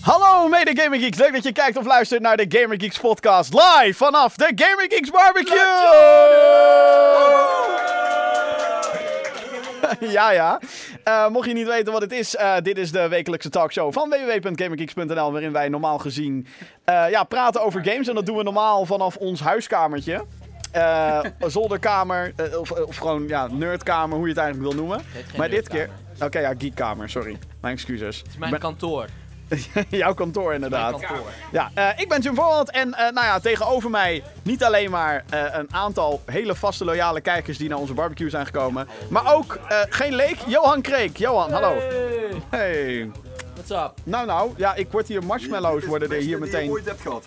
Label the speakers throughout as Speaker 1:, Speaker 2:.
Speaker 1: Hallo mede Gamer Geeks, leuk dat je kijkt of luistert naar de Gamer Geeks podcast live vanaf de Gamer Geeks barbecue. Ja, ja. Eh, mocht je niet weten wat het is, eh, dit is de wekelijkse talkshow van www.gamergeeks.nl, waarin wij normaal gezien eh, ja, praten over games. En dat doen we normaal vanaf ons huiskamertje. Eh, zolderkamer, eh, of, of gewoon ja, nerdkamer, hoe je het eigenlijk wil noemen.
Speaker 2: heeft geen
Speaker 1: Maar dit keer...
Speaker 2: nerdkamer.
Speaker 1: Oké, ja, geekkamer, sorry. Mijn excuses.
Speaker 2: Het is mijn
Speaker 1: Ik ben-
Speaker 2: kantoor.
Speaker 1: Jouw kantoor inderdaad.
Speaker 2: Mijn kantoor.
Speaker 1: Ja, eh, ik ben Jim Voorhand en eh, nou ja, tegenover mij niet alleen maar eh, een aantal hele vaste loyale kijkers die naar onze barbecue zijn gekomen, maar ook eh, geen leek, Johan Kreek. Johan, hallo.
Speaker 2: Hey,
Speaker 1: Hey.
Speaker 2: what's up?
Speaker 1: Nou nou, ja, ik word hier marshmallows
Speaker 3: Dit is
Speaker 1: worden
Speaker 3: de
Speaker 1: er
Speaker 3: beste
Speaker 1: hier
Speaker 3: Die je
Speaker 1: meteen.
Speaker 3: ooit hebt gehad.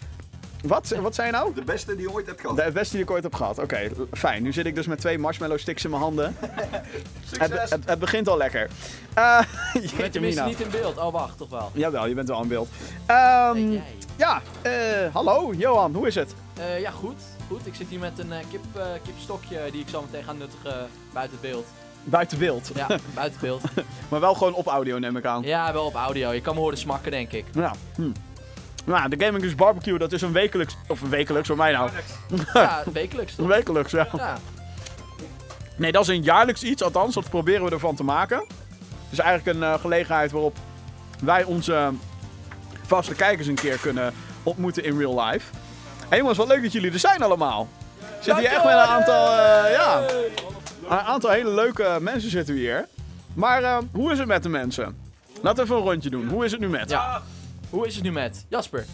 Speaker 1: Wat? Wat zei je nou?
Speaker 3: De beste die je ooit hebt gehad.
Speaker 1: De beste die ik ooit heb gehad. Oké, l- fijn. Nu zit ik dus met twee marshmallow sticks in mijn handen. Het,
Speaker 3: Succes.
Speaker 1: het, het begint al lekker. Eh
Speaker 2: Je bent
Speaker 1: jeetje
Speaker 2: tenminste
Speaker 1: mina.
Speaker 2: niet in beeld. Oh, wacht, toch wel.
Speaker 1: Jawel, je bent wel in beeld. Ehm,
Speaker 2: Hey, jij.
Speaker 1: ja, eh, hallo Johan, hoe is het?
Speaker 2: Eh, ja, goed. Goed, ik zit hier met een eh, kip, eh, kipstokje die ik zo meteen ga nuttigen buiten het beeld.
Speaker 1: Buiten beeld.
Speaker 2: Ja, buiten het beeld.
Speaker 1: Maar wel gewoon op audio, neem ik aan.
Speaker 2: Ja, wel op audio. Je kan me horen smakken, denk ik.
Speaker 1: Nou, hm. nou, de Gaming Geeks Barbecue, dat is een wekelijks... Of een wekelijks, voor mij nou.
Speaker 2: Ja, wekelijks
Speaker 1: Een
Speaker 2: toch?
Speaker 1: wekelijks, ja.
Speaker 2: Ja,
Speaker 1: Nee, dat is een jaarlijks iets, althans. Dat proberen we ervan te maken. Het is eigenlijk een eh, gelegenheid waarop wij onze eh, vaste kijkers een keer kunnen ontmoeten in real life. Hé jongens, wat leuk dat jullie er zijn allemaal. Zit hier echt met een aantal, eh, ja, een aantal hele leuke mensen zitten we hier. Maar eh, hoe is het met de mensen? Laten we even een rondje doen. Hoe is het nu met?
Speaker 2: ja. Hoe is het nu met Jasper?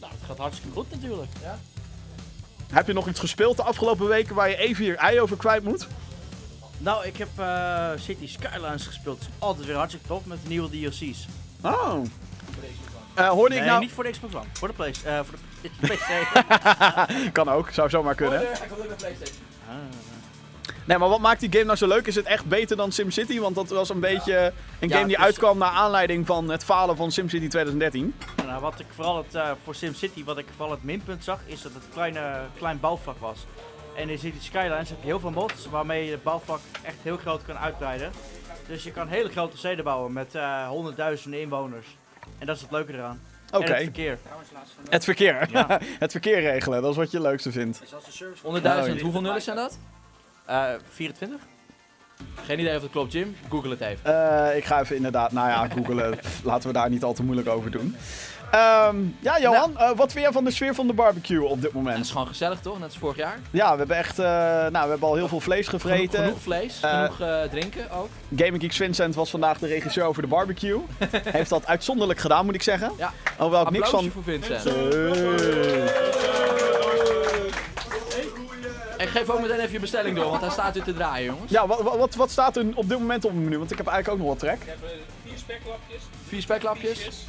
Speaker 4: Nou, het gaat hartstikke goed natuurlijk.
Speaker 2: Ja?
Speaker 1: Heb je nog iets gespeeld de afgelopen weken waar je even je ei over kwijt moet?
Speaker 4: Nou, ik heb eh, City Skylines gespeeld. Het is altijd weer hartstikke tof met de nieuwe DLC's.
Speaker 1: Oh. Eh, hoorde
Speaker 4: Nee,
Speaker 1: ik nou...
Speaker 4: niet voor de Xbox One. Voor de PlayStation. voor de PlayStation.
Speaker 1: Kan ook, zou zomaar kunnen.
Speaker 2: ik wil ook naar PlayStation.
Speaker 1: Nee, maar wat maakt die game nou zo leuk? Is het echt beter dan SimCity? Want dat was een beetje een
Speaker 4: Ja,
Speaker 1: game
Speaker 4: het
Speaker 1: die
Speaker 4: is-
Speaker 1: uitkwam naar aanleiding van het falen van SimCity 2013.
Speaker 4: nou, wat ik vooral het, eh, voor SimCity, wat ik vooral het minpunt zag, is dat het een kleine, klein bouwvlak was. En in City Skylines heb je heel veel mods waarmee je het bouwvlak echt heel groot kan uitbreiden. Dus je kan hele grote steden bouwen met eh, honderdduizenden inwoners. En dat is het leuke eraan.
Speaker 1: Oké,
Speaker 4: En het verkeer.
Speaker 1: het verkeer.
Speaker 4: Ja.
Speaker 1: het verkeer regelen, dat is wat je leukste vindt.
Speaker 2: 100.000,
Speaker 1: Nou,
Speaker 2: hoeveel nullen zijn dat?
Speaker 4: Eh, 24?
Speaker 2: Geen idee of dat klopt, Jim. Google het even.
Speaker 1: Eh, ik ga even inderdaad, nou ja, googelen. Pff, Laten we daar niet al te moeilijk over doen. Ehm, ja, Johan,
Speaker 4: Nou-
Speaker 1: eh, wat vind jij van de sfeer van de barbecue op dit
Speaker 2: Het is
Speaker 1: moment?
Speaker 2: gewoon gezellig, toch? Net als vorig jaar.
Speaker 1: Ja, we hebben echt, eh, nou, we hebben al heel veel vlees
Speaker 2: Genoeg,
Speaker 1: gevreten.
Speaker 2: genoeg vlees,
Speaker 1: Eh,
Speaker 2: genoeg eh, drinken ook.
Speaker 1: Gaming Geeks Vincent was vandaag de regisseur over de barbecue. Heeft dat uitzonderlijk gedaan, moet ik zeggen.
Speaker 2: Ja.
Speaker 1: Hoewel ik niks
Speaker 2: Applausje
Speaker 1: van...
Speaker 2: voor Vincent.
Speaker 1: Hey.
Speaker 2: En geef ook meteen even je bestelling door, want hij staat weer te draaien, jongens.
Speaker 1: Ja, wat, wat, wat staat er op dit moment op het menu? Want ik heb eigenlijk ook nog wat trek.
Speaker 5: hebben vier speklapjes,
Speaker 2: Vier speklapjes,
Speaker 5: piesjes,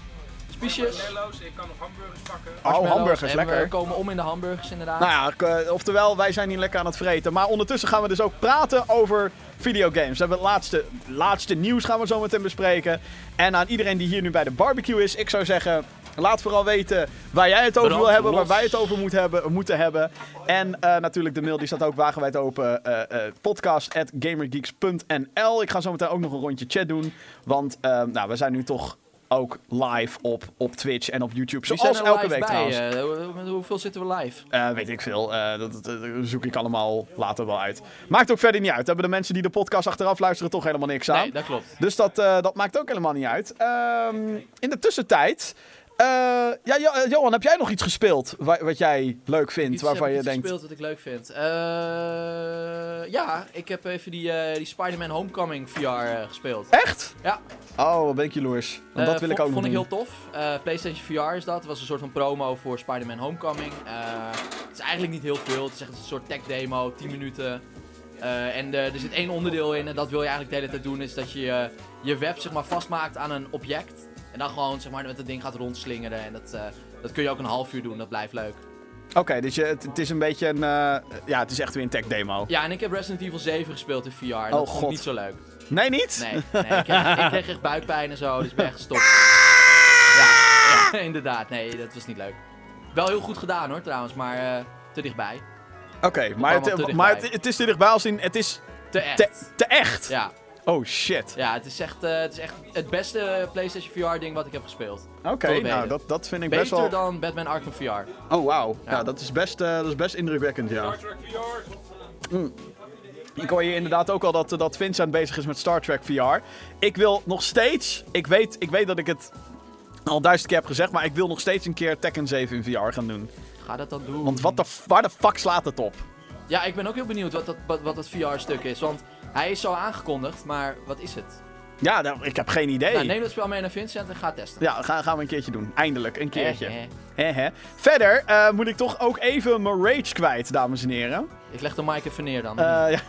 Speaker 2: spiesjes.
Speaker 5: marshmallows. Ik kan nog hamburgers pakken.
Speaker 1: Oh, hamburgers,
Speaker 2: marshmallows. En eh,
Speaker 1: lekker.
Speaker 2: we komen om in de hamburgers, inderdaad.
Speaker 1: Nou ja, k- eh, oftewel, wij zijn hier lekker aan het vreten. Maar ondertussen gaan we dus ook praten over videogames. We hebben het laatste, laatste nieuws gaan we zo meteen bespreken. En aan iedereen die hier nu bij de barbecue is, ik zou zeggen... Laat vooral weten waar jij het over
Speaker 4: Brand
Speaker 1: wil hebben, waar
Speaker 4: los.
Speaker 1: wij het over moet hebben, moeten hebben. En eh, natuurlijk de mail, die staat ook wagenwijd open. eh eh podcast.gamergeeks.nl Ik ga zo meteen ook nog een rondje chat doen. Want eh, nou, we zijn nu toch ook live op, op Twitch en op YouTube.
Speaker 2: Wie
Speaker 1: Zoals
Speaker 2: zijn er
Speaker 1: elke
Speaker 2: live
Speaker 1: week
Speaker 2: bij?
Speaker 1: trouwens.
Speaker 2: Eh, hoe- hoe- hoeveel zitten we live?
Speaker 1: Eh, weet ik veel. Eh, dat, dat- dat zoek ik allemaal later wel uit. Maakt ook verder niet uit. Hebben de mensen die de podcast achteraf luisteren toch helemaal niks aan.
Speaker 2: Nee, dat klopt.
Speaker 1: Dus dat, eh, dat maakt ook helemaal niet uit. Ehm, in de tussentijd. eh, ja, Jo- eh, Johan, heb jij nog iets gespeeld wa- wat jij leuk vindt?
Speaker 2: Iets
Speaker 1: waarvan
Speaker 2: heb
Speaker 1: je
Speaker 2: ik
Speaker 1: denkt.
Speaker 2: gespeeld wat ik leuk vind. Eh, ja, ik heb even die, eh, die Spider-Man Homecoming VR eh, gespeeld.
Speaker 1: Echt?
Speaker 2: Ja.
Speaker 1: Oh, wat ben ik jaloers. Want dat
Speaker 2: Eh,
Speaker 1: wil ik
Speaker 2: vond-
Speaker 1: ook nog
Speaker 2: Vond ik
Speaker 1: doen.
Speaker 2: heel tof. Eh, PlayStation VR is dat. Het was een soort van promo voor Spider-Man Homecoming. Eh, het is eigenlijk niet heel veel. Het is echt een soort tech demo, 10 minuten. Eh, en eh, er zit één onderdeel in, en dat wil je eigenlijk de hele tijd doen, is dat je eh, je web zeg maar, vastmaakt aan een object. En dan gewoon zeg maar, met dat ding gaat rondslingeren. En dat, eh, dat kun je ook een half uur doen, dat blijft leuk.
Speaker 1: Oké, dus je, het, het is een beetje een. eh, ja, het is echt weer een tech demo.
Speaker 2: Ja, en ik heb Resident Evil 7 gespeeld in VR. dat
Speaker 1: Oh,
Speaker 2: vond ik
Speaker 1: god.
Speaker 2: niet zo leuk.
Speaker 1: Nee, niet?
Speaker 2: Nee, nee ik, kreeg, ik kreeg echt buikpijn en zo, dus ik ben echt gestopt.
Speaker 1: Ah!
Speaker 2: Ja, ja, inderdaad. Nee, dat was niet leuk. Wel heel goed gedaan hoor, trouwens, maar eh, te dichtbij.
Speaker 1: Oké, maar,
Speaker 2: allemaal te
Speaker 1: het,
Speaker 2: dichtbij.
Speaker 1: maar het, het is te dichtbij als in. Het is
Speaker 2: Te echt.
Speaker 1: te, te echt.
Speaker 2: Ja.
Speaker 1: Oh shit.
Speaker 2: Ja, het is echt, eh, het, is echt het beste PlayStation VR-ding wat ik heb gespeeld.
Speaker 1: Oké,
Speaker 2: Tot
Speaker 1: nou
Speaker 2: heden.
Speaker 1: dat, dat vind ik best
Speaker 2: Beter
Speaker 1: wel.
Speaker 2: dan Batman Arkham VR.
Speaker 1: Oh wauw. Ja,
Speaker 2: Ja.
Speaker 1: dat, is best, eh, dat is best indrukwekkend, ja. Mm.
Speaker 5: Star Trek VR.
Speaker 1: Ik hoor je inderdaad ook al dat, eh, dat Vincent bezig is met Star Trek VR. Ik wil nog steeds, ik weet, ik weet dat ik het al duizend keer heb gezegd, maar ik wil nog steeds een keer Tekken 7 in VR gaan doen.
Speaker 2: Ga dat dan doen.
Speaker 1: Want wat de, f- waar de fuck slaat het op?
Speaker 2: Ja, ik ben ook heel benieuwd wat dat, wat, wat dat VR-stuk is. Want hij is zo aangekondigd, maar wat is het?
Speaker 1: Ja, nou, ik heb geen idee.
Speaker 2: Nou, neem dat spel mee naar Vincent en ga testen.
Speaker 1: Ja, ga, gaan we een keertje doen. Eindelijk, een keertje.
Speaker 2: Eh, eh.
Speaker 1: Hè, hè. Verder eh, moet ik toch ook even mijn rage kwijt, dames en heren.
Speaker 2: Ik leg de mic even neer dan.
Speaker 1: Eh, ja.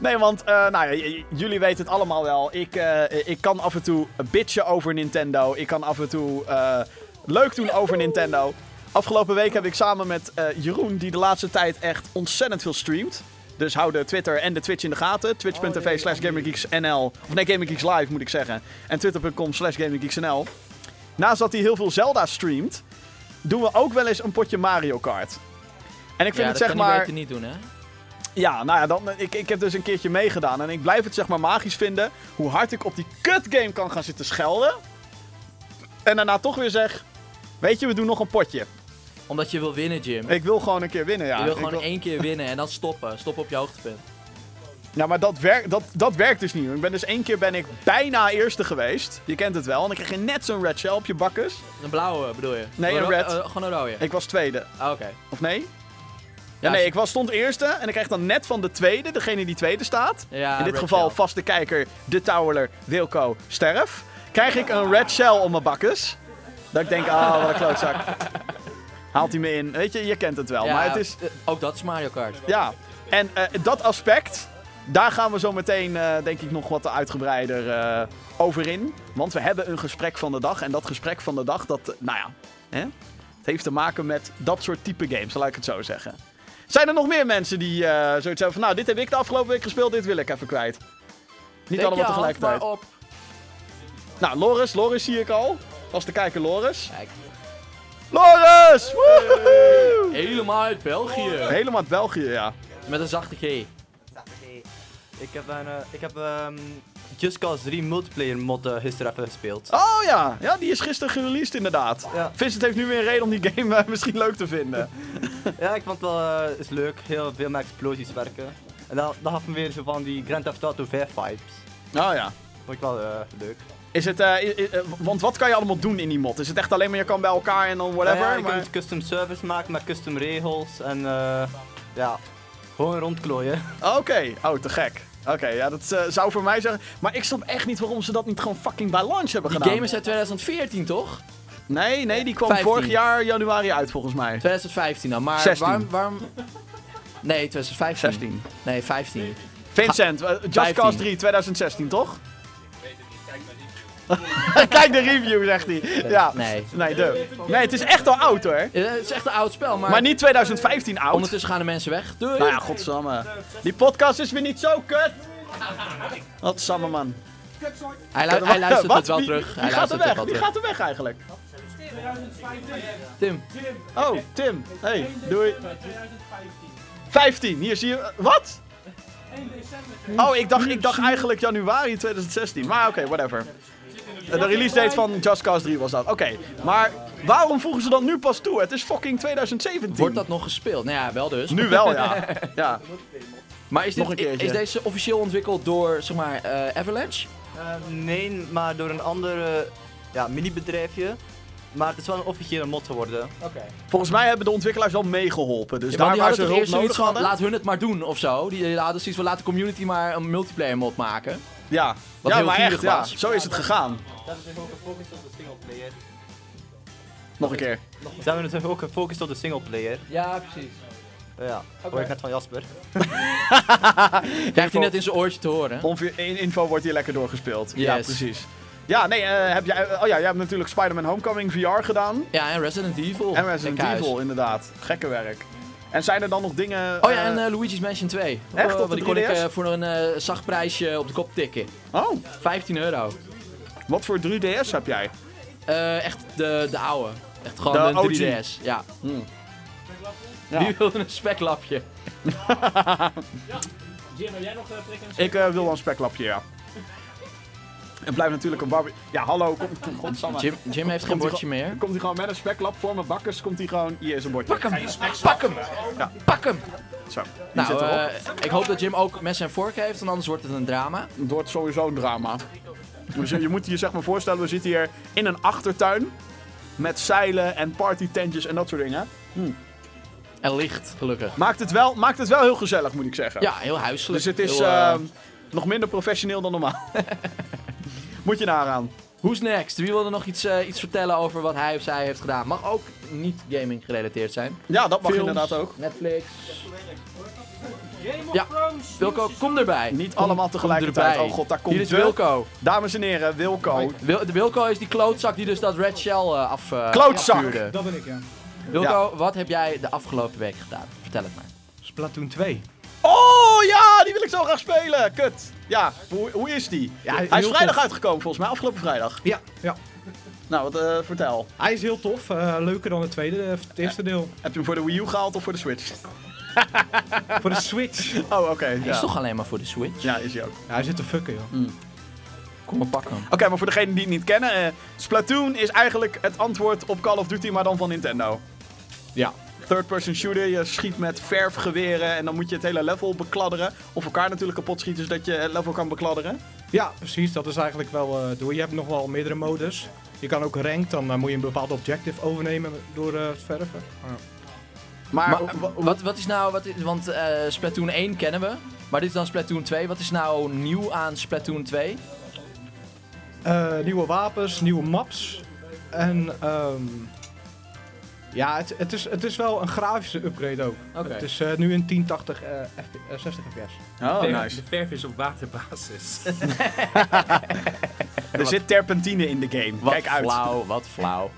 Speaker 1: nee, want eh, nou ja, j- j- jullie weten het allemaal wel. Ik, eh, ik kan af en toe bitchen over Nintendo. Ik kan af en toe eh, leuk doen over Nintendo. Afgelopen week heb ik samen met eh, Jeroen, die de laatste tijd echt ontzettend veel streamt. Dus hou de Twitter en de Twitch in de gaten.
Speaker 2: Oh, ja, ja,
Speaker 1: Twitch.tv slash GamerGeeksNL. Of nee, GamerGeeks Live moet ik zeggen. En Twitter.com slash GamerGeeksNL. Naast dat hij heel veel Zelda streamt, doen we ook wel eens een potje Mario Kart. En ik vind
Speaker 2: ja,
Speaker 1: het
Speaker 2: dat
Speaker 1: zeg
Speaker 2: kan hij
Speaker 1: maar...
Speaker 2: beter niet doen, hè?
Speaker 1: Ja, nou ja, dan, ik, ik heb dus een keertje meegedaan. En ik blijf het zeg maar magisch vinden hoe hard ik op die kutgame kan gaan zitten schelden. En daarna toch weer zeg, weet je, we doen nog een potje.
Speaker 2: Omdat je wil winnen, Jim.
Speaker 1: Ik wil gewoon een keer winnen, ja.
Speaker 2: je wil
Speaker 1: Ik
Speaker 2: gewoon één keer winnen en dan stoppen. Stoppen op je hoogtepunt.
Speaker 1: Ja, maar dat, werkt dat, dat werkt dus niet. Ik ben dus één keer ben ik bijna eerste geweest. Je kent het wel. En dan krijg je net zo'n red shell op je bakkes.
Speaker 2: Een blauwe bedoel je?
Speaker 1: Nee,
Speaker 2: Gewoon
Speaker 1: een
Speaker 2: ro-
Speaker 1: red.
Speaker 2: eh, gewoon een rode.
Speaker 1: Ik was tweede.
Speaker 2: Ah, Oké.
Speaker 1: Of nee? Ja,
Speaker 2: Ja,
Speaker 1: nee,
Speaker 2: ze-
Speaker 1: ik was, stond eerste. En ik krijg dan net van de tweede, degene die tweede staat.
Speaker 2: Ja,
Speaker 1: In dit
Speaker 2: red
Speaker 1: geval
Speaker 2: shell.
Speaker 1: vaste kijker, de Towerler, Wilco, Sterf. Krijg ik een red shell om mijn bakkes. Dat ik denk, ah, wat een klootzak. Haalt hij me in. Weet je, je kent het wel.
Speaker 2: Ja,
Speaker 1: Maar het is,
Speaker 2: eh, Ook dat is Mario Kart.
Speaker 1: ja. En eh, dat aspect, daar gaan we zo meteen, eh, denk ik, nog wat uitgebreider eh, over in. Want we hebben een gesprek van de dag. En dat gesprek van de dag, dat, eh, nou ja, hè, het heeft te maken met dat soort type games, laat ik het zo zeggen. Zijn er nog meer mensen die eh, zoiets hebben van, nou, dit heb ik de afgelopen week gespeeld, dit wil ik even kwijt. Niet
Speaker 2: Steek
Speaker 1: allemaal
Speaker 2: je hand
Speaker 1: tegelijkertijd.
Speaker 2: maar op.
Speaker 1: Nou, Loris, Loris zie ik al. Als de kijker Loris.
Speaker 2: Kijk,
Speaker 1: Loris! Woehoe!
Speaker 2: helemaal uit België.
Speaker 1: Helemaal uit België, ja.
Speaker 2: Met een zachte G.
Speaker 3: Ik heb, een, eh, ik heb ehm, Just Cause 3 multiplayer mod eh, gisteren even gespeeld.
Speaker 1: Oh ja, ja die is gisteren gereleased inderdaad.
Speaker 3: Ja.
Speaker 1: Vincent heeft nu weer een reden om die game eh, misschien leuk te vinden.
Speaker 3: Ja, ik vond het wel eh, is leuk. Heel veel met explosies werken. En dat, dat gaf me weer zo van die Grand Theft Auto 5 vibes.
Speaker 1: Oh ja.
Speaker 3: Vond ik wel eh, leuk.
Speaker 1: Is het, eh, i- i- eh, want wat kan je allemaal doen in die mod? Is het echt alleen maar je kan bij elkaar en dan whatever?
Speaker 3: Ja, je
Speaker 1: maar-
Speaker 3: kunt custom service maken met custom regels en eh, ja, gewoon rondklooien.
Speaker 1: Oké, oh te gek. Oké, ja, dat eh, zou voor mij zeggen. Maar ik snap echt niet waarom ze dat niet gewoon fucking bij launch hebben
Speaker 2: Die
Speaker 1: gedaan.
Speaker 2: game is uit 2014, toch?
Speaker 1: Nee, nee, die kwam
Speaker 2: 15.
Speaker 1: vorig jaar januari uit volgens mij.
Speaker 2: 2015 dan. Maar
Speaker 1: 16.
Speaker 2: waarom... waarom... Nee, 2015.
Speaker 1: 16.
Speaker 2: Nee, 15.
Speaker 1: Vincent, eh, Just
Speaker 2: 15.
Speaker 1: Cause 3 2016 toch?
Speaker 5: Ik weet het niet, kijk maar niet.
Speaker 1: Kijk de review, zegt hij. Ja.
Speaker 2: Nee.
Speaker 1: Nee, de. nee, het is echt al oud hoor.
Speaker 2: Eh, Het is echt een oud spel, maar...
Speaker 1: Maar niet 2015 oud.
Speaker 2: Ondertussen gaan de mensen weg. Doei!
Speaker 1: Nou ja, godsamme. Die podcast is weer niet zo kut. Godsamme, man.
Speaker 2: hij, lu- hij luistert
Speaker 1: Wat?
Speaker 2: het wel
Speaker 1: Wie-
Speaker 2: terug.
Speaker 1: Wie
Speaker 2: hij
Speaker 1: gaat er
Speaker 2: luistert het
Speaker 1: weg?
Speaker 2: wel
Speaker 1: Wie
Speaker 2: terug.
Speaker 1: gaat er weg eigenlijk?
Speaker 2: Tim,
Speaker 1: Oh, Tim. Hey, doei. 15, hier zie je... Wat? Oh, ik dacht, ik dacht eigenlijk januari 2016. Maar oké, whatever. Eh, De release date van Just Cause 3 was dat. Oké, maar waarom voegen ze dan nu pas toe? Het is fucking 2017.
Speaker 2: wordt dat nog gespeeld? Nou ja, wel dus.
Speaker 1: Nu wel, ja. ja.
Speaker 2: Maar is, dit,
Speaker 1: Nog een keertje.
Speaker 2: is deze officieel ontwikkeld door, zeg maar, eh, Avalanche?
Speaker 3: Eh, nee, maar door een ander eh, ja, mini-bedrijfje. Maar het is wel een officiële mod geworden.
Speaker 1: Volgens mij hebben de ontwikkelaars wel meegeholpen. Dus
Speaker 2: Ja,
Speaker 1: daar
Speaker 2: want die
Speaker 1: waar ze
Speaker 2: hadden toch
Speaker 1: hulp nodig
Speaker 2: eerst zoiets van,
Speaker 1: hadden...
Speaker 2: laat hun het maar doen of zo. Die eh, hadden zoiets van, laat de community maar een multiplayer mod maken.
Speaker 1: Ja,
Speaker 2: Wat
Speaker 1: ja
Speaker 2: heel
Speaker 1: maar
Speaker 2: gierig
Speaker 1: echt, ja.
Speaker 2: was.
Speaker 1: zo is het gegaan.
Speaker 3: Ze hebben zich dus ook gefocust op de singleplayer.
Speaker 1: Nog een keer.
Speaker 3: Ze hebben zich dus ook gefocust op de singleplayer.
Speaker 2: Ja, precies.
Speaker 3: Ja, hoor ik net van Jasper.
Speaker 2: Krijgt hij net in zijn oortje te horen.
Speaker 1: Ongeveer één info wordt hier lekker doorgespeeld. Ja,
Speaker 2: Yes.
Speaker 1: precies. Ja, nee, eh, heb jij, oh ja, jij hebt natuurlijk Spider-Man Homecoming VR gedaan.
Speaker 2: Ja, en Resident Evil.
Speaker 1: en Resident
Speaker 2: Gekhuis.
Speaker 1: Evil, inderdaad. Gekke werk. En zijn er dan nog dingen...
Speaker 2: Oh ja,
Speaker 1: eh,
Speaker 2: en eh, Luigi's Mansion 2.
Speaker 1: Echt?
Speaker 2: Oh,
Speaker 1: Op
Speaker 2: want
Speaker 1: de
Speaker 2: die kon ik
Speaker 1: 3DS?
Speaker 2: eh, voor een eh, zacht prijsje op de kop tikken.
Speaker 1: oh,
Speaker 2: 15 euro.
Speaker 1: wat voor 3DS heb jij?
Speaker 2: Eh, echt de, de oude. Echt
Speaker 1: De
Speaker 2: gewoon de,
Speaker 1: OG.
Speaker 2: 3DS. Ja.
Speaker 1: Hmm.
Speaker 2: Die wilde een speklapje.
Speaker 5: Jim, heb jij nog eh prikken?
Speaker 1: Ik eh, wil wel een speklapje, ja. En blijft natuurlijk een barbie. Ja, hallo, komt kom, godsamme.
Speaker 2: Jim, Jim heeft geen
Speaker 1: Komt hij
Speaker 2: bordje
Speaker 1: gewoon-
Speaker 2: meer.
Speaker 1: Komt hij gewoon met een speklap voor mijn bakkers? Komt hij gewoon. Hier is een bordje.
Speaker 2: Pak hem! Pak hem!
Speaker 1: Ja.
Speaker 2: Pak hem!
Speaker 1: Zo. Die
Speaker 2: Nou,
Speaker 1: zit erop.
Speaker 2: eh, ik hoop dat Jim ook mes en vork heeft, want anders wordt het een drama.
Speaker 1: Het wordt sowieso een drama. Dus je je moet je zeg maar voorstellen, we zitten hier in een achtertuin. Met zeilen en partytentjes en dat soort dingen.
Speaker 2: En licht, gelukkig.
Speaker 1: Maakt het wel, maakt het wel heel gezellig, moet ik zeggen.
Speaker 2: Ja, heel huiselijk.
Speaker 1: Dus het is
Speaker 2: Heel, eh,
Speaker 1: ehm, nog minder professioneel dan normaal. moet je nagaan.
Speaker 2: Who's next? Wie wil er nog iets, eh, iets vertellen over wat hij of zij heeft gedaan? Mag ook niet gaming gerelateerd zijn.
Speaker 1: Ja, dat mag
Speaker 2: Films,
Speaker 1: inderdaad ook.
Speaker 2: Netflix.
Speaker 4: Game of
Speaker 2: Ja.
Speaker 4: Thrones!
Speaker 2: Wilco, kom erbij.
Speaker 1: Niet
Speaker 2: Kom-
Speaker 1: allemaal
Speaker 2: kom
Speaker 1: tegelijkertijd.
Speaker 2: erbij.
Speaker 1: Oh god, daar komt
Speaker 2: Hier is
Speaker 1: de-
Speaker 2: Wilco.
Speaker 1: Dames en heren, Wilco.
Speaker 2: Wil, de Wilco is die klootzak die dus dat red shell eh af, eh,
Speaker 1: Klootzak!
Speaker 2: afvuurde.
Speaker 6: Dat ben ik, ja.
Speaker 2: Wilco, wat heb jij de afgelopen week gedaan? Vertel het maar.
Speaker 6: Splatoon 2.
Speaker 1: Oh ja, die wil ik zo graag spelen. Kut. Ja, hoe, hoe is die?
Speaker 6: Ja,
Speaker 1: hij is
Speaker 6: heel
Speaker 1: vrijdag
Speaker 6: tof.
Speaker 1: uitgekomen volgens mij, afgelopen vrijdag.
Speaker 6: Ja, ja.
Speaker 1: Nou, wat, eh, vertel.
Speaker 6: Hij is heel tof. eh, leuker dan het tweede, eh, het eerste deel.
Speaker 1: Heb je hem voor de Wii U gehaald of voor de Switch?
Speaker 6: Voor de Switch.
Speaker 1: Oh, oké.
Speaker 2: Hij
Speaker 1: ja.
Speaker 2: is toch alleen maar voor de Switch?
Speaker 1: Ja, is hij ook.
Speaker 6: Ja, hij zit te fucken, joh.
Speaker 2: Kom maar, pak hem.
Speaker 1: Oké, maar voor degenen die het niet kennen, eh, Splatoon is eigenlijk het antwoord op Call of Duty, maar dan van Nintendo.
Speaker 2: Ja.
Speaker 1: Third-person shooter, je schiet met verfgeweren en dan moet je het hele level bekladderen. Of elkaar natuurlijk kapot schieten, zodat je het level kan bekladderen.
Speaker 6: Ja, precies. Dat is eigenlijk wel eh door. Je hebt nog wel meerdere modus. Je kan ook ranked, dan eh, moet je een bepaald objective overnemen door eh, het verven.
Speaker 1: Maar,
Speaker 2: Maar
Speaker 1: w- w-
Speaker 2: wat, wat is nou, wat is, want eh, Splatoon 1 kennen we, maar dit is dan Splatoon 2. Wat is nou nieuw aan Splatoon 2?
Speaker 6: Eh, nieuwe wapens, nieuwe maps. En ehm ja, het, het, is, het is wel een grafische upgrade ook.
Speaker 2: Oké.
Speaker 6: Het is eh, nu een 1080 eh, FP eh, 60 fps.
Speaker 1: Oh,
Speaker 5: Verf-
Speaker 1: nice.
Speaker 5: De verf is op waterbasis.
Speaker 1: Er zit terpentine in de game.
Speaker 2: Wat
Speaker 1: Kijk uit.
Speaker 2: flauw, wat flauw.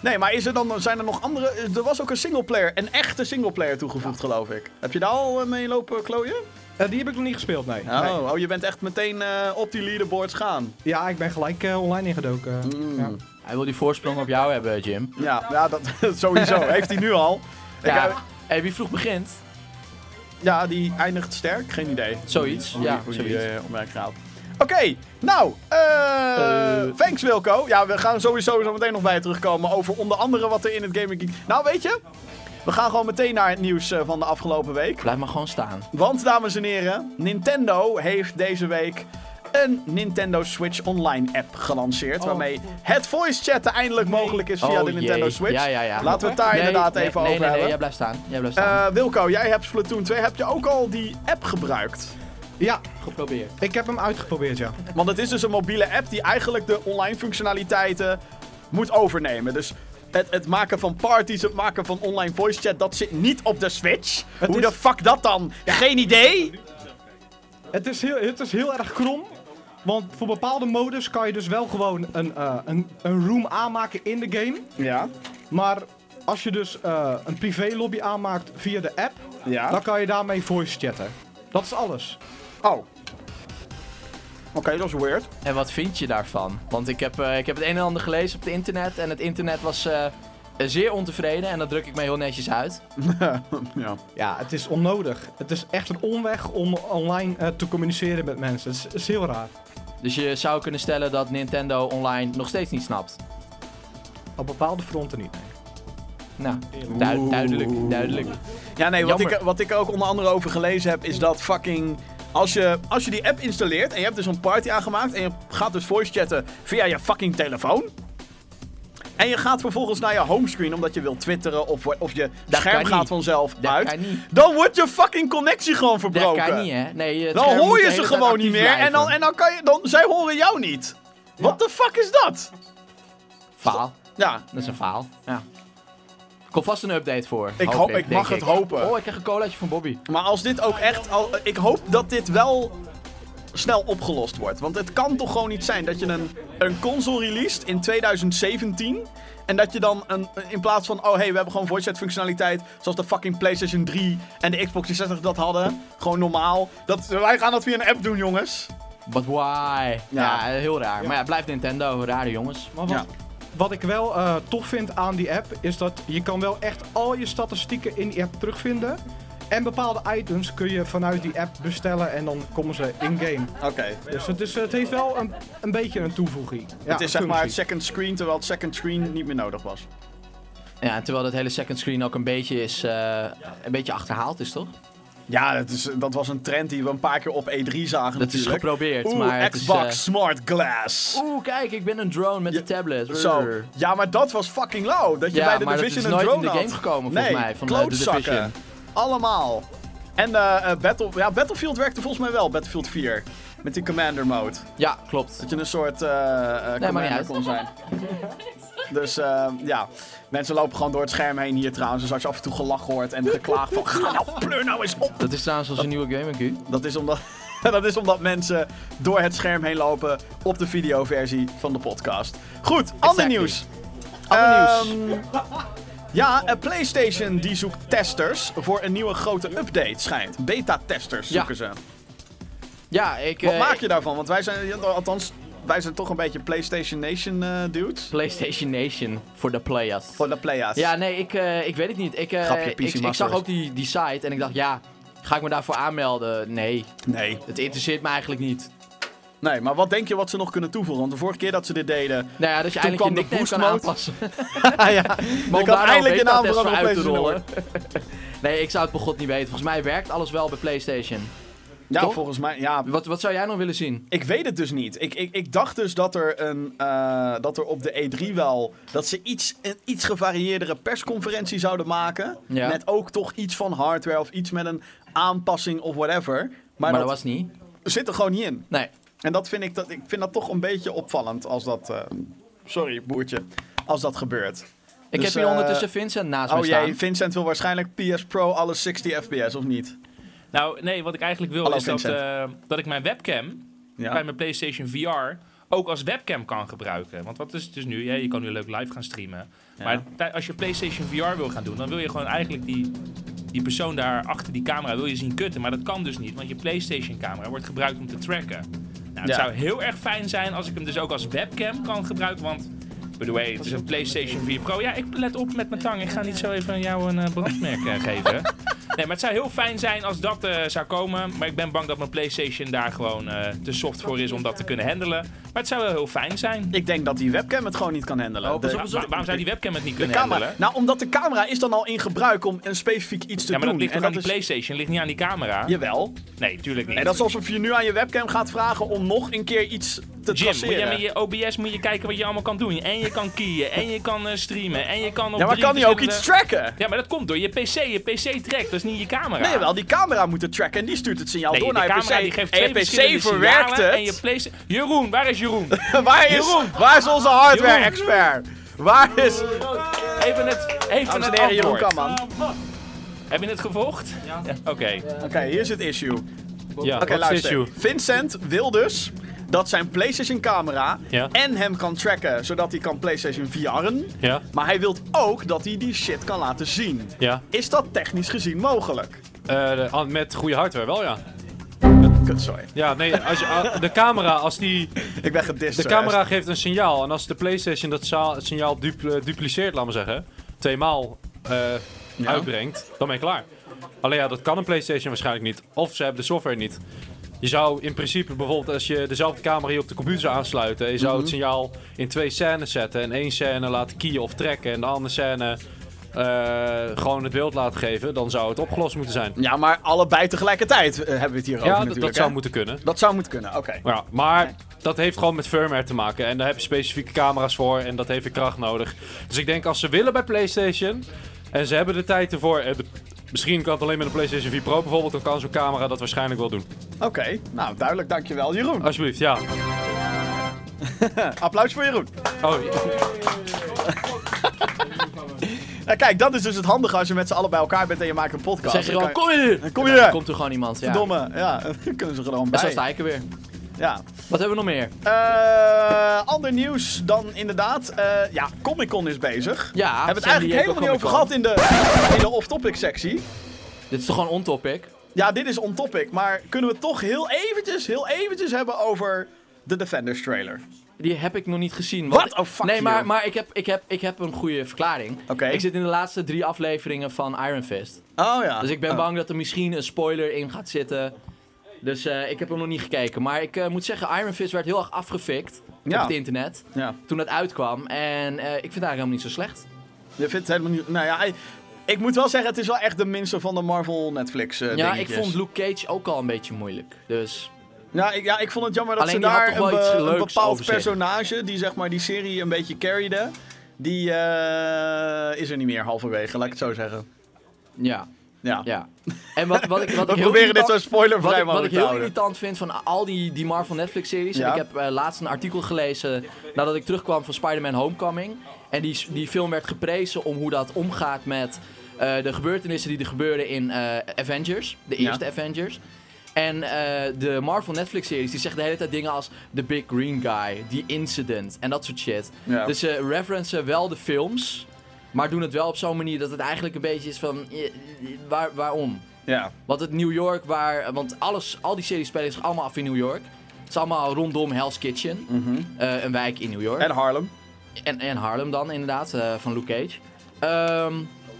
Speaker 1: Nee, maar is er dan, zijn er nog andere... Er was ook een singleplayer, een echte singleplayer toegevoegd, geloof ik. Heb je daar al eh, mee lopen klooien?
Speaker 6: Eh, die heb ik nog niet gespeeld, nee. Nee.
Speaker 1: Oh, oh je bent echt meteen eh, op die leaderboards gaan.
Speaker 6: Ja, ik ben gelijk eh, online ingedoken.
Speaker 1: Mm.
Speaker 6: Ja.
Speaker 2: Hij wil die voorsprong op jou hebben, Jim.
Speaker 1: Ja, ja dat sowieso. Heeft hij nu al. Ja.
Speaker 2: Ja. Hey, wie vroeg begint?
Speaker 1: ja, die eindigt sterk. Geen idee.
Speaker 2: Zoiets,
Speaker 1: Hoe
Speaker 2: ja,
Speaker 1: die- hoe die,
Speaker 2: zoiets.
Speaker 1: eh, opmerking gaat. Oké, nou, eh,
Speaker 2: Eh.
Speaker 1: thanks Wilco. Ja, we gaan sowieso zo meteen nog bij je terugkomen over onder andere wat er in het Gaming Geek... Nou, weet je, we gaan gewoon meteen naar het nieuws eh, van de afgelopen week.
Speaker 2: Blijf maar gewoon staan.
Speaker 1: Want, dames en heren, Nintendo heeft deze week een Nintendo Switch Online app gelanceert. Waarmee het voice chatten eindelijk mogelijk is via
Speaker 2: Oh,
Speaker 1: de Nintendo
Speaker 2: jee.
Speaker 1: Switch.
Speaker 2: Ja, ja, ja.
Speaker 1: Laten we het daar
Speaker 2: Nee,
Speaker 1: inderdaad
Speaker 2: nee,
Speaker 1: even
Speaker 2: nee,
Speaker 1: over
Speaker 2: nee, Nee,
Speaker 1: hebben.
Speaker 2: jij blijft staan. Jij blijft staan.
Speaker 1: Eh, Wilco, jij hebt Splatoon 2. Heb je ook al die app gebruikt?
Speaker 6: ja,
Speaker 2: Geprobeerd.
Speaker 6: ik heb hem uitgeprobeerd, ja.
Speaker 1: Want het is dus een mobiele app die eigenlijk de online functionaliteiten moet overnemen. Dus het, het maken van parties, het maken van online voice chat, dat zit niet op de Switch. Hoe
Speaker 6: is-
Speaker 1: de fuck dat dan? Geen idee.
Speaker 6: Het is heel, het is heel erg krom. Want voor bepaalde modus kan je dus wel gewoon een, eh, een, een room aanmaken in de game.
Speaker 1: Ja,
Speaker 6: Maar als je dus eh, een privé-lobby aanmaakt via de app,
Speaker 1: ja.
Speaker 6: dan kan je daarmee voice chatten. Dat is alles.
Speaker 1: Oh. Oké, dat is weird.
Speaker 2: En wat vind je daarvan? Want ik heb, eh, ik heb het een en ander gelezen op het internet. En het internet was eh, eh, zeer ontevreden. En dat druk ik me heel netjes uit.
Speaker 1: ja.
Speaker 6: Ja, het is onnodig. Het is echt een omweg om online eh, te communiceren met mensen. Het is, is heel raar.
Speaker 2: Dus je zou kunnen stellen dat Nintendo online nog steeds niet snapt.
Speaker 6: Op bepaalde fronten niet. nee.
Speaker 2: Nou, duid- duidelijk, duidelijk.
Speaker 1: Ja, nee, wat
Speaker 2: Jammer.
Speaker 1: ik, wat ik ook onder andere over gelezen heb, is dat fucking. Als je, als je die app installeert en je hebt dus een party aangemaakt en je gaat dus voice chatten via je fucking telefoon. En je gaat vervolgens naar je homescreen omdat je wilt twitteren of, of je
Speaker 2: Dat
Speaker 1: scherm
Speaker 2: kan
Speaker 1: gaat
Speaker 2: niet.
Speaker 1: vanzelf
Speaker 2: Dat
Speaker 1: uit.
Speaker 2: kan niet.
Speaker 1: Dan wordt je fucking connectie gewoon
Speaker 2: Dat
Speaker 1: verbroken.
Speaker 2: kan niet, hè? Nee, het
Speaker 1: Dan
Speaker 2: scherm moet
Speaker 1: hoor
Speaker 2: de
Speaker 1: je ze
Speaker 2: hele tijd
Speaker 1: gewoon niet
Speaker 2: actief
Speaker 1: meer en, dan,
Speaker 2: blijven.
Speaker 1: en dan, kan je, dan zij horen jou niet. What the fuck is dat?
Speaker 2: Faal.
Speaker 1: Ja,
Speaker 2: Dat is een faal. Ja. Komt vast een update voor.
Speaker 1: Ik hoop- ik
Speaker 2: denk
Speaker 1: mag het hopen.
Speaker 2: Oh, ik krijg een colaatje van Bobby.
Speaker 1: Maar als dit ook echt. Al, eh, ik hoop dat dit wel snel opgelost wordt. Want het kan toch gewoon niet zijn dat je een, een console released in 2017. En dat je dan een, in plaats van, oh hey, we hebben gewoon voice chat functionaliteit. Zoals de fucking PlayStation 3 en de Xbox 360 dat hadden. Gewoon normaal. Dat, wij gaan dat via een app doen, jongens.
Speaker 2: But why? Ja,
Speaker 1: Ja.
Speaker 2: heel raar. Maar ja, blijft Nintendo. Rare jongens.
Speaker 6: Maar wat,
Speaker 1: Ja.
Speaker 6: wat ik wel eh, tof vind aan die app, is dat je kan wel echt al je statistieken in die app terugvinden. En bepaalde items kun je vanuit die app bestellen en dan komen ze in-game.
Speaker 1: Oké.
Speaker 6: Dus het, is, het heeft wel een, een beetje een toevoeging. Ja,
Speaker 1: het is zeg
Speaker 6: een
Speaker 1: maar het
Speaker 6: functie.
Speaker 1: second screen, terwijl het second screen niet meer nodig was.
Speaker 2: Ja, terwijl dat hele second screen ook een beetje is, eh, een beetje achterhaald is, toch?
Speaker 1: Ja, dat, is, dat was een trend die we een paar keer op E3 zagen
Speaker 2: Dat is
Speaker 1: natuurlijk.
Speaker 2: geprobeerd,
Speaker 1: Oeh,
Speaker 2: maar het is,
Speaker 1: Xbox
Speaker 2: eh,
Speaker 1: Smart Glass.
Speaker 2: Oeh, kijk, ik ben een drone met
Speaker 1: Ja,
Speaker 2: een tablet.
Speaker 1: Zo.
Speaker 2: Brrr.
Speaker 1: Ja, maar dat was fucking low. Dat je
Speaker 2: Ja,
Speaker 1: bij de
Speaker 2: maar dat
Speaker 1: Division
Speaker 2: is
Speaker 1: een
Speaker 2: nooit
Speaker 1: drone
Speaker 2: in de
Speaker 1: had.
Speaker 2: game gekomen,
Speaker 1: nee,
Speaker 2: volgens mij, van, eh, de
Speaker 1: klootzakken.
Speaker 2: Division.
Speaker 1: Allemaal. En eh, eh, Battle, ja, Battlefield werkte volgens mij wel, Battlefield 4. Met die commander mode.
Speaker 2: Ja, klopt.
Speaker 1: Dat je een soort eh, eh,
Speaker 2: niet
Speaker 1: commander
Speaker 2: uit.
Speaker 1: kon zijn. Dus eh, ja, mensen lopen gewoon door het scherm heen hier trouwens. Dus als je af en toe gelach hoort en geklaagd van... Ga nou, pleur nou eens op!
Speaker 2: Dat is trouwens als een nieuwe Game Q.
Speaker 1: Dat is omdat, dat is omdat mensen door het scherm heen lopen op de videoversie van de podcast. Goed, ander nieuws.
Speaker 2: Ander
Speaker 1: nieuws. Ja, eh, PlayStation die zoekt testers voor een nieuwe grote update, schijnt. Beta-testers
Speaker 2: Ja.
Speaker 1: zoeken ze.
Speaker 2: Ja, ik...
Speaker 1: Wat
Speaker 2: eh,
Speaker 1: maak
Speaker 2: ik-
Speaker 1: je daarvan? Want wij zijn, althans, wij zijn toch een beetje PlayStation Nation eh, dudes.
Speaker 2: PlayStation Nation voor de players.
Speaker 1: Voor de players.
Speaker 2: Ja, nee, ik, eh, ik weet het niet. Ik, eh,
Speaker 1: Grapje, PC
Speaker 2: ik, ik
Speaker 1: Masters.
Speaker 2: zag ook die, die site en ik dacht, ja, ga ik me daarvoor aanmelden? Nee,
Speaker 1: Nee.
Speaker 2: het interesseert me eigenlijk niet.
Speaker 1: Nee, maar wat denk je wat ze nog kunnen toevoegen? Want de vorige keer dat ze dit deden...
Speaker 2: Nou ja, dat je
Speaker 1: Toen
Speaker 2: eigenlijk
Speaker 1: kwam
Speaker 2: je
Speaker 1: de
Speaker 2: nickname
Speaker 1: boost
Speaker 2: kan
Speaker 1: mode.
Speaker 2: aanpassen.
Speaker 1: Ah ja, je kan
Speaker 2: nou
Speaker 1: eindelijk je naam veranderen op PlayStation. hoor.
Speaker 2: nee, ik zou het begot niet weten. Volgens mij werkt alles wel bij PlayStation.
Speaker 1: Ja,
Speaker 2: Toch?
Speaker 1: volgens mij, ja,
Speaker 2: Wat, wat zou jij nog willen zien?
Speaker 1: Ik weet het dus niet. Ik, ik, ik dacht dus dat er, een, eh, dat er op de E3 wel... dat ze iets, een iets gevarieerdere persconferentie zouden maken.
Speaker 2: Ja.
Speaker 1: Met ook toch iets van hardware of iets met een aanpassing of whatever. Maar,
Speaker 2: Maar,
Speaker 1: dat,
Speaker 2: dat was niet.
Speaker 1: zit er gewoon niet in.
Speaker 2: Nee.
Speaker 1: En dat vind ik, dat, ik vind dat toch een beetje opvallend als dat... eh, sorry, boertje. Als dat gebeurt.
Speaker 2: Ik
Speaker 1: Dus,
Speaker 2: heb hier
Speaker 1: eh,
Speaker 2: ondertussen Vincent naast
Speaker 1: Oh
Speaker 2: me staan.
Speaker 1: jee, Vincent wil waarschijnlijk PS Pro alle 60 fps, of niet?
Speaker 7: Nou, nee, wat ik eigenlijk wil
Speaker 1: Hallo,
Speaker 7: is dat,
Speaker 1: Vincent.
Speaker 7: eh, dat ik mijn webcam bij
Speaker 1: Ja.
Speaker 7: mijn PlayStation VR ook als webcam kan gebruiken. Want wat is het dus nu? Ja, je kan nu leuk live gaan streamen. Maar tij- als je PlayStation VR wil gaan doen, dan wil je gewoon eigenlijk die, die persoon daar achter die camera wil je zien kutten. Maar dat kan dus niet, want je PlayStation camera wordt gebruikt om te tracken. Nou, het
Speaker 1: Ja.
Speaker 7: zou heel erg fijn zijn als ik hem dus ook als webcam kan gebruiken, want... By the way, het is een PlayStation 4 Pro. Ja, ik let op met mijn tang. Ik ga niet zo even aan jou een eh, brandmerk eh, geven. Nee, maar het zou heel fijn zijn als dat eh, zou komen. Maar ik ben bang dat mijn PlayStation daar gewoon eh, te soft voor is om dat te kunnen handelen. Maar het zou wel heel fijn zijn.
Speaker 1: Ik denk dat die webcam het gewoon niet kan handelen.
Speaker 2: Oh, pas
Speaker 1: De-
Speaker 2: op, pas
Speaker 7: Wa- waarom zou die webcam het niet
Speaker 1: De
Speaker 7: kunnen
Speaker 1: camera.
Speaker 7: handelen?
Speaker 1: Nou, omdat de camera is dan al in gebruik om een specifiek iets te
Speaker 7: Ja, maar dat
Speaker 1: doen.
Speaker 7: ligt
Speaker 1: En
Speaker 7: toch aan die
Speaker 1: is-
Speaker 7: PlayStation, ligt niet aan die camera?
Speaker 1: Jawel.
Speaker 7: Nee, tuurlijk niet.
Speaker 1: En dat is alsof je nu aan je webcam gaat vragen om nog een keer iets te
Speaker 7: Jim, moet
Speaker 1: traceren.
Speaker 7: je met je OBS moet je kijken wat je allemaal kan doen. En je kan keyen, en je kan eh, streamen, en je kan op
Speaker 1: ja, maar
Speaker 7: drie
Speaker 1: kan die ook iets
Speaker 7: verschillende-
Speaker 1: tracken?
Speaker 7: Ja, maar dat komt door je PC. Je PC trekt, dat is niet je camera.
Speaker 1: Nee, wel, die camera moet het tracken en die stuurt het signaal
Speaker 7: Nee,
Speaker 1: door
Speaker 7: de
Speaker 1: naar je
Speaker 7: camera
Speaker 1: PC.
Speaker 7: die geeft
Speaker 1: en
Speaker 7: twee
Speaker 1: je
Speaker 7: verschillende
Speaker 1: PC verwerkt
Speaker 7: signalen
Speaker 1: het.
Speaker 7: En je PlayStation... Jeroen, waar is Jeroen?
Speaker 1: waar, is, waar is onze hardware-expert? Waar is...
Speaker 7: Even het, even
Speaker 1: Dames en
Speaker 7: het
Speaker 1: heren, Jeroen
Speaker 7: antwoord.
Speaker 1: Kamman.
Speaker 7: Heb je het gevolgd? Ja. Oké.
Speaker 1: Oké, hier is het issue.
Speaker 7: Ja,
Speaker 1: Oké, luister. Vincent wil dus dat zijn PlayStation camera
Speaker 7: Ja.
Speaker 1: en hem kan tracken, zodat hij kan PlayStation VR'en.
Speaker 7: Ja,
Speaker 1: Maar hij wil ook dat hij die shit kan laten zien.
Speaker 5: Ja.
Speaker 1: Is dat technisch gezien mogelijk?
Speaker 5: Eh, de- met goede hardware wel, ja.
Speaker 1: Kut, sorry.
Speaker 5: Ja, nee, als je, ah, de camera, als die...
Speaker 1: Ik ben gedist. eh,
Speaker 5: De camera geeft een signaal. En als de PlayStation dat zaal- het signaal dupl- dupliceert, laat maar zeggen, tweemaal eh uitbrengt, dan ben je klaar. Alleen ja, dat kan een PlayStation waarschijnlijk niet. Of ze hebben de software niet. Je zou in principe bijvoorbeeld als je dezelfde camera hier op de computer zou aansluiten, je zou het signaal in twee scènes zetten. En één scène laten kiezen of trekken en de andere scène eh, gewoon het beeld laten geven. Dan zou het opgelost moeten zijn.
Speaker 1: Ja, maar allebei tegelijkertijd eh, hebben we het hier over
Speaker 5: Ja, dat,
Speaker 1: natuurlijk.
Speaker 5: dat
Speaker 1: hè?
Speaker 5: zou moeten kunnen.
Speaker 1: dat zou moeten kunnen, oké.
Speaker 5: Ja, maar dat heeft gewoon met firmware te maken. En daar hebben ze specifieke camera's voor en dat heeft weer kracht nodig. Dus ik denk als ze willen bij PlayStation en ze hebben de tijd ervoor. eh, de- misschien kan het alleen met een PlayStation 4 Pro bijvoorbeeld, dan kan zo'n camera dat waarschijnlijk wel doen.
Speaker 1: Oké, nou duidelijk, dankjewel Jeroen.
Speaker 5: Alsjeblieft, ja.
Speaker 1: Applaus voor Jeroen.
Speaker 5: Oh,
Speaker 1: Eh, kijk, dat is dus het handige als je met z'n allen bij elkaar bent en je maakt een podcast.
Speaker 2: Zeg je
Speaker 1: Dan
Speaker 2: gewoon,
Speaker 1: kan
Speaker 2: kom hier!
Speaker 1: je- Kom
Speaker 2: En dan
Speaker 1: hier!
Speaker 2: komt er gewoon iemand, ja.
Speaker 1: Domme, ja, dan kunnen ze er gewoon
Speaker 2: En zo
Speaker 1: bij.
Speaker 2: sta ik er weer.
Speaker 1: Ja.
Speaker 2: Wat hebben we nog meer?
Speaker 1: Eh, ander nieuws dan inderdaad. eh, ja, Comic Con is bezig.
Speaker 2: Ja,
Speaker 1: We hebben het
Speaker 2: San
Speaker 1: eigenlijk
Speaker 2: Diego
Speaker 1: helemaal niet over
Speaker 2: Comic
Speaker 1: gehad in de, in de off-topic sectie.
Speaker 2: Con. Dit is toch gewoon on-topic?
Speaker 1: Ja, dit is on-topic, maar kunnen we het toch heel eventjes, heel eventjes hebben over de Defenders trailer.
Speaker 2: die heb ik nog niet gezien.
Speaker 1: What
Speaker 2: want-
Speaker 1: the fuck,
Speaker 2: Nee, maar,
Speaker 1: joh.
Speaker 2: maar ik, heb, ik, heb, ik heb een goede verklaring.
Speaker 1: Oké.
Speaker 2: Ik zit in de laatste drie afleveringen van Iron Fist.
Speaker 1: Oh ja.
Speaker 2: Dus ik ben
Speaker 1: Oh.
Speaker 2: bang dat er misschien een spoiler in gaat zitten. Dus eh, ik heb hem nog niet gekeken. Maar ik eh, moet zeggen, Iron Fist werd heel erg afgefikt
Speaker 1: Ja.
Speaker 2: op het internet.
Speaker 1: Ja.
Speaker 2: Toen dat uitkwam. En eh, ik vind het eigenlijk helemaal niet zo slecht.
Speaker 1: Je vindt het helemaal niet... Nou ja, ik, ik moet wel zeggen, het is wel echt de minste van de Marvel Netflix eh,
Speaker 2: ja, ik
Speaker 1: dingetjes.
Speaker 2: vond Luke Cage ook al een beetje moeilijk. Dus
Speaker 1: Ja ik, ja, ik vond het jammer dat
Speaker 2: Alleen
Speaker 1: ze
Speaker 2: die had
Speaker 1: daar
Speaker 2: toch
Speaker 1: een,
Speaker 2: wel iets
Speaker 1: be- een
Speaker 2: leuks
Speaker 1: bepaald
Speaker 2: over zich.
Speaker 1: personage, die zeg maar die serie een beetje carryde, die eh, is er niet meer halverwege, laat ik het zo zeggen.
Speaker 2: ja,
Speaker 1: Ja.
Speaker 2: ja. En wat, wat ik, wat
Speaker 1: We
Speaker 2: ik heel
Speaker 1: proberen dit
Speaker 2: irritant-
Speaker 1: zo
Speaker 2: Wat
Speaker 1: spoilervrij
Speaker 2: ik, wat ik
Speaker 1: mogelijk te
Speaker 2: heel
Speaker 1: houden.
Speaker 2: irritant vind van al die, die Marvel Netflix-series.
Speaker 1: Ja.
Speaker 2: En ik heb eh, laatst een artikel gelezen nadat ik terugkwam van Spider-Man Homecoming. En die, die film werd geprezen om hoe dat omgaat met eh, de gebeurtenissen die er gebeurden in eh, Avengers. De
Speaker 1: Ja.
Speaker 2: eerste Avengers. En eh, de Marvel Netflix-series die zegt de hele tijd dingen als The Big Green Guy, The Incident en dat soort shit.
Speaker 1: Ja.
Speaker 2: Dus ze referencen wel de films, maar doen het wel op zo'n manier dat het eigenlijk een beetje is van... eh, eh, Waar, waarom?
Speaker 1: ja.
Speaker 2: Want het New York waar... Want alles, al die series spelen zich allemaal af in New York. Het is allemaal rondom Hell's Kitchen.
Speaker 1: Mhm.
Speaker 2: eh, een wijk in New York.
Speaker 1: En Harlem.
Speaker 2: En, en Harlem dan, inderdaad, eh, van Luke Cage. Ehm,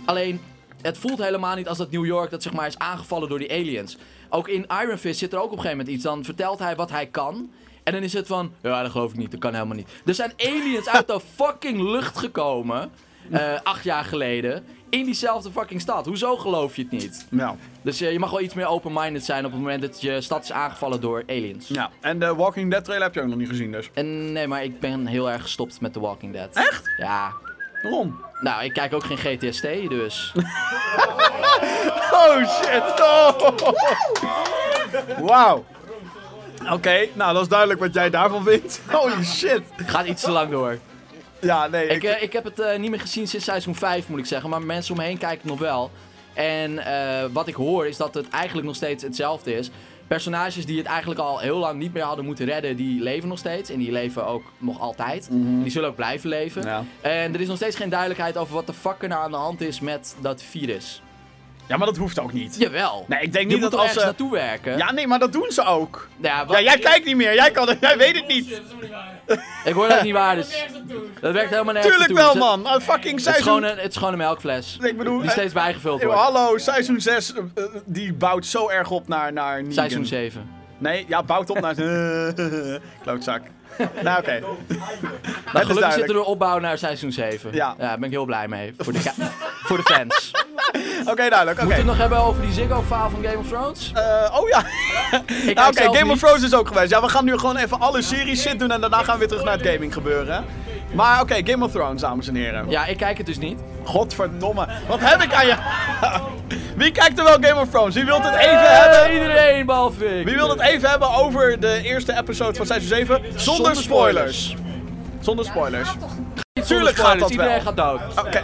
Speaker 2: alleen, het voelt helemaal niet als dat New York dat zeg maar is aangevallen door die aliens. Ook in Iron Fist zit er ook op een gegeven moment iets. Dan vertelt hij wat hij kan. En dan is het van, ja, dat geloof ik niet, dat kan helemaal niet. Er zijn aliens uit de fucking lucht gekomen. eh, acht jaar geleden. In diezelfde fucking stad. Hoezo geloof je het niet?
Speaker 1: Ja.
Speaker 2: Dus eh, je mag wel iets meer open-minded zijn op het moment dat je stad is aangevallen door aliens.
Speaker 1: ja. En de Walking Dead trailer heb je ook nog niet gezien dus.
Speaker 2: En nee, maar ik ben heel erg gestopt met The Walking Dead. Echt? Ja.
Speaker 1: Waarom?
Speaker 2: Nou, ik kijk ook geen GTST, dus.
Speaker 1: Oh shit! Oh. Wauw. Oké, nou dat is duidelijk wat jij daarvan vindt. Holy shit.
Speaker 2: Gaat iets te lang door.
Speaker 1: Ja, nee.
Speaker 2: Ik, eh, ik heb het eh, niet meer gezien sinds seizoen 5, moet ik zeggen. Maar mensen om me heen kijken het nog wel. En eh, wat ik hoor is dat het eigenlijk nog steeds hetzelfde is. Personages die het eigenlijk al heel lang niet meer hadden moeten redden, die leven nog steeds. En die leven ook nog altijd. En Die zullen ook blijven leven.
Speaker 1: Mhm. Ja.
Speaker 2: En er is nog steeds geen duidelijkheid over wat de fuck er nou aan de hand is met dat virus.
Speaker 1: ja, maar dat hoeft ook niet.
Speaker 2: Jawel.
Speaker 1: Nee, ik denk
Speaker 2: je
Speaker 1: niet
Speaker 2: moet
Speaker 1: dat
Speaker 2: er
Speaker 1: als
Speaker 2: ergens
Speaker 1: ze...
Speaker 2: naartoe werken.
Speaker 1: Ja, nee, maar dat doen ze ook.
Speaker 2: Ja, wat-
Speaker 1: Ja, jij kijkt niet meer. Jij, kan, jij weet het niet.
Speaker 2: Ik hoor dat niet waar, dus dat werkt helemaal nergens
Speaker 1: Tuurlijk
Speaker 2: toe.
Speaker 1: wel,
Speaker 2: Dus het-
Speaker 1: man. Ah, fucking
Speaker 2: Het is, gewoon
Speaker 1: seizoen...
Speaker 2: een, het is gewoon een melkfles.
Speaker 1: Ik bedoel,
Speaker 2: die
Speaker 1: eh,
Speaker 2: steeds bijgevuld
Speaker 1: Eeuw,
Speaker 2: wordt.
Speaker 1: hallo, seizoen 6, eh, eh, die bouwt zo erg op naar, naar Negan.
Speaker 2: Seizoen 7.
Speaker 1: Nee, ja, bouwt op naar... Klootzak. nou, oké.
Speaker 2: Nou,
Speaker 1: is
Speaker 2: gelukkig zit
Speaker 1: dus duidelijk.
Speaker 2: er een opbouw naar seizoen 7.
Speaker 1: Ja.
Speaker 2: daar ben ik heel blij mee. Voor de, ka- voor de fans. Moeten
Speaker 1: Oké, duidelijk, oké.
Speaker 2: we het nog hebben over die Ziggo-faal van Game of Thrones?
Speaker 1: Eh, oh ja, nou,
Speaker 2: Ik kijk
Speaker 1: oké,
Speaker 2: zelf
Speaker 1: Game of
Speaker 2: niet.
Speaker 1: Thrones is ook geweest. Ja, we gaan nu gewoon even alle series shit doen en daarna gaan we weer terug naar het gaming gebeuren. Maar oké, Game of Thrones, dames en heren.
Speaker 2: Ja, ik kijk het dus niet.
Speaker 1: Godverdomme, wat heb ik aan je... Wie kijkt er wel Game of Thrones? Wie wil het even hebben?
Speaker 2: Eh, Iedereen, behalve ik.
Speaker 1: Wie wil het even hebben over de eerste episode van seizoen 7? Zonder, spoilers. Zonder spoilers.
Speaker 2: Niet
Speaker 1: Tuurlijk
Speaker 2: zonder
Speaker 1: gaat dat
Speaker 2: spoilers, Iedereen
Speaker 1: wel.
Speaker 2: gaat dood.
Speaker 1: Oké,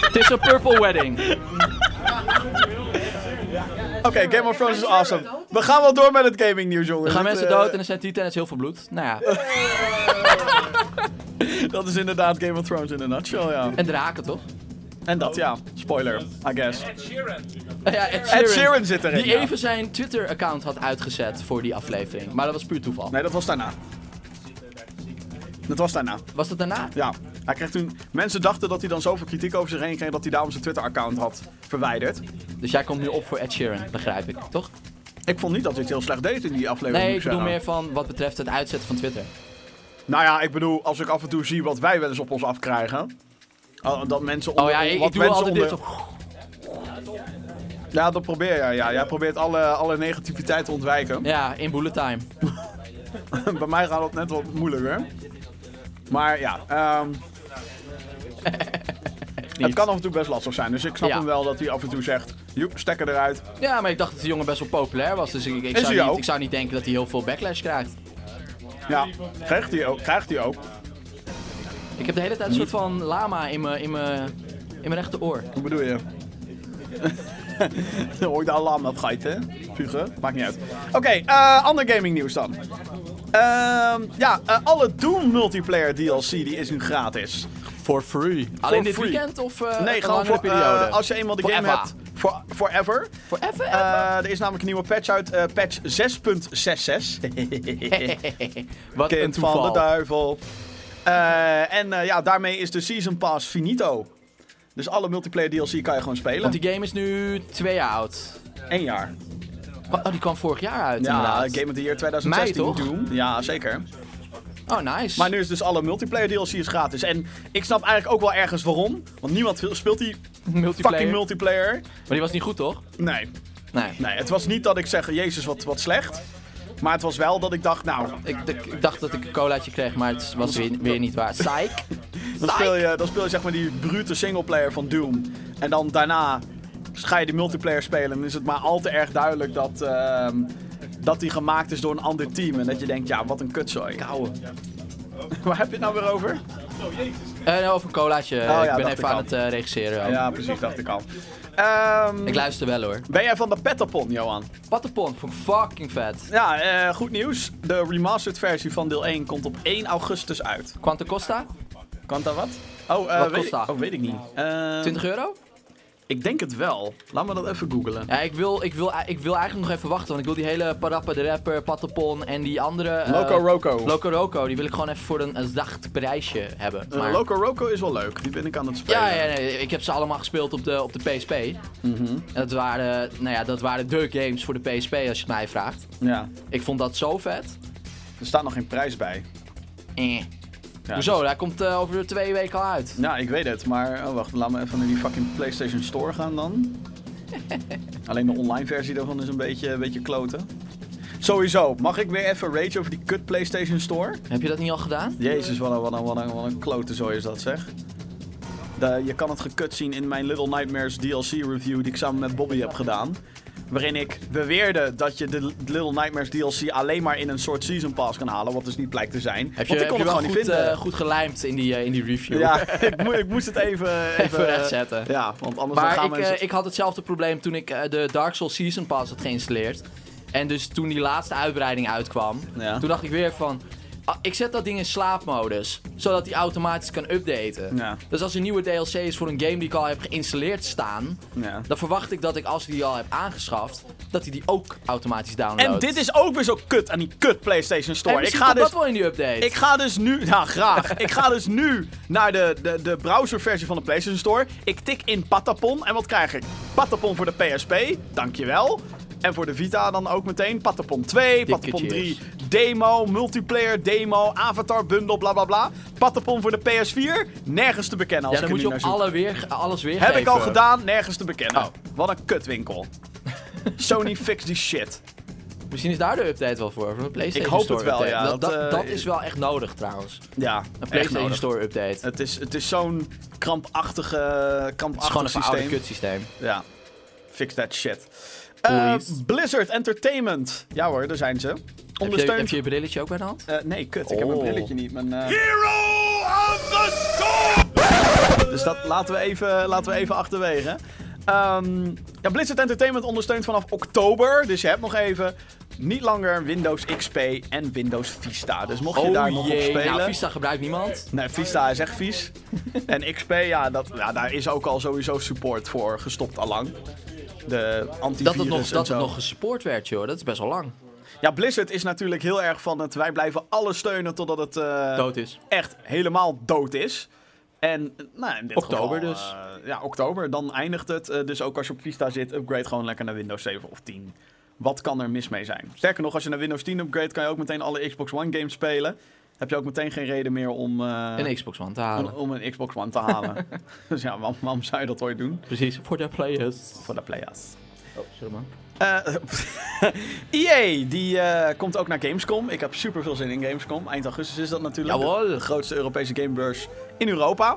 Speaker 2: Het is een purple wedding.
Speaker 1: Oké, Game of Thrones is awesome. We gaan wel door met het gaming nieuws, jongens.
Speaker 2: Er gaan
Speaker 1: Het,
Speaker 2: mensen
Speaker 1: eh,
Speaker 2: dood en er zijn titans heel veel bloed. Nou ja,
Speaker 1: Dat is inderdaad Game of Thrones in a nutshell, ja.
Speaker 2: en draken toch?
Speaker 1: En dat, ja. Spoiler, I guess.
Speaker 7: Ed Sheeran.
Speaker 2: Ja, Ed
Speaker 1: Ed Sheeran zit erin.
Speaker 2: Die
Speaker 1: ja.
Speaker 2: even zijn Twitter-account had uitgezet voor die aflevering. Maar dat was puur toeval.
Speaker 1: Nee, dat was daarna. Dat was daarna,
Speaker 2: Was dat daarna?
Speaker 1: ja. Hij kreeg toen... Mensen dachten dat hij dan zoveel kritiek over zich heen kreeg dat hij daarom zijn Twitter-account had verwijderd.
Speaker 2: Dus jij komt nu op voor Ed Sheeran, begrijp ik, toch?
Speaker 1: Ik vond niet dat hij het heel slecht deed in die aflevering.
Speaker 2: Nee,
Speaker 1: moet
Speaker 2: ik bedoel
Speaker 1: zeggen.
Speaker 2: meer van wat betreft het uitzetten van Twitter.
Speaker 1: Nou ja, ik bedoel, als ik af en toe zie wat wij wel eens op ons afkrijgen. oh, Dat mensen onder,
Speaker 2: Oh ja, ik,
Speaker 1: wat
Speaker 2: ik doe
Speaker 1: mensen
Speaker 2: altijd
Speaker 1: onder-
Speaker 2: dit op.
Speaker 1: Ja, dat probeer je. Ja. Jij probeert alle, alle negativiteit te ontwijken.
Speaker 2: Ja, in bullet time.
Speaker 1: Bij mij gaat het net wat moeilijker. Maar ja, ehm, het
Speaker 2: Niet.
Speaker 1: kan af en toe best lastig zijn. Dus ik snap
Speaker 2: Ja.
Speaker 1: hem wel dat hij af en toe zegt, joep, stekker eruit.
Speaker 2: Ja, maar ik dacht dat die jongen best wel populair was. Dus ik, ik,
Speaker 1: hij
Speaker 2: zou,
Speaker 1: ook?
Speaker 2: niet, ik zou niet denken dat hij heel veel backlash krijgt.
Speaker 1: Ja, krijgt hij ook. Krijgt hij ook.
Speaker 2: Ik heb de hele tijd een soort van lama in mijn in mijn- in mijn rechteroor.
Speaker 1: Wat bedoel je? Hoor je de alarm dat geit, hè? Vugen, maakt niet uit. Oké, eh, ander gaming nieuws dan. Ehm, ja, eh, alle Doom multiplayer DLC die is nu gratis.
Speaker 2: For free. Alleen dit
Speaker 1: free.
Speaker 2: weekend of eh,
Speaker 1: nee,
Speaker 2: een
Speaker 1: gewoon voor,
Speaker 2: langere
Speaker 1: eh,
Speaker 2: periode?
Speaker 1: als je eenmaal de game
Speaker 2: Forever.
Speaker 1: hebt. For, forever.
Speaker 2: Forever?
Speaker 1: Eh, er is namelijk een nieuwe patch uit, eh, patch 6.66.
Speaker 2: Wat een
Speaker 1: Kind van de
Speaker 2: toeval.
Speaker 1: duivel. Eh, en eh, ja, daarmee is de Season Pass finito. Dus alle multiplayer DLC kan je gewoon spelen.
Speaker 2: Want die game is nu twee jaar oud.
Speaker 1: Eén jaar.
Speaker 2: Oh, die kwam vorig jaar uit
Speaker 1: Ja,
Speaker 2: inderdaad.
Speaker 1: Game of the Year 2016
Speaker 2: Mei, toch?
Speaker 1: Doom. Ja, zeker.
Speaker 2: Oh, nice.
Speaker 1: Maar nu is dus alle multiplayer DLC's gratis. En ik snap eigenlijk ook wel ergens waarom. Want niemand speelt die
Speaker 2: multiplayer.
Speaker 1: fucking multiplayer.
Speaker 2: maar die was niet goed, toch?
Speaker 1: Nee,
Speaker 2: Nee.
Speaker 1: nee. Het was niet dat ik zeg, jezus, wat, wat slecht. Maar het was wel dat ik dacht, nou,
Speaker 2: Ik, ik- ik dacht dat ik een colaatje kreeg, maar het was weer, weer niet waar. Psych.
Speaker 1: dan speel je, dan speel je zeg maar die brute singleplayer van Doom. En dan daarna ga je die multiplayer spelen. En dan is het maar al te erg duidelijk dat, ehm, dat die gemaakt is door een ander team. En dat je denkt, ja, wat een kutzooi.
Speaker 2: Kouwen.
Speaker 1: Waar heb je het nou weer over?
Speaker 2: Eh, over een colaatje.
Speaker 1: Oh ja,
Speaker 2: ik ben
Speaker 1: dacht
Speaker 2: even
Speaker 1: ik
Speaker 2: aan
Speaker 1: al.
Speaker 2: het eh, regisseren. ook.
Speaker 1: Ja, precies, dacht ik al. Oh. Ehm,
Speaker 2: Ik luister wel hoor.
Speaker 1: ben jij van de Petapon, Johan?
Speaker 2: Patapon, vond ik fucking vet.
Speaker 1: Ja, eh, goed nieuws. De remastered versie van deel 1 komt op 1 augustus uit.
Speaker 2: Quanto Costa?
Speaker 1: Kan dat wat? Oh, eh,
Speaker 2: Wat
Speaker 1: weet
Speaker 2: kost
Speaker 1: ik,
Speaker 2: dat?
Speaker 1: oh, weet ik niet. Eh,
Speaker 2: 20 euro?
Speaker 1: Ik denk het wel. Laat me dat even googlen.
Speaker 2: Ja, ik wil, ik, wil, ik wil eigenlijk nog even wachten, want ik wil die hele Parappa de Rapper, Patapon en die andere... eh,
Speaker 1: Loco Roco.
Speaker 2: Loco Roco, die wil ik gewoon even voor een, een zacht prijsje hebben.
Speaker 1: Eh,
Speaker 2: Maar-
Speaker 1: Loco Roco is wel leuk. Die ben ik aan het spelen.
Speaker 2: Ja, ja, nee, ik heb ze allemaal gespeeld op de, op de PSP.
Speaker 1: Mhm.
Speaker 2: En dat waren, nou ja, dat waren de games voor de PSP, als je het mij vraagt.
Speaker 1: Ja,
Speaker 2: Ik vond dat zo vet.
Speaker 1: Er staat nog geen prijs bij.
Speaker 2: Eh.
Speaker 1: Ja, dus-
Speaker 2: Hoezo? Hij komt eh, over twee weken al uit.
Speaker 1: Nou, ik weet het, maar oh, wacht, laat me even naar die fucking PlayStation Store gaan dan. Alleen de online versie daarvan is een beetje, een beetje kloten. Sowieso, mag ik weer even rage over die kut PlayStation Store?
Speaker 2: Heb je dat niet al gedaan?
Speaker 1: Jezus, wat een, wat een, wat een, wat een klote zo is dat zeg. De- je kan het gekut zien in mijn Little Nightmares DLC review die ik samen met Bobby heb gedaan. Waarin ik beweerde dat je de Little Nightmares DLC alleen maar in een soort season pass kan halen. Wat dus niet blijkt te zijn.
Speaker 2: Heb je,
Speaker 1: want ik kon
Speaker 2: heb je
Speaker 1: het
Speaker 2: wel
Speaker 1: gewoon
Speaker 2: goed,
Speaker 1: niet vinden.
Speaker 2: eh, goed gelijmd in die, eh, in die review?
Speaker 1: Ja, ik, mo- ik moest het even...
Speaker 2: Even rechtzetten.
Speaker 1: Ja, want anders dan
Speaker 2: Maar
Speaker 1: gaan
Speaker 2: ik,
Speaker 1: mensen...
Speaker 2: eh, ik had hetzelfde probleem toen ik eh, de Dark Souls Season Pass had geïnstalleerd. En dus toen die laatste uitbreiding uitkwam,
Speaker 1: Ja.
Speaker 2: toen dacht ik weer van... ah, ik zet dat ding in slaapmodus, zodat hij automatisch kan updaten.
Speaker 1: Ja.
Speaker 2: Dus als er nieuwe DLC is voor een game die ik al heb geïnstalleerd staan...
Speaker 1: ja.
Speaker 2: dan verwacht ik dat ik, als ik die al heb aangeschaft, dat hij die ook automatisch downloadt.
Speaker 1: En dit is ook weer zo kut aan die kut PlayStation
Speaker 2: En
Speaker 1: Store. Ik
Speaker 2: misschien
Speaker 1: ga
Speaker 2: komt
Speaker 1: dus...
Speaker 2: dat wel in die update.
Speaker 1: Ik ga dus nu, nou graag, ik ga dus nu naar de, de, de browserversie van de PlayStation Store. Ik tik in Patapon en wat krijg ik? Patapon voor de PSP, dankjewel. En voor de Vita dan ook meteen. Patapon 2, Patapon 3 demo, multiplayer demo, avatar bundle, bla bla bla. Patapon voor de PS4, nergens te bekennen als
Speaker 2: ja, dan
Speaker 1: ik er
Speaker 2: moet je
Speaker 1: nu
Speaker 2: op
Speaker 1: naar zoek.
Speaker 2: alle Oh. weer, alles weer
Speaker 1: Heb ik al gedaan, nergens te bekennen. Wat een kutwinkel. Sony, fix die shit.
Speaker 2: Misschien is daar de update wel voor, voor de PlayStation
Speaker 1: Ik hoop
Speaker 2: Store
Speaker 1: het wel,
Speaker 2: update.
Speaker 1: ja,
Speaker 2: Dat,
Speaker 1: dat,
Speaker 2: dat,
Speaker 1: eh,
Speaker 2: dat is wel echt nodig trouwens.
Speaker 1: Ja,
Speaker 2: Een
Speaker 1: echt
Speaker 2: PlayStation
Speaker 1: nodig.
Speaker 2: Store update.
Speaker 1: Het is, het is zo'n krampachtige,
Speaker 2: Het is gewoon
Speaker 1: krampachtig
Speaker 2: een oude
Speaker 1: systeem.
Speaker 2: kutsysteem.
Speaker 1: Ja, fix that shit. Eh,
Speaker 2: Please.
Speaker 1: Blizzard Entertainment. Ja hoor, daar zijn ze.
Speaker 2: Heb je, heb
Speaker 1: Ondersteunt...
Speaker 2: je je brilletje ook bij de hand?
Speaker 1: Eh, nee, kut. Ik heb mijn
Speaker 2: Oh.
Speaker 1: brilletje niet. Mijn, eh, Hero of the Storm! Dus dat laten we even, laten we even achterwege. Ehm, ja, Blizzard Entertainment ondersteunt vanaf oktober. Dus je hebt nog even niet langer Windows XP en Windows Vista. Dus mocht je daar nog op spelen...
Speaker 2: Nou, Vista gebruikt niemand.
Speaker 1: Nee, Vista is echt vies. en XP, ja, dat, ja, daar is ook al sowieso support voor gestopt allang. De antivirus
Speaker 2: Dat het nog,
Speaker 1: en
Speaker 2: dat
Speaker 1: zo.
Speaker 2: het nog gesupport werd, joh. Dat is best wel lang.
Speaker 1: Ja, Blizzard is natuurlijk heel erg van het... Wij blijven alles steunen totdat het eh,
Speaker 2: Dood is.
Speaker 1: echt helemaal dood is. En eh, nou, in dit
Speaker 2: Oktober
Speaker 1: geval,
Speaker 2: dus.
Speaker 1: eh, ja, oktober. Dan eindigt het. Eh, dus ook als je op Vista zit, upgrade gewoon lekker naar Windows 7 of 10. Wat kan er mis mee zijn? Sterker nog, als je naar Windows 10 upgrade, kan je ook meteen alle Xbox One games spelen. Heb je ook meteen geen reden meer om... eh,
Speaker 2: Een Xbox One te
Speaker 1: om,
Speaker 2: halen.
Speaker 1: om een Xbox One te halen. dus ja, waarom, waarom zou je dat ooit doen?
Speaker 2: Precies. Voor de players.
Speaker 1: Voor de players.
Speaker 2: Oh, sorry man.
Speaker 1: Eh EA, die eh, komt ook naar Gamescom. Ik heb super veel zin in Gamescom. Eind augustus is dat natuurlijk.
Speaker 2: Jawel.
Speaker 1: De grootste Europese gamebeurs in Europa.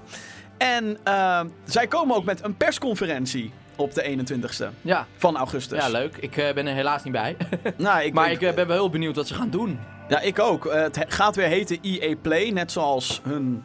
Speaker 1: En eh, zij komen ook met een persconferentie op de 21ste
Speaker 2: Ja.
Speaker 1: van augustus.
Speaker 2: Ja, leuk. Ik eh, ben er helaas niet bij.
Speaker 1: Nou, Dus- ik,
Speaker 2: maar ik eh, ben wel heel benieuwd wat ze gaan doen.
Speaker 1: ja, ik ook. Eh, het he- gaat weer heten EA Play, net zoals hun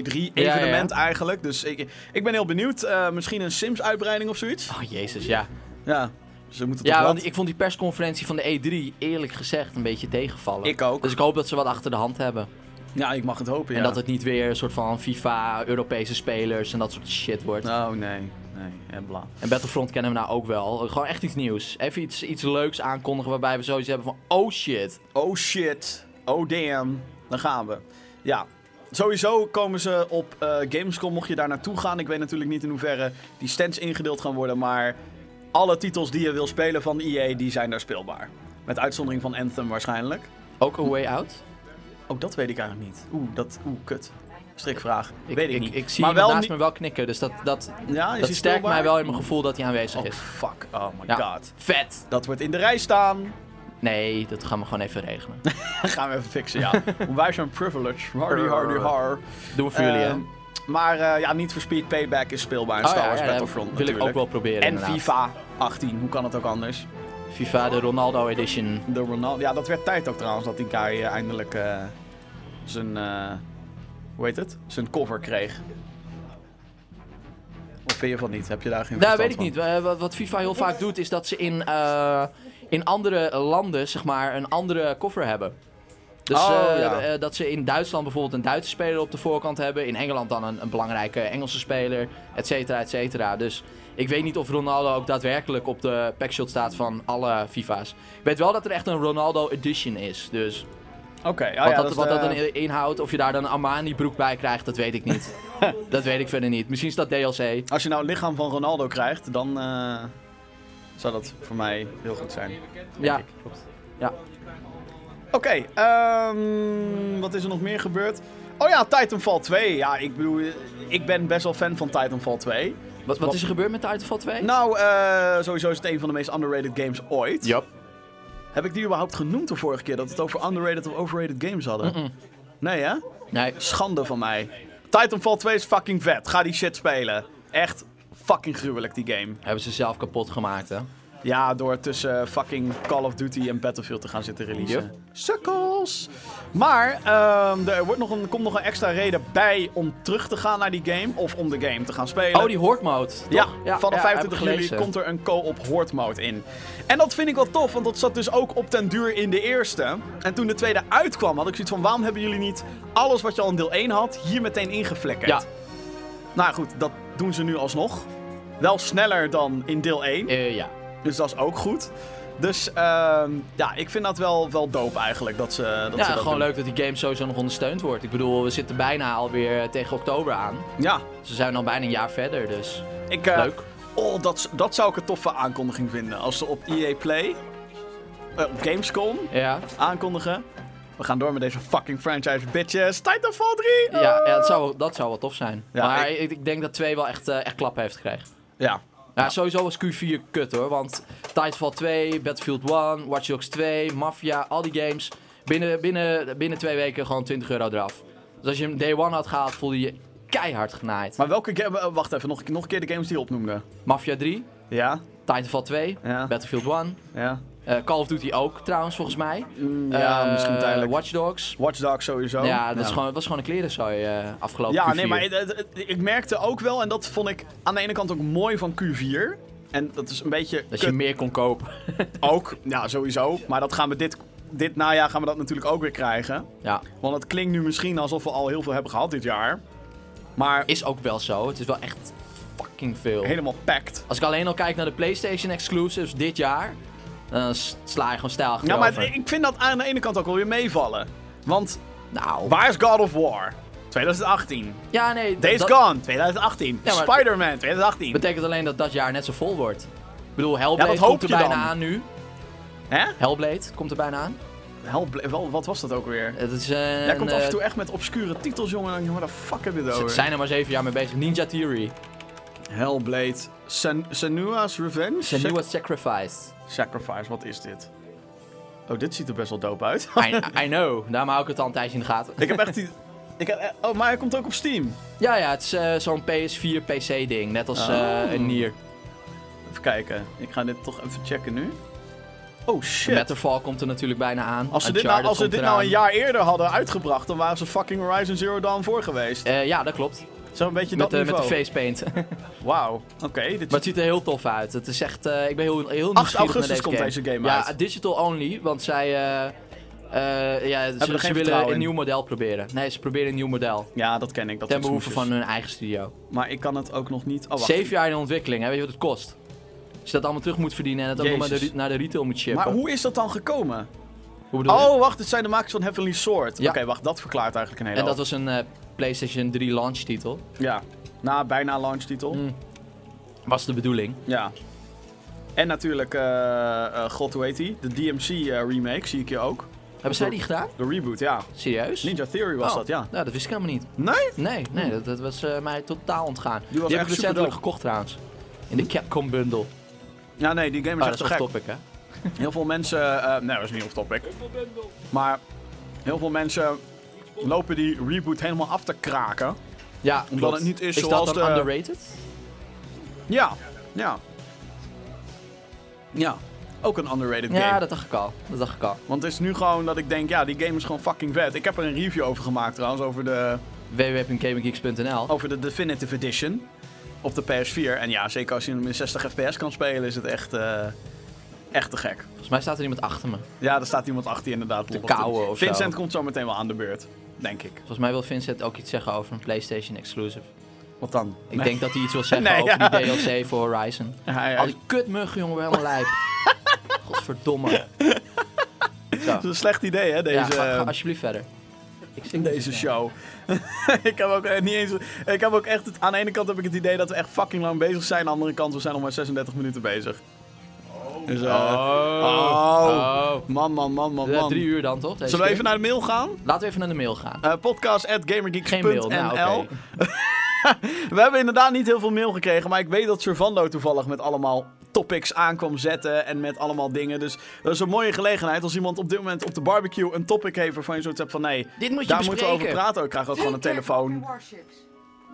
Speaker 1: E3-evenement eigenlijk. Dus ik, ik ben heel benieuwd. Eh, misschien een Sims-uitbreiding of zoiets.
Speaker 2: Oh, jezus, ja.
Speaker 1: Ja, ze moeten toch
Speaker 2: Ja,
Speaker 1: wel-
Speaker 2: want ik vond die persconferentie van de E3 eerlijk gezegd een beetje tegenvallen.
Speaker 1: Ik ook.
Speaker 2: Dus ik hoop dat ze wat achter de hand hebben.
Speaker 1: Ja, ik mag het hopen,
Speaker 2: En
Speaker 1: ja.
Speaker 2: dat het niet weer een soort van FIFA, Europese spelers en dat soort shit wordt.
Speaker 1: Oh, nee. nee.
Speaker 2: nee, en bla. En Battlefront kennen we nou ook wel. Gewoon echt iets nieuws. Even iets, iets leuks aankondigen waarbij we zoiets hebben van... Oh shit.
Speaker 1: Oh shit. Oh damn. Dan gaan we. Ja. Sowieso komen ze op eh, Gamescom, mocht je daar naartoe gaan. Ik weet natuurlijk niet in hoeverre die stands ingedeeld gaan worden. Maar alle titels die je wil spelen van EA, die zijn daar speelbaar. Met uitzondering van Anthem waarschijnlijk.
Speaker 2: Ook A Way Out?
Speaker 1: Ook dat weet ik eigenlijk niet. Oeh, dat... Oeh, kut. Strikvraag. weet ik,
Speaker 2: ik,
Speaker 1: niet.
Speaker 2: Ik, zie maar naast me wel knikken. Dus dat, dat,
Speaker 1: Ja, is
Speaker 2: dat
Speaker 1: die
Speaker 2: sterkt
Speaker 1: speelbaar?
Speaker 2: mij wel in mijn gevoel dat hij aanwezig
Speaker 1: Oh,
Speaker 2: is.
Speaker 1: fuck. Oh my
Speaker 2: Ja.
Speaker 1: god.
Speaker 2: Vet.
Speaker 1: Dat wordt in de rij staan.
Speaker 2: Nee, dat gaan we gewoon even regelen.
Speaker 1: Gaan we even fixen, ja. Wij zijn privilege. Hardy, hardy, har.
Speaker 2: Doen we voor jullie, hè?
Speaker 1: Ehm, Maar eh, ja, Need for Speed Payback is speelbaar in
Speaker 2: Oh,
Speaker 1: Star
Speaker 2: ja,
Speaker 1: Wars
Speaker 2: ja, ja,
Speaker 1: Battlefront
Speaker 2: Wil ik ook
Speaker 1: natuurlijk.
Speaker 2: wel proberen,
Speaker 1: en
Speaker 2: inderdaad.
Speaker 1: FIFA 18, hoe kan het ook anders?
Speaker 2: FIFA, de Ronaldo Edition.
Speaker 1: De Ronaldo, ja, dat werd tijd ook trouwens dat die guy eh, eindelijk eh, zijn, eh, hoe heet het? Zijn cover kreeg. Of vind je van niet? Heb je daar geen
Speaker 2: Nou,
Speaker 1: verstand
Speaker 2: weet ik
Speaker 1: van?
Speaker 2: niet. Eh, wat- wat FIFA heel vaak doet, is dat ze in, eh, in andere landen, zeg maar, een andere koffer hebben. Dus
Speaker 1: Oh,
Speaker 2: eh,
Speaker 1: ja.
Speaker 2: eh, dat ze in Duitsland bijvoorbeeld een Duitse speler op de voorkant hebben. In Engeland dan een, een belangrijke Engelse speler, et cetera, et cetera. Dus ik weet niet of Ronaldo ook daadwerkelijk op de packshot staat van alle FIFA's. Ik weet wel dat er echt een Ronaldo Edition is. Dus
Speaker 1: Oké, ja,
Speaker 2: wat,
Speaker 1: Oh ja,
Speaker 2: dat,
Speaker 1: is
Speaker 2: wat
Speaker 1: de-
Speaker 2: dat dan in- inhoudt, of je daar dan een Armani broek bij krijgt, dat weet ik niet. dat weet ik verder niet. Misschien is dat DLC.
Speaker 1: Als je nou het lichaam van Ronaldo krijgt, dan eh, zou dat voor mij heel goed zijn.
Speaker 2: Ja.
Speaker 1: Oké, ehm, wat is er nog meer gebeurd? Oh ja, Titanfall 2. Ja, ik bedoel, ik ben best wel fan van Titanfall 2.
Speaker 2: Wat, wat is er gebeurd met Titanfall 2?
Speaker 1: Nou, eh, sowieso is het een van de meest underrated games ooit.
Speaker 2: Yup.
Speaker 1: Heb ik die überhaupt genoemd de vorige keer? Dat we het over underrated of overrated games hadden? Nee, hè?
Speaker 2: Nee.
Speaker 1: Schande van mij. Titanfall 2 is fucking vet. Ga die shit spelen. Echt fucking gruwelijk, die game.
Speaker 2: Hebben ze zelf kapot gemaakt, hè?
Speaker 1: Ja, door tussen fucking Call of Duty en Battlefield te gaan zitten releasen. Sukkels! Maar ehm, er wordt nog een, komt nog een extra reden bij om terug te gaan naar die game. Of om de game te gaan spelen.
Speaker 2: Oh, die horde mode.
Speaker 1: Ja,
Speaker 2: Ja,
Speaker 1: vanaf
Speaker 2: ja,
Speaker 1: 25
Speaker 2: heb ik
Speaker 1: juli
Speaker 2: gelezen.
Speaker 1: komt er een co-op horde mode in. En dat vind ik wel tof, want dat zat dus ook op ten duur in de eerste. En toen de tweede uitkwam, had ik zoiets van... waarom hebben jullie niet alles wat je al in deel 1 had, hier meteen ingeflikkerd?
Speaker 2: Ja.
Speaker 1: Nou goed, dat doen ze nu alsnog. Wel sneller dan in deel 1.
Speaker 2: Eh, ja.
Speaker 1: Dus dat is ook goed. Dus ehm, ja, ik vind dat wel, wel dope eigenlijk. Dat ze, dat
Speaker 2: ja,
Speaker 1: ze dat
Speaker 2: gewoon
Speaker 1: doen.
Speaker 2: leuk dat die game sowieso nog ondersteund wordt. Ik bedoel, we zitten bijna alweer tegen oktober aan.
Speaker 1: Ja,
Speaker 2: Ze zijn al bijna een jaar verder, dus
Speaker 1: ik, eh,
Speaker 2: leuk.
Speaker 1: Oh, dat, z- dat zou ik een toffe aankondiging vinden. Als ze op EA Play, eh, op Gamescom,
Speaker 2: Ja.
Speaker 1: aankondigen. We gaan door met deze fucking franchise, bitches. Titanfall 3!
Speaker 2: Ja, ja dat, zou, wel- dat zou wel tof zijn.
Speaker 1: Ja,
Speaker 2: maar ik... ik denk dat 2 wel echt, eh, echt klappen heeft gekregen.
Speaker 1: Ja,
Speaker 2: Ja, sowieso was Q4 kut hoor. Want Titanfall 2, Battlefield 1, Watch Dogs 2, Mafia, al die games. Binnen, binnen, binnen twee weken gewoon 20 euro eraf. Dus als je hem day one had gehaald, voelde je je keihard genaaid.
Speaker 1: maar welke game... eh, Wacht even, nog, nog een keer de games die je opnoemde.
Speaker 2: Mafia 3,
Speaker 1: Ja,
Speaker 2: Titanfall 2,
Speaker 1: ja,
Speaker 2: Battlefield 1.
Speaker 1: ja.
Speaker 2: eh, Call of Duty ook trouwens, volgens mij.
Speaker 1: Mm, ja,
Speaker 2: Eh,
Speaker 1: misschien tijdelijk.
Speaker 2: Watch Dogs.
Speaker 1: Watch Dogs sowieso.
Speaker 2: Ja, dat Is gewoon, het was gewoon een klerenzooi eh afgelopen
Speaker 1: Ja,
Speaker 2: Q4.
Speaker 1: nee, maar het- het- het- ik merkte ook wel, en dat vond ik aan de ene kant ook mooi van Q4. En dat is een beetje
Speaker 2: Dat
Speaker 1: kut
Speaker 2: je meer kon kopen.
Speaker 1: ook. Ja, sowieso. Maar dat gaan we dit, dit najaar gaan we dat natuurlijk ook weer krijgen.
Speaker 2: Ja,
Speaker 1: Want het klinkt nu misschien alsof we al heel veel hebben gehad dit jaar. Maar
Speaker 2: is ook wel zo. Het is wel echt fucking veel.
Speaker 1: helemaal packed.
Speaker 2: Als ik alleen al kijk naar de PlayStation exclusives dit jaar, dan s- sla je gewoon stijl
Speaker 1: Ja, maar
Speaker 2: achterover.
Speaker 1: ik vind dat aan de ene kant ook wel weer meevallen. Want
Speaker 2: Nou,
Speaker 1: waar is God of War? 2018.
Speaker 2: ja, nee. dat-
Speaker 1: Days
Speaker 2: dat
Speaker 1: Gone, 2018.
Speaker 2: Ja, maar-
Speaker 1: Spider-Man, 2018.
Speaker 2: betekent alleen dat dat jaar net zo vol wordt. Ik bedoel, Hellblade
Speaker 1: Ja, dat hoop
Speaker 2: komt er
Speaker 1: je
Speaker 2: bijna
Speaker 1: dan.
Speaker 2: aan nu.
Speaker 1: Hè?
Speaker 2: Hellblade komt er bijna aan.
Speaker 1: Hellbla- wel, wat was dat ook weer?
Speaker 2: Het is eh,
Speaker 1: Jij komt
Speaker 2: een,
Speaker 1: af en
Speaker 2: eh,
Speaker 1: toe echt met obscure titels, jongen. En Waar de fuck heb je het
Speaker 2: Ze
Speaker 1: over?
Speaker 2: zijn er maar zeven jaar mee bezig. Ninja Theory.
Speaker 1: Hellblade, Sen- Senua's Revenge?
Speaker 2: Zijn was Sacrifice.
Speaker 1: Sac- Sacrifice, wat is dit? Oh, dit ziet er best wel dope uit.
Speaker 2: I, I know. Daarom hou ik het al een tijdje in de gaten.
Speaker 1: ik heb echt die... Ik heb, eh, oh, maar hij komt ook op Steam.
Speaker 2: Ja, ja, het is eh, zo'n PS4 PC ding. Net als eh
Speaker 1: Oh.
Speaker 2: een Nier.
Speaker 1: Even kijken. Ik ga dit toch even checken nu. Oh shit.
Speaker 2: Matterfall komt er natuurlijk bijna aan.
Speaker 1: Als ze dit, nou,
Speaker 2: Uncharted
Speaker 1: als ze
Speaker 2: komt
Speaker 1: dit
Speaker 2: eraan.
Speaker 1: nou een jaar eerder hadden uitgebracht, dan waren ze fucking Horizon Zero Dawn voor geweest.
Speaker 2: Eh, ja, dat klopt.
Speaker 1: Zo'n beetje
Speaker 2: Met,
Speaker 1: dat
Speaker 2: eh, met de
Speaker 1: niveau.
Speaker 2: face paint. maar
Speaker 1: Wauw. Oké, dit
Speaker 2: het ziet er heel tof uit. Het is echt, eh, ik ben heel, heel
Speaker 1: 8
Speaker 2: nieuwsgierig
Speaker 1: augustus
Speaker 2: naar deze
Speaker 1: komt
Speaker 2: game.
Speaker 1: deze game
Speaker 2: ja,
Speaker 1: uit.
Speaker 2: digital only, want zij eh, Eh, ja,
Speaker 1: er geen
Speaker 2: ze, ze willen
Speaker 1: vertrouwen
Speaker 2: een
Speaker 1: in?
Speaker 2: nieuw model proberen. Nee, ze proberen een nieuw model.
Speaker 1: Ja, dat ken ik. Dat
Speaker 2: Ten
Speaker 1: het
Speaker 2: behoeve
Speaker 1: smoes
Speaker 2: van
Speaker 1: is.
Speaker 2: hun eigen studio.
Speaker 1: Maar ik kan het ook nog niet... Oh, wacht.
Speaker 2: Zeven jaar in ontwikkeling, hè? weet je wat het kost? Als je dat allemaal terug moet verdienen en het ook nog naar de,
Speaker 1: Jezus.
Speaker 2: re- naar de retail moet shippen.
Speaker 1: Maar hoe is dat dan gekomen?
Speaker 2: Hoe bedoel je?
Speaker 1: Oh, wacht, het zijn de makers van Heavenly Sword.
Speaker 2: Ja.
Speaker 1: Oké, wacht, dat verklaart eigenlijk een hele
Speaker 2: En dat
Speaker 1: hoop.
Speaker 2: was een eh, PlayStation 3 launch titel.
Speaker 1: Ja, na bijna launchtitel.
Speaker 2: Mm. Was de bedoeling.
Speaker 1: Ja. En natuurlijk, eh, eh, god, hoe heet die? De DMC-remake eh, zie ik je ook.
Speaker 2: Hebben zij die gedaan?
Speaker 1: De reboot, ja.
Speaker 2: Serieus?
Speaker 1: Ninja Theory was
Speaker 2: Oh,
Speaker 1: dat, ja.
Speaker 2: Nou, dat wist ik helemaal niet.
Speaker 1: Nee?
Speaker 2: Nee, nee, dat, dat was eh, mij totaal ontgaan.
Speaker 1: Die was
Speaker 2: heb
Speaker 1: echt
Speaker 2: ik recentelijk
Speaker 1: superdope.
Speaker 2: gekocht trouwens. In de Capcom bundle.
Speaker 1: Ja, nee, die game is
Speaker 2: Maar
Speaker 1: echt
Speaker 2: Ah, dat is
Speaker 1: te
Speaker 2: een
Speaker 1: gek.
Speaker 2: topic, hè?
Speaker 1: Heel veel mensen... eh, nee, dat is niet off-topic. Maar heel veel mensen lopen die reboot helemaal af te kraken.
Speaker 2: Ja, klopt.
Speaker 1: het niet is
Speaker 2: dat
Speaker 1: zoals
Speaker 2: dan
Speaker 1: de-
Speaker 2: underrated?
Speaker 1: Ja, ja. Ja, ook een underrated game.
Speaker 2: Ja, dat dacht ik al. Dat dacht ik al.
Speaker 1: Want het is nu gewoon dat ik denk, ja, die game is gewoon fucking vet. Ik heb er een review over gemaakt trouwens, over de,
Speaker 2: www.gaminggeeks.nl
Speaker 1: over de Definitive Edition op de PS4. En ja, zeker als je hem in 60 fps kan spelen, is het echt, eh, echt te gek.
Speaker 2: Volgens mij staat er iemand achter me.
Speaker 1: Ja, er staat iemand achter je inderdaad.
Speaker 2: Te
Speaker 1: lol op
Speaker 2: kauwen of zo.
Speaker 1: Vincent komt zo meteen wel aan de beurt, denk ik.
Speaker 2: Volgens mij wil Vincent ook iets zeggen over een PlayStation exclusive.
Speaker 1: Wat dan?
Speaker 2: Ik denk dat hij iets wil zeggen
Speaker 1: Nee,
Speaker 2: over
Speaker 1: ja.
Speaker 2: die DLC voor Horizon.
Speaker 1: Hij,
Speaker 2: Al
Speaker 1: hij
Speaker 2: die kutmuggen, jongen, weer helemaal lijp. Godverdomme.
Speaker 1: dat is een slecht idee, hè, deze...
Speaker 2: ja, ga, ga alsjeblieft verder. Ik zing
Speaker 1: in
Speaker 2: niet
Speaker 1: deze
Speaker 2: meer.
Speaker 1: show. ik heb ook eh, niet eens. Ik heb ook echt. Het, aan de ene kant heb ik het idee dat we echt fucking lang bezig zijn. Aan de andere kant, we zijn nog maar 36 minuten bezig. Dus, eh, oh.
Speaker 2: Oh.
Speaker 1: Man, man, man, man,
Speaker 2: Ja,
Speaker 1: man.
Speaker 2: drie uur dan, toch? deze
Speaker 1: Zullen we
Speaker 2: keer?
Speaker 1: even naar de mail gaan?
Speaker 2: Laten we even naar de mail gaan.
Speaker 1: Eh podcast.gamergeeks.nl
Speaker 2: Geen mail, nou, oké.
Speaker 1: We hebben inderdaad niet heel veel mail gekregen, maar ik weet dat Servando toevallig met allemaal topics aan kwam zetten en met allemaal dingen. Dus dat is een mooie gelegenheid als iemand op dit moment op de barbecue een topic heeft waarvan je zoiets hebt van nee,
Speaker 2: Dit moet je
Speaker 1: daar moeten
Speaker 2: bespreken.
Speaker 1: we over praten. Ik krijg ook gewoon een telefoon.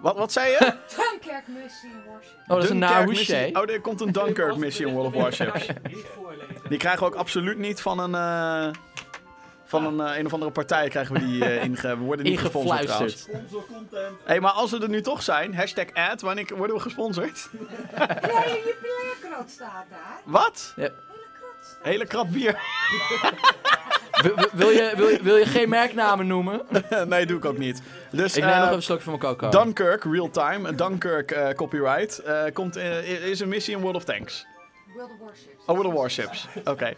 Speaker 1: Wat, wat zei je?
Speaker 8: Duinkerk Missie in Warships.
Speaker 2: Oh, dat is een
Speaker 1: Dunkirk
Speaker 2: naar
Speaker 1: missie- Oh, er komt een Dunkirk missie in World of Warships. Die krijgen we ook absoluut niet van een. eh, van een, eh, een of andere partij krijgen we die eh inge... We worden niet gesponsord trouwens.
Speaker 2: Ingefluisterd.
Speaker 1: Hé, maar als we er nu toch zijn, hashtag ad, wanneer worden we gesponsord?
Speaker 8: Ja, je, je pleerkrat staat daar.
Speaker 1: Wat?
Speaker 8: Hele krat staat.
Speaker 1: Hele krat bier.
Speaker 2: Wil- wil- Wil je, wil, je, wil je geen merknamen noemen?
Speaker 1: nee, doe ik ook niet. Dus
Speaker 2: Ik neem
Speaker 1: eh,
Speaker 2: nog even een slokje van mijn coco.
Speaker 1: Dunkirk, real time, eh, Dunkirk eh, copyright, eh, komt, eh, is een missie in World of Tanks.
Speaker 8: World of Warships.
Speaker 1: Oh, World of Warships. Oké.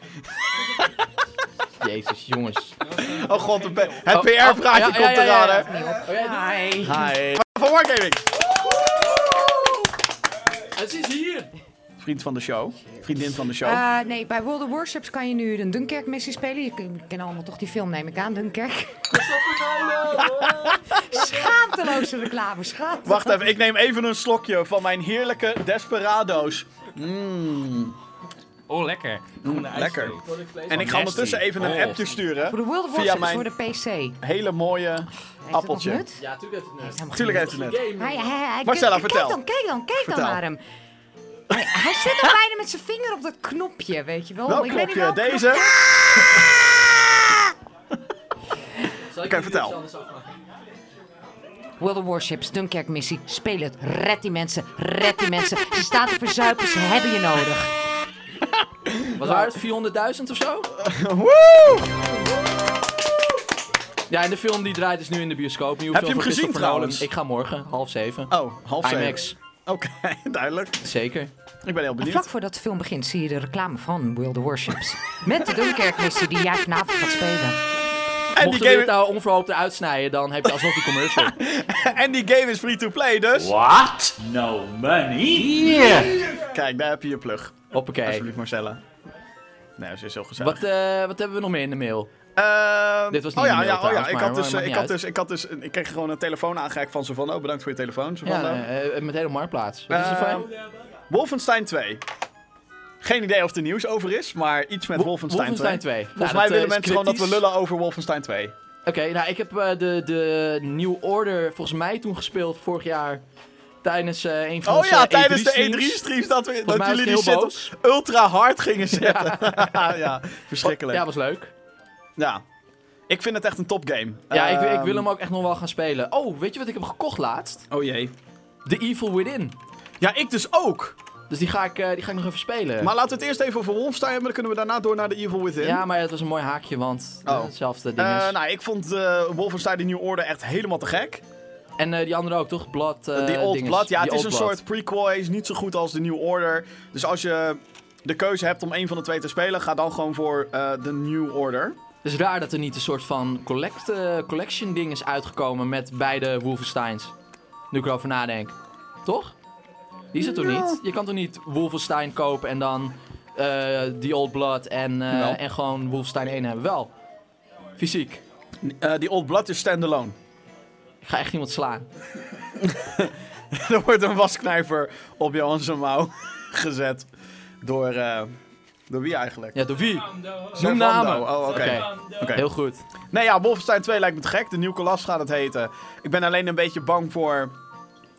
Speaker 2: Jezus, jongens.
Speaker 1: Oh god, het, P- het
Speaker 2: Oh, oh,
Speaker 1: PR-praatje
Speaker 2: ja,
Speaker 1: komt
Speaker 2: ja, ja,
Speaker 1: eraan,
Speaker 2: ja.
Speaker 1: hè?
Speaker 2: Oh, ja, doe-
Speaker 1: Hi. Van Wargaming.
Speaker 2: Het is hier.
Speaker 1: Vriend van de show. Vriendin van de show.
Speaker 8: Eh, nee, bij World of Warships kan je nu een Dunkerk-missie spelen. Je ken- kennen allemaal toch die film, neem ik aan, Dunkerk. Schaamteloze reclame, schat.
Speaker 1: Wacht even, ik neem even een slokje van mijn heerlijke Desperado's. Mmm,
Speaker 7: Oh, lekker.
Speaker 1: lekker. En ik ga
Speaker 7: Nasty.
Speaker 1: ondertussen even een
Speaker 7: Oh.
Speaker 1: appje
Speaker 8: Voor
Speaker 1: sturen.
Speaker 8: de World of
Speaker 1: Via
Speaker 8: Warships,
Speaker 1: mijn-
Speaker 8: voor de PC. Heeft
Speaker 1: Hele mooie
Speaker 8: dat nog
Speaker 1: appeltje.
Speaker 8: nut?
Speaker 2: Ja, natuurlijk heeft het nut.
Speaker 1: Tuurlijk heeft het net.
Speaker 8: Hij, hij, hij- hij-
Speaker 1: Marcella,
Speaker 8: kijk,
Speaker 1: vertel.
Speaker 8: Kijk dan, kijk dan, kijk
Speaker 1: Vertel.
Speaker 8: dan naar hem. Hij, hij zit nog bijna met zijn vinger op dat knopje, weet je wel.
Speaker 2: Oh,
Speaker 1: Welk
Speaker 8: Ik weet niet
Speaker 1: knopje?
Speaker 8: welk knop-
Speaker 1: Deze?
Speaker 2: Oké,
Speaker 1: vertel.
Speaker 8: World of Warships, Dunkerk-missie. Speel het. Red die mensen. Red die mensen. Ze staan te verzuipen. Ze hebben je nodig.
Speaker 2: Wat waren het? 400.000 of zo?
Speaker 1: Woe!
Speaker 2: Ja, en de film die draait is nu in de bioscoop. Nieuwe
Speaker 1: Heb
Speaker 2: film
Speaker 1: je hem
Speaker 2: van
Speaker 1: gezien
Speaker 2: Christopher Nolan.
Speaker 1: trouwens?
Speaker 2: nou Ik ga morgen, half zeven.
Speaker 1: Oh, half zeven.
Speaker 2: IMAX,
Speaker 1: Oké, duidelijk.
Speaker 2: zeker.
Speaker 1: Ik ben heel
Speaker 8: En vlak
Speaker 1: benieuwd.
Speaker 8: voordat de film begint zie je de reclame van World of Warships. Met de Dunkerk-missie die jij vanavond gaat spelen.
Speaker 1: En die,
Speaker 2: Mochten we dit
Speaker 1: game,
Speaker 2: nou onverhoopt eruit snijden, dan heb je alsnog die commercial.
Speaker 1: en die game is free-to-play, dus...
Speaker 9: What? No money?
Speaker 1: Kijk, daar heb je je plug.
Speaker 2: Hoppakee.
Speaker 1: Alsjeblieft, Marcella. Nee, ze is heel gezellig.
Speaker 2: Wat, eh, wat hebben we nog meer in de mail?
Speaker 1: Ehm,
Speaker 2: Dit was
Speaker 1: oh
Speaker 2: niet
Speaker 1: ja,
Speaker 2: de mail
Speaker 1: ja, oh ja.
Speaker 2: trouwens,
Speaker 1: Ik
Speaker 2: maar
Speaker 1: had dus,
Speaker 2: maakt
Speaker 1: eh,
Speaker 2: niet
Speaker 1: ik had
Speaker 2: uit.
Speaker 1: dus, ik had dus, ik kreeg gewoon een telefoon aangereikt van Savando. Bedankt voor je telefoon,
Speaker 2: Ja,
Speaker 1: Savando.
Speaker 2: eh, eh, met hele marktplaats. Wat is er
Speaker 1: Eh,
Speaker 2: van?
Speaker 1: Wolfenstein 2. Geen idee of er nieuws over is, maar iets met
Speaker 2: Wo-
Speaker 1: Wolfenstein, 2.
Speaker 2: 2.
Speaker 1: Volgens
Speaker 2: Ja,
Speaker 1: mij
Speaker 2: dat, eh,
Speaker 1: willen
Speaker 2: is
Speaker 1: mensen gewoon dat we
Speaker 2: kritisch.
Speaker 1: lullen over Wolfenstein 2.
Speaker 2: Oké, nou ik heb eh, de, de New Order volgens mij toen gespeeld vorig jaar. Tijdens eh, een van
Speaker 1: Oh
Speaker 2: onze
Speaker 1: ja, tijdens de
Speaker 2: E3 streams.
Speaker 1: E3-streams dat, we, dat
Speaker 2: Volgens mij was
Speaker 1: jullie
Speaker 2: ik
Speaker 1: die
Speaker 2: heel
Speaker 1: shit
Speaker 2: boos.
Speaker 1: ultra hard gingen zetten. Ja, verschrikkelijk.
Speaker 2: Ja,
Speaker 1: Ja.
Speaker 2: was leuk.
Speaker 1: Ik vind het echt een topgame.
Speaker 2: Ja, ik, ik
Speaker 1: Ehm,
Speaker 2: wil hem ook echt nog wel gaan spelen. Oh, weet je wat ik heb gekocht laatst?
Speaker 1: Oh jee.
Speaker 2: The Evil Within.
Speaker 1: Ja, ik dus ook.
Speaker 2: Dus die ga ik, eh, die ga ik nog even spelen.
Speaker 1: Maar laten we het eerst even over Wolfenstein hebben. Dan kunnen we daarna door naar de Evil Within.
Speaker 2: ja, maar het was een mooi haakje, want eh,
Speaker 1: Oh.
Speaker 2: hetzelfde ding is.
Speaker 1: Eh, nou, ik vond eh, Wolfenstein The New Order echt helemaal te gek.
Speaker 2: En eh, die andere ook, toch? Blood. eh,
Speaker 1: die Old
Speaker 2: dinges.
Speaker 1: Blood, ja,
Speaker 2: Die
Speaker 1: het is een
Speaker 2: Old Blood.
Speaker 1: soort prequel. Hij is niet zo goed als The New Order. Dus als je de keuze hebt om één van de twee te spelen, ga dan gewoon voor eh The New Order.
Speaker 2: Het is raar dat er niet een soort van collect, eh, collection ding is uitgekomen met beide Wolfensteins. Nu ik erover nadenk. Toch? Die is het toch niet? Je kan toch niet Wolfenstein kopen en dan eh The Old Blood en, eh,
Speaker 1: Wel.
Speaker 2: en gewoon Wolfenstein 1 hebben? Wel. Fysiek.
Speaker 1: Eh, die Old Blood is standalone.
Speaker 2: Ik ga echt iemand slaan.
Speaker 1: er wordt een wasknijper op Johan zijn mouw gezet. Door, eh, door wie eigenlijk?
Speaker 2: Ja, door wie? Noem
Speaker 1: Servando.
Speaker 2: namen.
Speaker 1: Oh, oké. Oké.
Speaker 2: Heel goed.
Speaker 1: Nee, ja, Wolfenstein 2 lijkt me te gek. De nieuwe Colas gaat het heten. Ik ben alleen een beetje bang voor...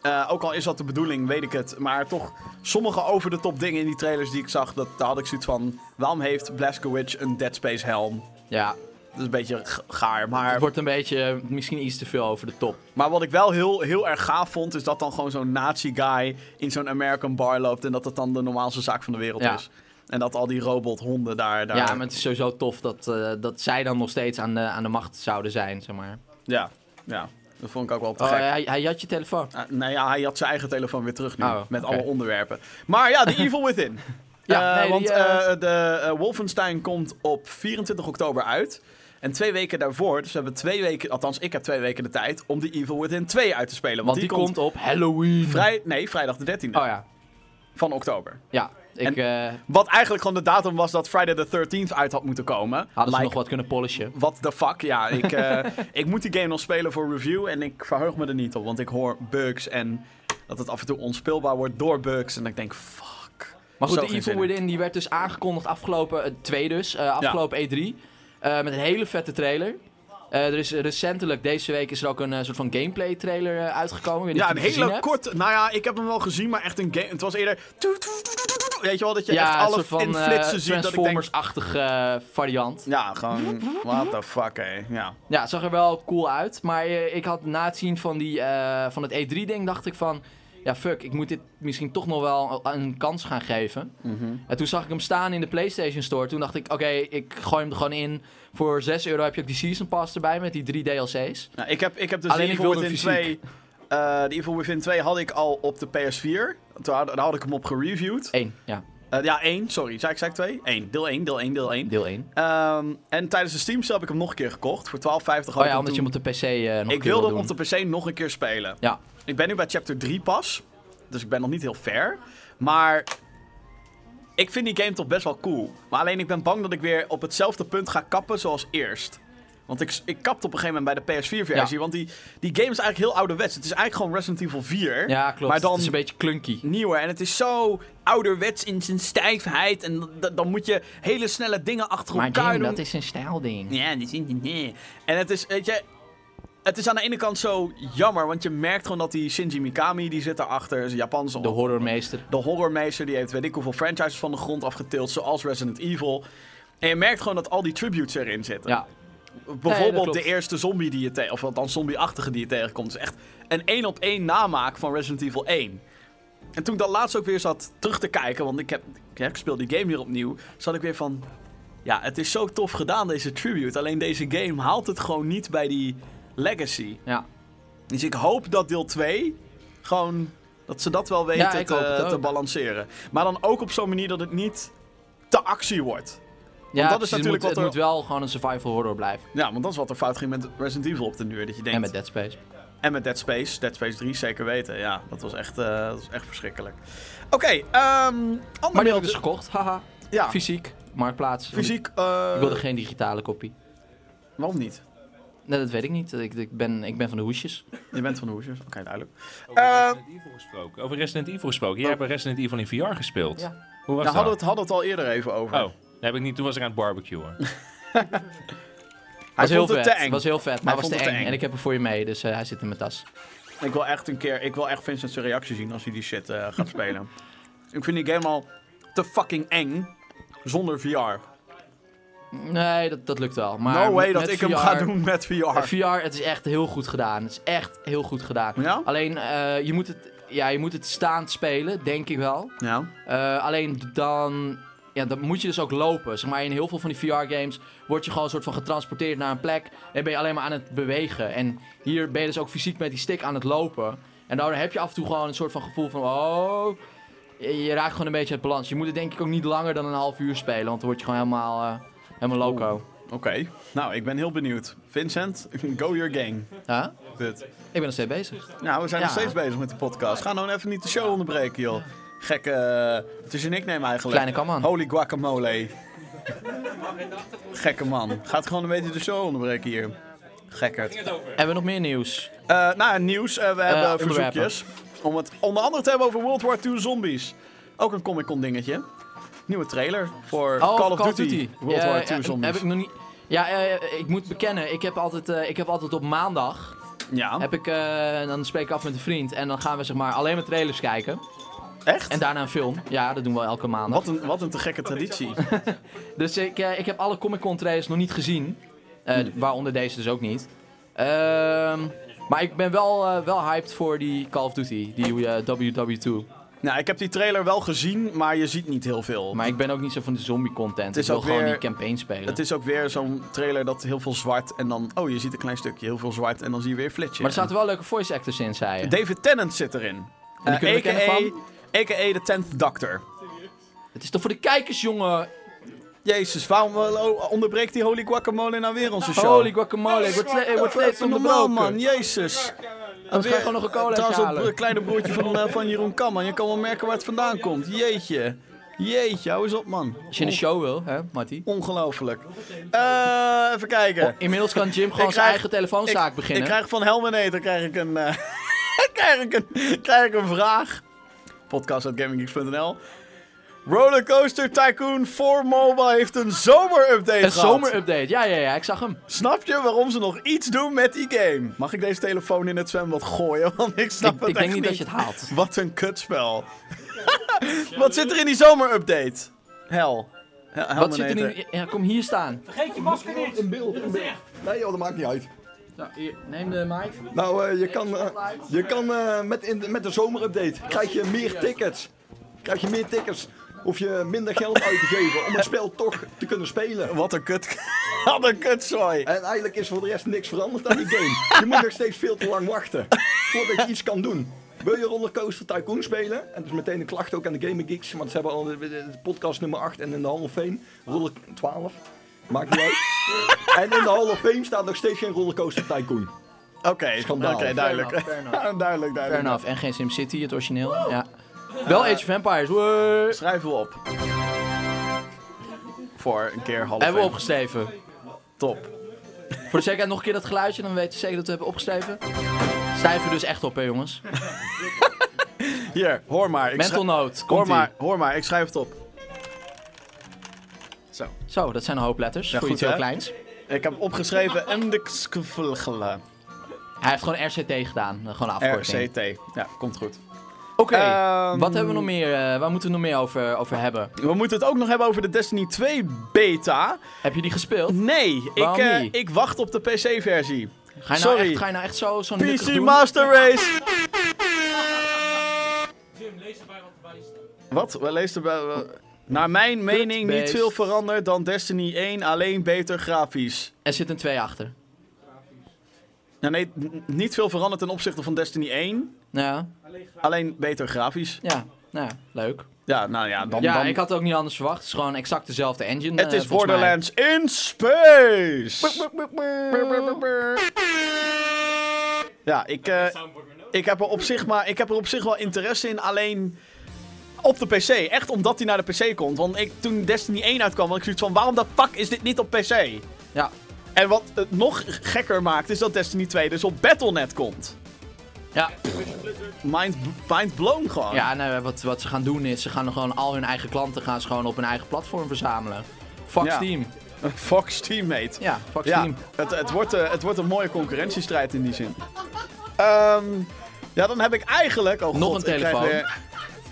Speaker 1: eh, ook al is dat de bedoeling, weet ik het. Maar toch, sommige over de top dingen in die trailers die ik zag... Dat, daar had ik zoiets van... Waarom heeft Blazkowicz een Dead Space helm?
Speaker 2: Ja,
Speaker 1: Dat is een beetje g- gaar. Maar,
Speaker 2: het wordt een beetje eh, misschien iets te veel over de top.
Speaker 1: maar wat ik wel heel, heel erg gaaf vond... is dat dan gewoon zo'n nazi-guy in zo'n American bar loopt... en dat dat dan de normaalste zaak van de wereld
Speaker 2: Ja.
Speaker 1: is. En dat al die robothonden daar... daar
Speaker 2: Ja, maar het is sowieso tof dat, eh, dat zij dan nog steeds aan de, aan de macht zouden zijn, zeg maar.
Speaker 1: ja, ja, dat vond ik ook wel te
Speaker 2: Oh,
Speaker 1: gek.
Speaker 2: hij, hij had je telefoon.
Speaker 1: Ah, nou ja, hij had zijn eigen telefoon weer terug nu.
Speaker 2: Oh,
Speaker 1: met
Speaker 2: oké.
Speaker 1: alle onderwerpen. Maar ja, The Evil Within.
Speaker 2: Ja,
Speaker 1: Eh,
Speaker 2: nee, die,
Speaker 1: want
Speaker 2: eh,
Speaker 1: eh, de eh, Wolfenstein komt op 24 oktober uit. En twee weken daarvoor, dus we hebben twee weken, althans ik heb twee weken de tijd om The Evil Within 2 uit te spelen. Want,
Speaker 2: Want die, komt op Halloween.
Speaker 1: vrij, nee, vrijdag de 13e
Speaker 2: Oh ja,
Speaker 1: van oktober.
Speaker 2: ja. Ik eh,
Speaker 1: Wat eigenlijk gewoon de datum was dat Friday the 13th uit had moeten komen.
Speaker 2: hadden ze
Speaker 1: Like,
Speaker 2: dus nog wat kunnen polishen.
Speaker 1: What the fuck? Ja, ik, eh, ik moet die game nog spelen voor review. En ik verheug me er niet op. Want ik hoor bugs en dat het af en toe onspeelbaar wordt door bugs. En ik denk, fuck.
Speaker 2: Maar goed,
Speaker 1: Zo
Speaker 2: de
Speaker 1: geen
Speaker 2: Evil
Speaker 1: zin in.
Speaker 2: Within die werd dus aangekondigd afgelopen, eh, twee dus, eh, afgelopen E3. eh, met een hele vette trailer. Eh, er is recentelijk, deze week, is er ook een eh, soort van gameplay trailer eh, uitgekomen. Ik weet niet
Speaker 1: Ja, een
Speaker 2: of je die gezien
Speaker 1: hele
Speaker 2: hebt.
Speaker 1: korte. Nou ja, ik heb hem wel gezien, maar echt een game. Het was eerder. Weet je wel, dat je
Speaker 2: ja,
Speaker 1: echt
Speaker 2: een
Speaker 1: alles
Speaker 2: soort van
Speaker 1: in
Speaker 2: eh,
Speaker 1: flitsen ziet. Dat ik denk,
Speaker 2: Transformers-achtige eh, variant.
Speaker 1: ja, gewoon. What the fuck, hé. Ja.
Speaker 2: Ja, het zag er wel cool uit. Maar eh, ik had na het zien van, die, eh, van het E3-ding, dacht ik van... Ja, fuck, ik moet dit misschien toch nog wel een, een kans gaan geven.
Speaker 1: Mhm.
Speaker 2: En toen zag ik hem staan in de PlayStation Store. Toen dacht ik, oké, ik gooi hem er gewoon in. Voor 6 euro heb je ook die Season Pass erbij met die drie DLC's.
Speaker 1: Nou, ik heb, ik heb dus
Speaker 2: Alleen
Speaker 1: de
Speaker 2: ik
Speaker 1: Evil
Speaker 2: wilde
Speaker 1: Within 2.
Speaker 2: fysiek.
Speaker 1: eh de Evil Within 2 had ik al op de PS4. Toen had, daar had ik hem op gereviewd.
Speaker 2: Eén, ja.
Speaker 1: Eh, ja, één, sorry. Zei ik, zei ik twee? Eén. Deel 1, deel 1, deel 1.
Speaker 2: Deel 1.
Speaker 1: Ehm, en tijdens de Steam sale heb ik hem nog een keer gekocht. Voor 12,50 had
Speaker 2: Oh
Speaker 1: ik
Speaker 2: ja,
Speaker 1: hem
Speaker 2: omdat je
Speaker 1: toen-
Speaker 2: hem op de PC eh nog
Speaker 1: Ik wilde hem op de PC nog een keer spelen.
Speaker 2: Ja.
Speaker 1: Ik ben nu bij chapter 3 pas. Dus ik ben nog niet heel ver. Maar ik vind die game toch best wel cool. Maar alleen ik ben bang dat ik weer op hetzelfde punt ga kappen zoals eerst. Want ik, ik kapte op een gegeven moment bij de PS4-versie.
Speaker 2: Ja.
Speaker 1: Want die, die game is eigenlijk heel ouderwets. Het is eigenlijk gewoon Resident Evil 4.
Speaker 2: Ja, klopt.
Speaker 1: Maar dan
Speaker 2: Het is een beetje clunky.
Speaker 1: nieuwer. En het is zo ouderwets in zijn stijfheid. En d- dan moet je hele snelle dingen achter
Speaker 2: Maar
Speaker 1: elkaar
Speaker 2: game,
Speaker 1: doen.
Speaker 2: dat is een stijlding.
Speaker 1: Ja, die zien die niet. En het is, weet je... Het is aan de ene kant zo jammer, want je merkt gewoon dat die Shinji Mikami, die zit daarachter, is een Japanse
Speaker 2: De horrormeester.
Speaker 1: de horrormeester, die heeft weet ik hoeveel franchises van de grond afgetild, zoals Resident Evil. En je merkt gewoon dat al die tributes erin zitten.
Speaker 2: Ja. Nee, dat
Speaker 1: Bijvoorbeeld
Speaker 2: klopt.
Speaker 1: de eerste zombie die je tegen, of dan zombie-achtige die je tegenkomt, is echt een één op één namaak van Resident Evil 1. En toen ik dat laatst ook weer zat terug te kijken, want ik heb, ik speel die game weer opnieuw, zat ik weer van, ja, het is zo tof gedaan deze tribute, alleen deze game haalt het gewoon niet bij die legacy.
Speaker 2: Ja.
Speaker 1: Dus ik hoop dat deel 2 gewoon. dat ze dat wel weten
Speaker 2: ik
Speaker 1: te,
Speaker 2: hoop het ook.
Speaker 1: te balanceren. Maar dan ook op zo'n manier dat het niet te actie wordt.
Speaker 2: Ja,
Speaker 1: dat is
Speaker 2: precies, het
Speaker 1: natuurlijk
Speaker 2: moet,
Speaker 1: wat
Speaker 2: het
Speaker 1: er-
Speaker 2: moet wel gewoon een survival horror blijven.
Speaker 1: Ja, want dat is wat er fout ging met Resident Evil op de duur. Dat je denkt.
Speaker 2: En met Dead Space.
Speaker 1: en met Dead Space. Dead Space 3 zeker weten. Ja, dat was echt, eh, dat was echt verschrikkelijk. Oké, ehm ander
Speaker 2: Maar die heb ik
Speaker 1: mailtje.
Speaker 2: dus gekocht, haha.
Speaker 1: Ja,
Speaker 2: Fysiek, marktplaats.
Speaker 1: Ah. fysiek. eh,
Speaker 2: Ik wilde geen digitale kopie.
Speaker 1: Waarom niet?
Speaker 2: Nee, dat weet ik niet. Ik, ik, ben, ik ben van de hoesjes.
Speaker 1: Je bent van de hoesjes. Oké, duidelijk.
Speaker 7: Over
Speaker 2: Nou,
Speaker 1: Eh,
Speaker 7: Resident Evil gesproken. Over Resident Evil gesproken.
Speaker 5: Oh.
Speaker 7: Jij hebt Resident Evil in VR gespeeld.
Speaker 2: Ja.
Speaker 7: Hoe
Speaker 5: Nou,
Speaker 1: Daar
Speaker 7: was dat?
Speaker 1: hadden we het, hadden we het al eerder even over.
Speaker 7: Oh, daar heb ik niet. Toen was ik aan het barbecuen.
Speaker 1: Hij
Speaker 2: was heel
Speaker 1: vond het
Speaker 2: vet.
Speaker 1: te eng.
Speaker 2: Was heel vet,
Speaker 1: Hij
Speaker 2: maar was
Speaker 1: vond
Speaker 2: te
Speaker 1: het te
Speaker 2: eng.
Speaker 1: eng.
Speaker 2: En ik heb hem voor je mee, dus eh, hij zit in mijn tas.
Speaker 1: Ik wil echt een keer, ik wil echt Vincent's reactie zien als hij die shit eh, gaat spelen. ik vind die game al te fucking eng zonder VR.
Speaker 2: Nee, dat, dat lukt wel. Maar
Speaker 1: no way
Speaker 2: met-
Speaker 1: dat
Speaker 2: met
Speaker 1: ik
Speaker 2: VR
Speaker 1: hem ga doen met VR.
Speaker 2: VR, het is echt heel goed gedaan. Het is echt heel goed gedaan.
Speaker 1: Ja?
Speaker 2: Alleen, eh, je moet het... ja, je moet het staand spelen, denk ik wel.
Speaker 1: Ja.
Speaker 2: Eh, alleen dan, ja, dan moet je dus ook lopen. Zeg maar, in heel veel van die VR-games word je gewoon een soort van getransporteerd naar een plek. En ben je alleen maar aan het bewegen. En hier ben je dus ook fysiek met die stick aan het lopen. En daardoor heb je af en toe gewoon een soort van gevoel van... Oh, je je raakt gewoon een beetje uit balans. Je moet het denk ik ook niet langer dan een half uur spelen. Want dan word je gewoon helemaal, eh, helemaal loco.
Speaker 1: Oké. Nou, ik ben heel benieuwd. Vincent, go your gang.
Speaker 2: Huh?
Speaker 1: Dit.
Speaker 2: Ik ben nog steeds bezig.
Speaker 1: Nou, we zijn nog
Speaker 2: Ja.
Speaker 1: steeds bezig met de podcast. Ga nou even niet de show onderbreken, joh. Gekke... eh, het is je nickname eigenlijk.
Speaker 2: Kleine kamman.
Speaker 1: Holy guacamole. Gekke man. Gaat gewoon een beetje de show onderbreken hier. Gekkerd.
Speaker 2: Hebben we nog meer nieuws?
Speaker 1: Eh nou, nieuws. Eh, we hebben
Speaker 2: onderwerpen.
Speaker 1: verzoekjes. Om het onder andere te hebben over World War II Zombies. Ook een Comic Con dingetje. Nieuwe trailer voor
Speaker 2: Oh,
Speaker 1: Call, of Duty. World
Speaker 2: Ja,
Speaker 1: War
Speaker 2: ja,
Speaker 1: II Zombies.
Speaker 2: Heb ik nog niet... Ja, eh, ik moet bekennen, ik heb altijd, eh, ik heb altijd op maandag...
Speaker 1: Ja,
Speaker 2: Heb ik, eh, dan spreek ik af met een vriend en dan gaan we zeg maar alleen maar trailers kijken.
Speaker 1: echt?
Speaker 2: En daarna een film. Ja, dat doen we elke maandag.
Speaker 1: Wat een, wat een te gekke traditie.
Speaker 2: Dus ik, eh, ik heb alle Comic Con trailers nog niet gezien. Eh,
Speaker 1: Hmm.
Speaker 2: Waaronder deze dus ook niet. Ehm, maar ik ben wel, eh, wel hyped voor die Call of Duty, die eh, WW2.
Speaker 1: nou, ik heb die trailer wel gezien, maar je ziet niet heel veel.
Speaker 2: Maar ik ben ook niet zo van de zombie content.
Speaker 1: is
Speaker 2: Ik wil
Speaker 1: ook
Speaker 2: gewoon
Speaker 1: weer-
Speaker 2: die campaign spelen.
Speaker 1: Het is ook weer zo'n trailer dat heel veel zwart en dan... Oh, je ziet een klein stukje, heel veel zwart en dan zie je weer flitsen.
Speaker 2: Maar er zaten wel leuke voice actors in, zei je.
Speaker 1: David Tennant zit erin.
Speaker 2: die kunnen we
Speaker 1: Eh,
Speaker 2: kennen
Speaker 1: AKA A.k.a. de 10th Doctor.
Speaker 2: Het is toch voor de kijkers, jongen?
Speaker 1: Jezus, waarom eh, onderbreekt die Holy Guacamole nou weer onze show?
Speaker 2: Holy guacamole, ik word, ste- ik word steeds
Speaker 1: Even normaal,
Speaker 2: onderbroken.
Speaker 1: man. Jezus.
Speaker 2: Anders ga ik gewoon nog een cola
Speaker 1: Trouwens, dat
Speaker 2: halen.
Speaker 1: bro- kleine broertje van, eh, van Jeroen Kamman. Je kan wel merken waar het vandaan komt. Jeetje. Jeetje, hou eens op, man.
Speaker 2: Als je in de show wil, hè, Matty?
Speaker 1: Ongelooflijk. Eh, even kijken.
Speaker 2: Inmiddels kan Jim
Speaker 1: Ik
Speaker 2: gewoon zijn
Speaker 1: krijg-
Speaker 2: eigen telefoonzaak
Speaker 1: ik,
Speaker 2: beginnen.
Speaker 1: Ik krijg van Helmenator krijg ik een, eh, krijg ik een, krijg ik een vraag. Podcast.gaminggeeks.nl Rollercoaster Tycoon 4 Mobile heeft een zomerupdate
Speaker 2: Een
Speaker 1: gehad.
Speaker 2: zomerupdate, ja, ja, ja, ik zag hem.
Speaker 1: Snap je waarom ze nog iets doen met die game? Mag ik deze telefoon in het zwembad gooien? Want ik snap
Speaker 2: Ik,
Speaker 1: het
Speaker 2: ik
Speaker 1: echt
Speaker 2: denk niet
Speaker 1: niet.
Speaker 2: dat je het haalt.
Speaker 1: Wat een kutspel. Wat zit er in die zomerupdate? Hel. Hel-
Speaker 2: Wat zit er
Speaker 1: Helmenator.
Speaker 2: nu? Ja, kom hier staan.
Speaker 10: In beeld, in beeld. Nee joh, dat maakt niet uit.
Speaker 2: neem de mic.
Speaker 10: Nou, eh, je kan, eh, je kan eh, met, in, de- met de zomerupdate krijg je meer tickets. Krijg je meer tickets. Hoef je minder geld uit te geven om het spel toch te kunnen spelen.
Speaker 1: Wat een kut... Wat een kutzooi.
Speaker 10: En eigenlijk is voor de rest niks veranderd aan die game. Je moet nog steeds veel te lang wachten voordat je iets kan doen. Wil je Rollercoaster Tycoon spelen? En dat is meteen een klacht ook aan de Gaming Geeks, want ze hebben al de, de- de podcast nummer 8 en in de Hall of Fame Roller 12. Maakt niet uit. En in de Hall of Fame staat nog steeds geen Rollercoaster Tycoon.
Speaker 1: Oké, oké,
Speaker 10: Schandaal.
Speaker 1: duidelijk.
Speaker 2: Fair enough.
Speaker 1: duidelijk,
Speaker 2: Fair
Speaker 1: duidelijk.
Speaker 2: enough. En geen SimCity, het origineel. Ja. Wel Age of Empires. woe.
Speaker 1: Schrijven we op. Voor een keer half
Speaker 2: Hebben we
Speaker 1: één.
Speaker 2: opgeschreven.
Speaker 1: Top.
Speaker 2: Voor de zekerheid nog een keer dat geluidje, dan weten we zeker dat we hebben opgeschreven. Schrijven we dus echt op, hè jongens.
Speaker 1: Hier, hoor maar. Ik
Speaker 2: Mental
Speaker 1: schrij-
Speaker 2: note,
Speaker 1: hoor
Speaker 2: komt
Speaker 1: maar, hoor maar, ik schrijf het op.
Speaker 2: Zo, dat zijn een hoop letters
Speaker 1: Ja,
Speaker 2: voor
Speaker 1: goed,
Speaker 2: iets heel
Speaker 1: hè?
Speaker 2: kleins.
Speaker 1: Ik heb opgeschreven en de skvlgla.
Speaker 2: Hij heeft gewoon RCT gedaan, eh, gewoon een afkorting.
Speaker 1: RCT. Ja, komt goed.
Speaker 2: Oké,
Speaker 1: Ehm,
Speaker 2: wat hebben we nog meer? eh, waar moeten we nog meer over, over hebben?
Speaker 1: We moeten het ook nog hebben over de Destiny 2 beta.
Speaker 2: Heb je die gespeeld?
Speaker 1: Nee, ik,
Speaker 2: Waarom
Speaker 1: eh,
Speaker 2: niet?
Speaker 1: ik wacht op de PC-versie.
Speaker 2: Ga je nou
Speaker 1: Sorry.
Speaker 2: echt, ga je nou echt zo, zo'n nukkig
Speaker 1: PC
Speaker 2: doen?
Speaker 1: Master Race. Wat? Wel leest er bij. wel- Naar mijn mening niet
Speaker 2: Kutbeest.
Speaker 1: veel veranderd dan Destiny 1, alleen beter grafisch.
Speaker 2: Er zit een 2 achter.
Speaker 1: Nou nee, n- niet veel veranderd ten opzichte van Destiny 1,
Speaker 2: Nou ja,
Speaker 1: alleen beter grafisch.
Speaker 2: ja, nou ja, leuk.
Speaker 1: Ja, nou ja, dan...
Speaker 2: ja,
Speaker 1: dan...
Speaker 2: ik had het ook niet anders verwacht. Het is gewoon exact dezelfde engine.
Speaker 1: Het
Speaker 2: eh,
Speaker 1: is
Speaker 2: volgens mij.
Speaker 1: Borderlands in space! Ja, ik, eh, ik, heb er op zich maar, ik heb er op zich wel interesse in, alleen op de PC. Echt omdat hij naar de PC komt. Want ik, toen Destiny 1 uitkwam, had ik zoiets van, waarom de fuck is dit niet op PC?
Speaker 2: Ja.
Speaker 1: En wat het nog gekker maakt, is dat Destiny 2 dus op Battle.net komt.
Speaker 2: Ja.
Speaker 1: Mind, mind blown gewoon.
Speaker 2: Ja, nee, wat, wat ze gaan doen is, ze gaan gewoon al hun eigen klanten gaan ze gewoon op hun eigen platform verzamelen. Fuck
Speaker 1: Ja.
Speaker 2: Steam.
Speaker 1: Fox teammate.
Speaker 2: Ja, fuck
Speaker 1: Ja,
Speaker 2: Steam.
Speaker 1: het, het, wordt, eh, het wordt een mooie concurrentiestrijd in die zin. Ehm, ja, dan heb ik eigenlijk... Oh
Speaker 2: Nog
Speaker 1: God,
Speaker 2: een
Speaker 1: ik
Speaker 2: telefoon.
Speaker 1: Krijg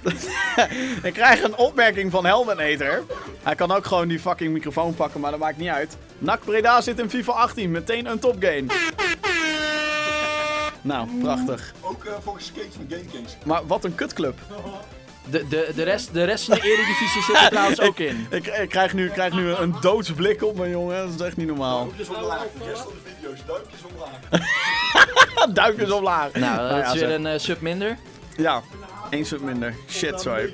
Speaker 1: weer- ik krijg een opmerking van Helmeneter. Hij kan ook gewoon die fucking microfoon pakken, maar dat maakt niet uit. Nak Breda zit in FIFA 18, meteen een topgame. Nou, prachtig.
Speaker 10: Ook eh, volgens Skates van GameKings.
Speaker 1: Maar wat een kutclub.
Speaker 2: De, de, de, rest, de rest van de eredivisie zit er trouwens ook in.
Speaker 1: Ik, ik krijg nu, ik krijg nu een doodsblik op me, jongen. Dat is echt niet normaal.
Speaker 10: Duimpjes dus omlaag. De rest van de video's. Duimpjes omlaag.
Speaker 1: Duimpjes omlaag.
Speaker 2: Nou, dat is
Speaker 1: ja,
Speaker 2: weer
Speaker 1: zeg.
Speaker 2: een eh, sub minder.
Speaker 1: Ja, één sub minder. Shit, sorry.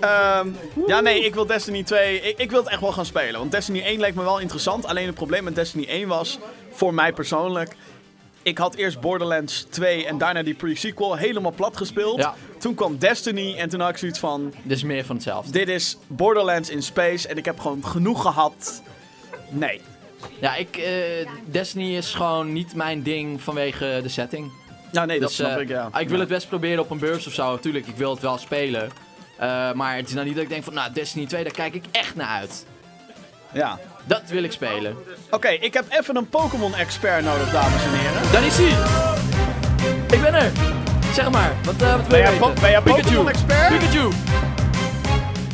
Speaker 1: Ehm, ja, nee, ik wil Destiny 2... Ik, ik wil het echt wel gaan spelen. Want Destiny 1 leek me wel interessant. Alleen het probleem met Destiny 1 was, voor mij persoonlijk... Ik had eerst Borderlands 2 en daarna die pre-sequel helemaal plat gespeeld.
Speaker 2: Ja.
Speaker 1: Toen kwam Destiny en toen had ik zoiets van...
Speaker 2: Dit is meer van hetzelfde.
Speaker 1: Dit is Borderlands in space en ik heb gewoon genoeg gehad. Nee.
Speaker 2: Ja, ik, eh, Destiny is gewoon niet mijn ding vanwege de setting.
Speaker 1: Ja, nee, dat
Speaker 2: Dus,
Speaker 1: snap
Speaker 2: eh,
Speaker 1: ik, ja.
Speaker 2: Ik wil het best proberen op een beurs of zo. Tuurlijk, ik wil het wel spelen. Eh, maar het is nou niet dat ik denk van, nou, Destiny 2, daar kijk ik echt naar uit.
Speaker 1: Ja.
Speaker 2: Dat wil ik spelen.
Speaker 1: Oké, ik heb even een Pokémon-expert nodig, dames en heren.
Speaker 2: Daar is hij! Ik ben er! Zeg maar, wat, eh, wat wil
Speaker 1: Ben
Speaker 2: je
Speaker 1: jij, po-
Speaker 2: weten?
Speaker 1: ben jij
Speaker 2: Pikachu!
Speaker 1: Pokémon-expert?
Speaker 2: Pikachu!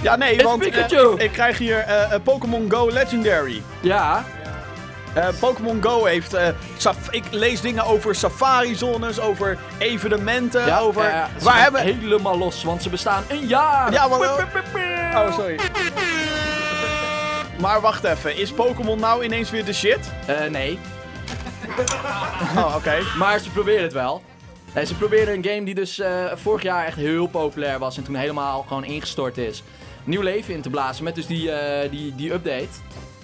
Speaker 1: Ja, nee,
Speaker 2: It's
Speaker 1: want eh,
Speaker 2: Pikachu!
Speaker 1: ik krijg hier eh, eh, Pokémon Go Legendary.
Speaker 2: Ja,
Speaker 1: Eh, Pokémon Go heeft... eh, saf- ik lees dingen over safari-zones, over evenementen,
Speaker 2: ja
Speaker 1: over...
Speaker 2: eh, ze
Speaker 1: waar
Speaker 2: gaan
Speaker 1: hebben...
Speaker 2: Helemaal los, want ze bestaan een jaar!
Speaker 1: Ja, maar... Oh, sorry. Maar wacht even, is Pokémon nou ineens weer de shit?
Speaker 2: Eh, nee,
Speaker 1: Oh, oké.
Speaker 2: maar ze proberen het wel. Nee, ze proberen een game die dus eh, vorig jaar echt heel populair was en toen helemaal gewoon ingestort is. Nieuw leven in te blazen met dus die, eh, die, die update.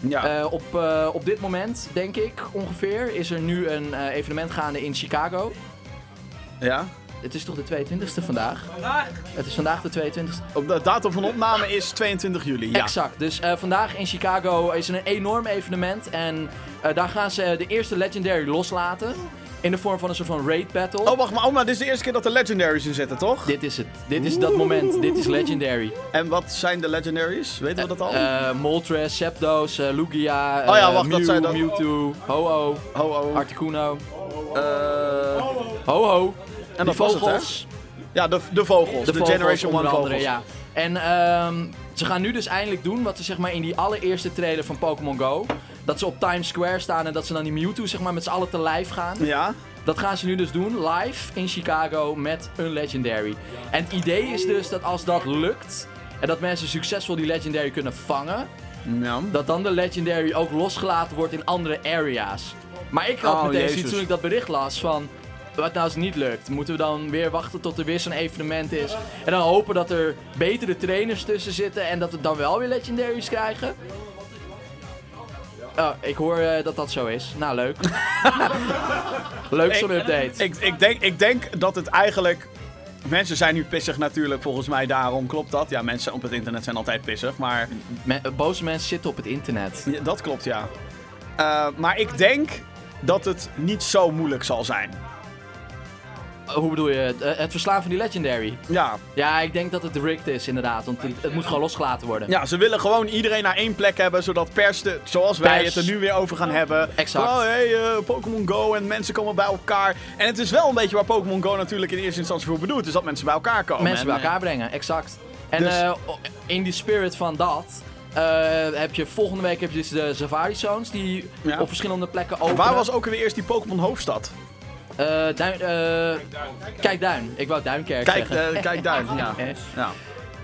Speaker 1: Ja.
Speaker 2: Eh, op, eh, op dit moment, denk ik ongeveer, is er nu een eh, evenement gaande in Chicago.
Speaker 1: ja.
Speaker 2: Het is toch de 22e vandaag? Het is vandaag de 22e.
Speaker 1: Op de datum van opname is 22 juli, ja.
Speaker 2: Exact. Dus eh, vandaag in Chicago is er een enorm evenement. En eh, daar gaan ze de eerste Legendary loslaten. In de vorm van een soort van raid battle.
Speaker 1: Oh, wacht maar. Oh, maar dit is de eerste keer dat de Legendaries in zitten, toch?
Speaker 2: Dit is het. Dit is dat moment. Dit is Legendary.
Speaker 1: En wat zijn de Legendaries? Weten we dat al?
Speaker 2: Eh Moltres, Zapdos, eh, Lugia,
Speaker 1: Oh ja,
Speaker 2: eh,
Speaker 1: wacht, dat
Speaker 2: Mew,
Speaker 1: zijn dan-
Speaker 2: Mewtwo, Ho-Oh,
Speaker 1: oh, oh.
Speaker 2: Articuno,
Speaker 1: Eh,
Speaker 2: Ho-Oh. En
Speaker 1: dat was het, hè? ja, de, de vogels. De,
Speaker 2: vogels
Speaker 1: Generation
Speaker 2: onder
Speaker 1: 1 vogels.
Speaker 2: andere, ja. En ehm, ze gaan nu dus eindelijk doen wat ze zeg maar in die allereerste trailer van Pokémon Go. Dat ze op Times Square staan en dat ze dan die Mewtwo zeg maar met z'n allen te lijf gaan.
Speaker 1: Ja.
Speaker 2: Dat gaan ze nu dus doen, live in Chicago met een Legendary. En het idee is dus dat als dat lukt en dat mensen succesvol die Legendary kunnen vangen,
Speaker 1: Ja.
Speaker 2: dat dan de Legendary ook losgelaten wordt in andere area's. Maar ik had
Speaker 1: Oh,
Speaker 2: meteen
Speaker 1: Jezus.
Speaker 2: zoiets toen ik dat bericht las van... Wat nou als het niet lukt? Moeten we dan weer wachten tot er weer zo'n evenement is? En dan hopen dat er betere trainers tussen zitten en dat we dan wel weer legendaries krijgen? Oh, ik hoor eh, dat dat zo is. Nou, leuk. leuk zo'n update.
Speaker 1: Ik, ik, denk, ik denk dat het eigenlijk... Mensen zijn nu pissig natuurlijk, volgens mij daarom klopt dat. Ja, mensen op het internet zijn altijd pissig, maar
Speaker 2: Me- eh, boze mensen zitten op het internet.
Speaker 1: ja, dat klopt, ja. Eh, maar ik denk dat het niet zo moeilijk zal zijn.
Speaker 2: Eh, hoe bedoel je? Het, eh, het verslaan van die legendary?
Speaker 1: Ja,
Speaker 2: Ja, ik denk dat het rigged is inderdaad. Want het, het moet gewoon losgelaten worden.
Speaker 1: Ja, ze willen gewoon iedereen naar één plek hebben, zodat pers, de- zoals wij
Speaker 2: Pers.
Speaker 1: het er nu weer over gaan hebben.
Speaker 2: Exact.
Speaker 1: Van, oh, hey, eh, Pokémon Go en mensen komen bij elkaar. En het is wel een beetje waar Pokémon Go natuurlijk in eerste instantie voor bedoeld is, dat mensen bij elkaar komen.
Speaker 2: mensen bij
Speaker 1: En,
Speaker 2: elkaar brengen, exact. En
Speaker 1: Oh, Dus-
Speaker 2: eh, o- in die spirit van dat eh, heb je volgende week heb je dus de Safari Zones die
Speaker 1: Ja.
Speaker 2: op verschillende plekken
Speaker 1: eh,
Speaker 2: openen.
Speaker 1: Waar was ook weer eerst die Pokémon hoofdstad?
Speaker 2: Eh, duin, Kijkduin. Kijkduin. Ik wou Duinkerk
Speaker 1: Kijk,
Speaker 2: zeggen.
Speaker 1: eh, kijk duin. Ja. Ja.
Speaker 2: Eh,
Speaker 1: Even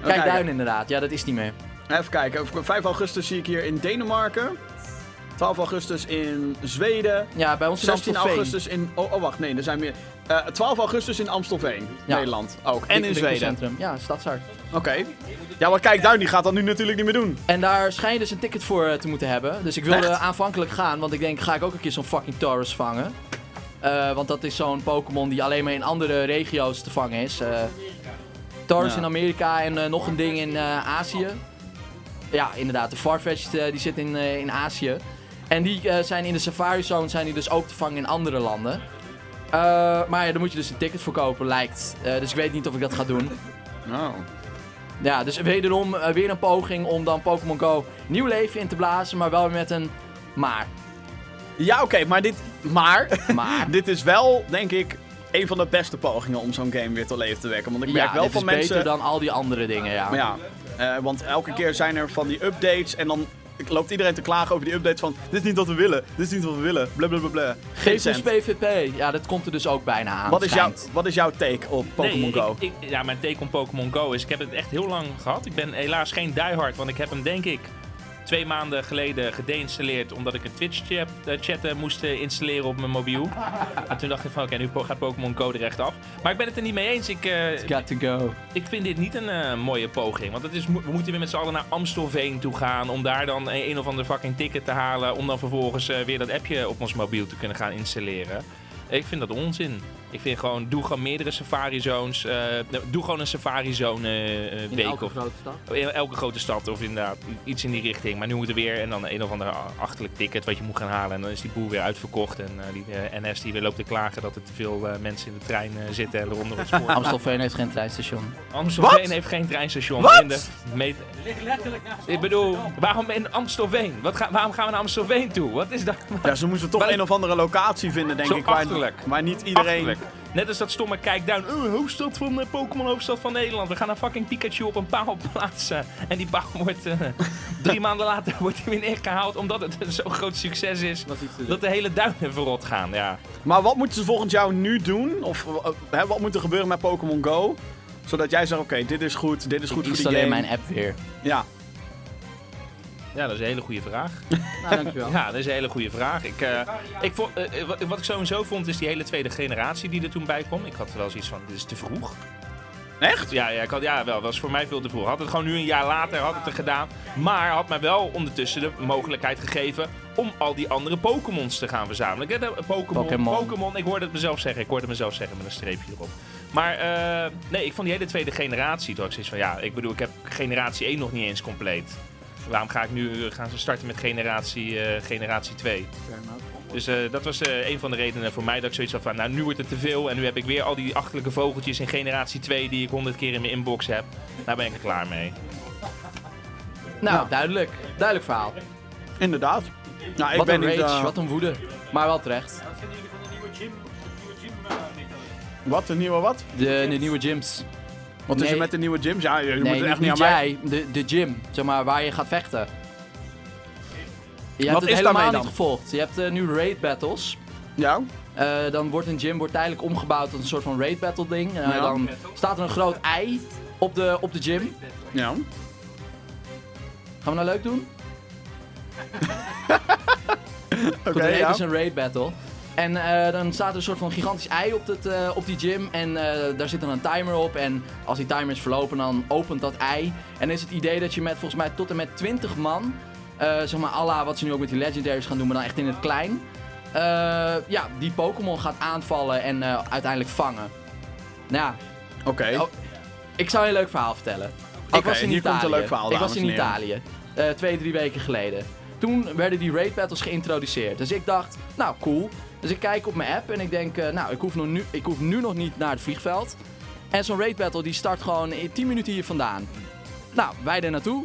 Speaker 2: Kijkduin
Speaker 1: kijken.
Speaker 2: inderdaad. Ja, dat is niet meer.
Speaker 1: Even kijken. Op 5 augustus zie ik hier in Denemarken. 12 augustus in Zweden.
Speaker 2: Ja, bij ons in
Speaker 1: 16
Speaker 2: Amstelveen.
Speaker 1: augustus in. Oh, oh, wacht, nee, er zijn meer. Eh, 12 augustus in Amstelveen,
Speaker 2: Ja.
Speaker 1: Nederland ook. En in Zweden.
Speaker 2: Winkelcentrum. Ja, Stadshart.
Speaker 1: Oké. Ja, maar kijk, Duin die gaat dat nu natuurlijk niet meer doen.
Speaker 2: En daar schijn je dus een ticket voor eh, te moeten hebben. Dus ik wilde
Speaker 1: Echt?
Speaker 2: aanvankelijk gaan, want ik denk, ga ik ook een keer zo'n fucking Taurus vangen. Eh, want dat is zo'n Pokémon die alleen maar in andere regio's te vangen is. Eh Taurus
Speaker 1: Ja.
Speaker 2: in Amerika en eh, nog een ding in eh, Azië. Ja, inderdaad. De Farfetch'd eh, die zit in, eh, in Azië. En die eh, zijn in de Safari Zone zijn die dus ook te vangen in andere landen. Eh, maar ja, daar moet je dus een ticket voor kopen, lijkt. Eh, dus ik weet niet of ik dat ga doen. Oh.
Speaker 1: Nou.
Speaker 2: Ja, dus wederom eh, weer een poging om dan Pokémon Go nieuw leven in te blazen, maar wel met een maar.
Speaker 1: Ja, oké, maar, dit, maar
Speaker 2: Maar.
Speaker 1: dit is wel, denk ik, een van de beste pogingen om zo'n game weer tot leven te wekken. Want ik merk
Speaker 2: ja,
Speaker 1: wel
Speaker 2: dit
Speaker 1: van
Speaker 2: is
Speaker 1: mensen.
Speaker 2: beter dan al die andere dingen, ja.
Speaker 1: Maar ja, eh, want elke keer zijn er van die updates en dan loopt iedereen te klagen over die update van... Dit is niet wat we willen, dit is niet wat we willen, blablabla.
Speaker 2: Geef ons PvP. Ja, dat komt er dus ook bijna aan.
Speaker 1: Wat is, jouw,
Speaker 2: schijnt.
Speaker 1: wat is jouw take op Pokémon
Speaker 7: nee,
Speaker 1: Go?
Speaker 7: Ik, ik- ja, mijn take op Pokémon Go is, ik heb het echt heel lang gehad. Ik ben helaas geen diehard, want ik heb hem denk ik twee maanden geleden gedeinstalleerd omdat ik een Twitch-chat eh, chat, eh, moest eh, installeren op mijn mobiel. en toen dacht ik van, oké, nu po- gaat Pokémon Go er echt af. Maar ik ben het er niet mee eens. Ik, eh,
Speaker 2: Got to go.
Speaker 7: ik vind dit niet een eh, mooie poging. Want het is, mo- we moeten weer met z'n allen naar Amstelveen toe gaan. Om daar dan een, een of ander fucking ticket te halen. Om dan vervolgens eh, weer dat appje op ons mobiel te kunnen gaan installeren. Ik vind dat onzin. Ik vind gewoon, doe gewoon meerdere safari zones. eh, nou, doe gewoon een safari zone eh, eh,
Speaker 2: In
Speaker 7: week
Speaker 2: elke
Speaker 7: of
Speaker 2: grote stad.
Speaker 7: in elke grote stad of inderdaad i- iets in die richting. Maar nu moet er weer en dan een of ander achterlijk ticket wat je moet gaan halen. En dan is die boel weer uitverkocht. En eh, die eh, NS die weer loopt te klagen dat er te veel eh, mensen in de trein eh, zitten en eronder wordt spoor.
Speaker 2: Amstelveen heeft geen treinstation.
Speaker 7: Amstelveen heeft geen treinstation. In de meet... Ik bedoel, waarom in Amstelveen? Wat ga- waarom gaan we naar Amstelveen toe? Wat is dat?
Speaker 1: Ja, ze moesten toch
Speaker 7: Wel-
Speaker 1: een of andere locatie vinden, denk
Speaker 7: Zo
Speaker 1: ik. Waar,
Speaker 7: achterlijk.
Speaker 1: waar niet iedereen...
Speaker 7: Achterlijk. Net als dat stomme kijkdown. Oh, hoofdstad van eh, Pokémon, hoofdstad van Nederland. We gaan een fucking Pikachu op een paal plaatsen. En die paal wordt eh, drie maanden later wordt hij weer neergehaald. Omdat het zo'n groot succes is. eh, Dat de hele duinen verrot gaan. Ja.
Speaker 1: Maar wat moeten ze volgens jou nu doen? Of eh, hè, wat moet er gebeuren met Pokémon Go? Zodat jij zegt, oké, dit is goed, dit is goed voor die game.
Speaker 2: Installeer mijn app weer.
Speaker 1: Ja.
Speaker 7: ja, dat is een hele goede vraag.
Speaker 2: Nou, dankjewel.
Speaker 7: Ja, dat is een hele goede vraag. Ik, eh, ik vond, eh, eh, wat, wat ik sowieso vond is die hele tweede generatie die er toen bij kwam. Ik had wel zoiets van, dit is te vroeg.
Speaker 1: Echt?
Speaker 7: Ja, ja, ik had, ja wel, was voor mij veel te vroeg. Had het gewoon nu een jaar later had het er gedaan. Maar had mij wel ondertussen de mogelijkheid gegeven om al die andere Pokémons te gaan verzamelen. Ik, eh, Pokémon,
Speaker 2: Pokémon.
Speaker 7: Pokémon, ik hoorde het mezelf zeggen. Ik hoorde het mezelf zeggen met een streepje erop. Maar eh, nee, ik vond die hele tweede generatie toch zoiets van, ja, ik bedoel, ik heb generatie 1 nog niet eens compleet. Waarom ga ik nu eh, gaan ze starten met generatie, eh, generatie 2? Dus eh, dat was eh, een van de redenen voor mij dat ik zoiets had van, nou nu wordt het te veel en nu heb ik weer al die achterlijke vogeltjes in generatie 2 die ik honderd keer in mijn inbox heb. Daar ben ik er klaar mee.
Speaker 2: Nou, duidelijk. Duidelijk verhaal.
Speaker 1: Inderdaad. Nou, ik
Speaker 2: wat
Speaker 1: ben
Speaker 2: een
Speaker 1: niet...
Speaker 2: rage,
Speaker 1: eh,
Speaker 2: wat een woede. Maar wel terecht.
Speaker 1: wat, een nieuwe wat?
Speaker 2: De, de nieuwe gyms.
Speaker 1: Wat is
Speaker 2: Nee.
Speaker 1: er met de nieuwe gyms? Ja, je moet
Speaker 2: nee,
Speaker 1: er echt
Speaker 2: niet,
Speaker 1: niet aan
Speaker 2: niet
Speaker 1: mij...
Speaker 2: jij. De, de gym. Zeg maar, waar je gaat vechten. Je hebt
Speaker 1: Wat
Speaker 2: het
Speaker 1: is
Speaker 2: helemaal
Speaker 1: daarmee
Speaker 2: niet
Speaker 1: dan?
Speaker 2: gevolgd. Je hebt eh, nu raid battles.
Speaker 1: Ja?
Speaker 2: Eh, dan wordt een gym wordt tijdelijk omgebouwd tot een soort van raid battle ding. Eh,
Speaker 1: Ja.
Speaker 2: Dan staat er een groot ei op de, op de gym.
Speaker 1: Ja.
Speaker 2: Gaan we nou leuk doen?
Speaker 1: Oké,
Speaker 2: Tot de raid
Speaker 1: ja.
Speaker 2: is een raid battle. En eh, dan staat er een soort van gigantisch ei op, het, eh, op die gym. En eh, daar zit dan een timer op. En als die timer is verlopen, dan opent dat ei. En dan is het idee dat je met volgens mij tot en met 20 man. eh, zeg maar, à la wat ze nu ook met die legendaries gaan doen, maar dan echt in het klein. eh, ja, die Pokémon gaat aanvallen en eh, uiteindelijk vangen. Nou ja,
Speaker 1: Oké.
Speaker 2: Oh, ik zou je een leuk verhaal vertellen. ik
Speaker 1: Oké,
Speaker 2: was in
Speaker 1: hier
Speaker 2: Italië.
Speaker 1: komt een leuk verhaal,
Speaker 2: Ik was
Speaker 1: dames
Speaker 2: in
Speaker 1: en heren.
Speaker 2: Italië. eh, twee, drie weken geleden. Toen werden die raid battles geïntroduceerd. Dus ik dacht, nou cool. Dus ik kijk op mijn app en ik denk, eh, nou ik hoef, nog nu, ik hoef nu nog niet naar het vliegveld. En zo'n raid battle die start gewoon in 10 minuten hier vandaan. Nou, wij er naartoe.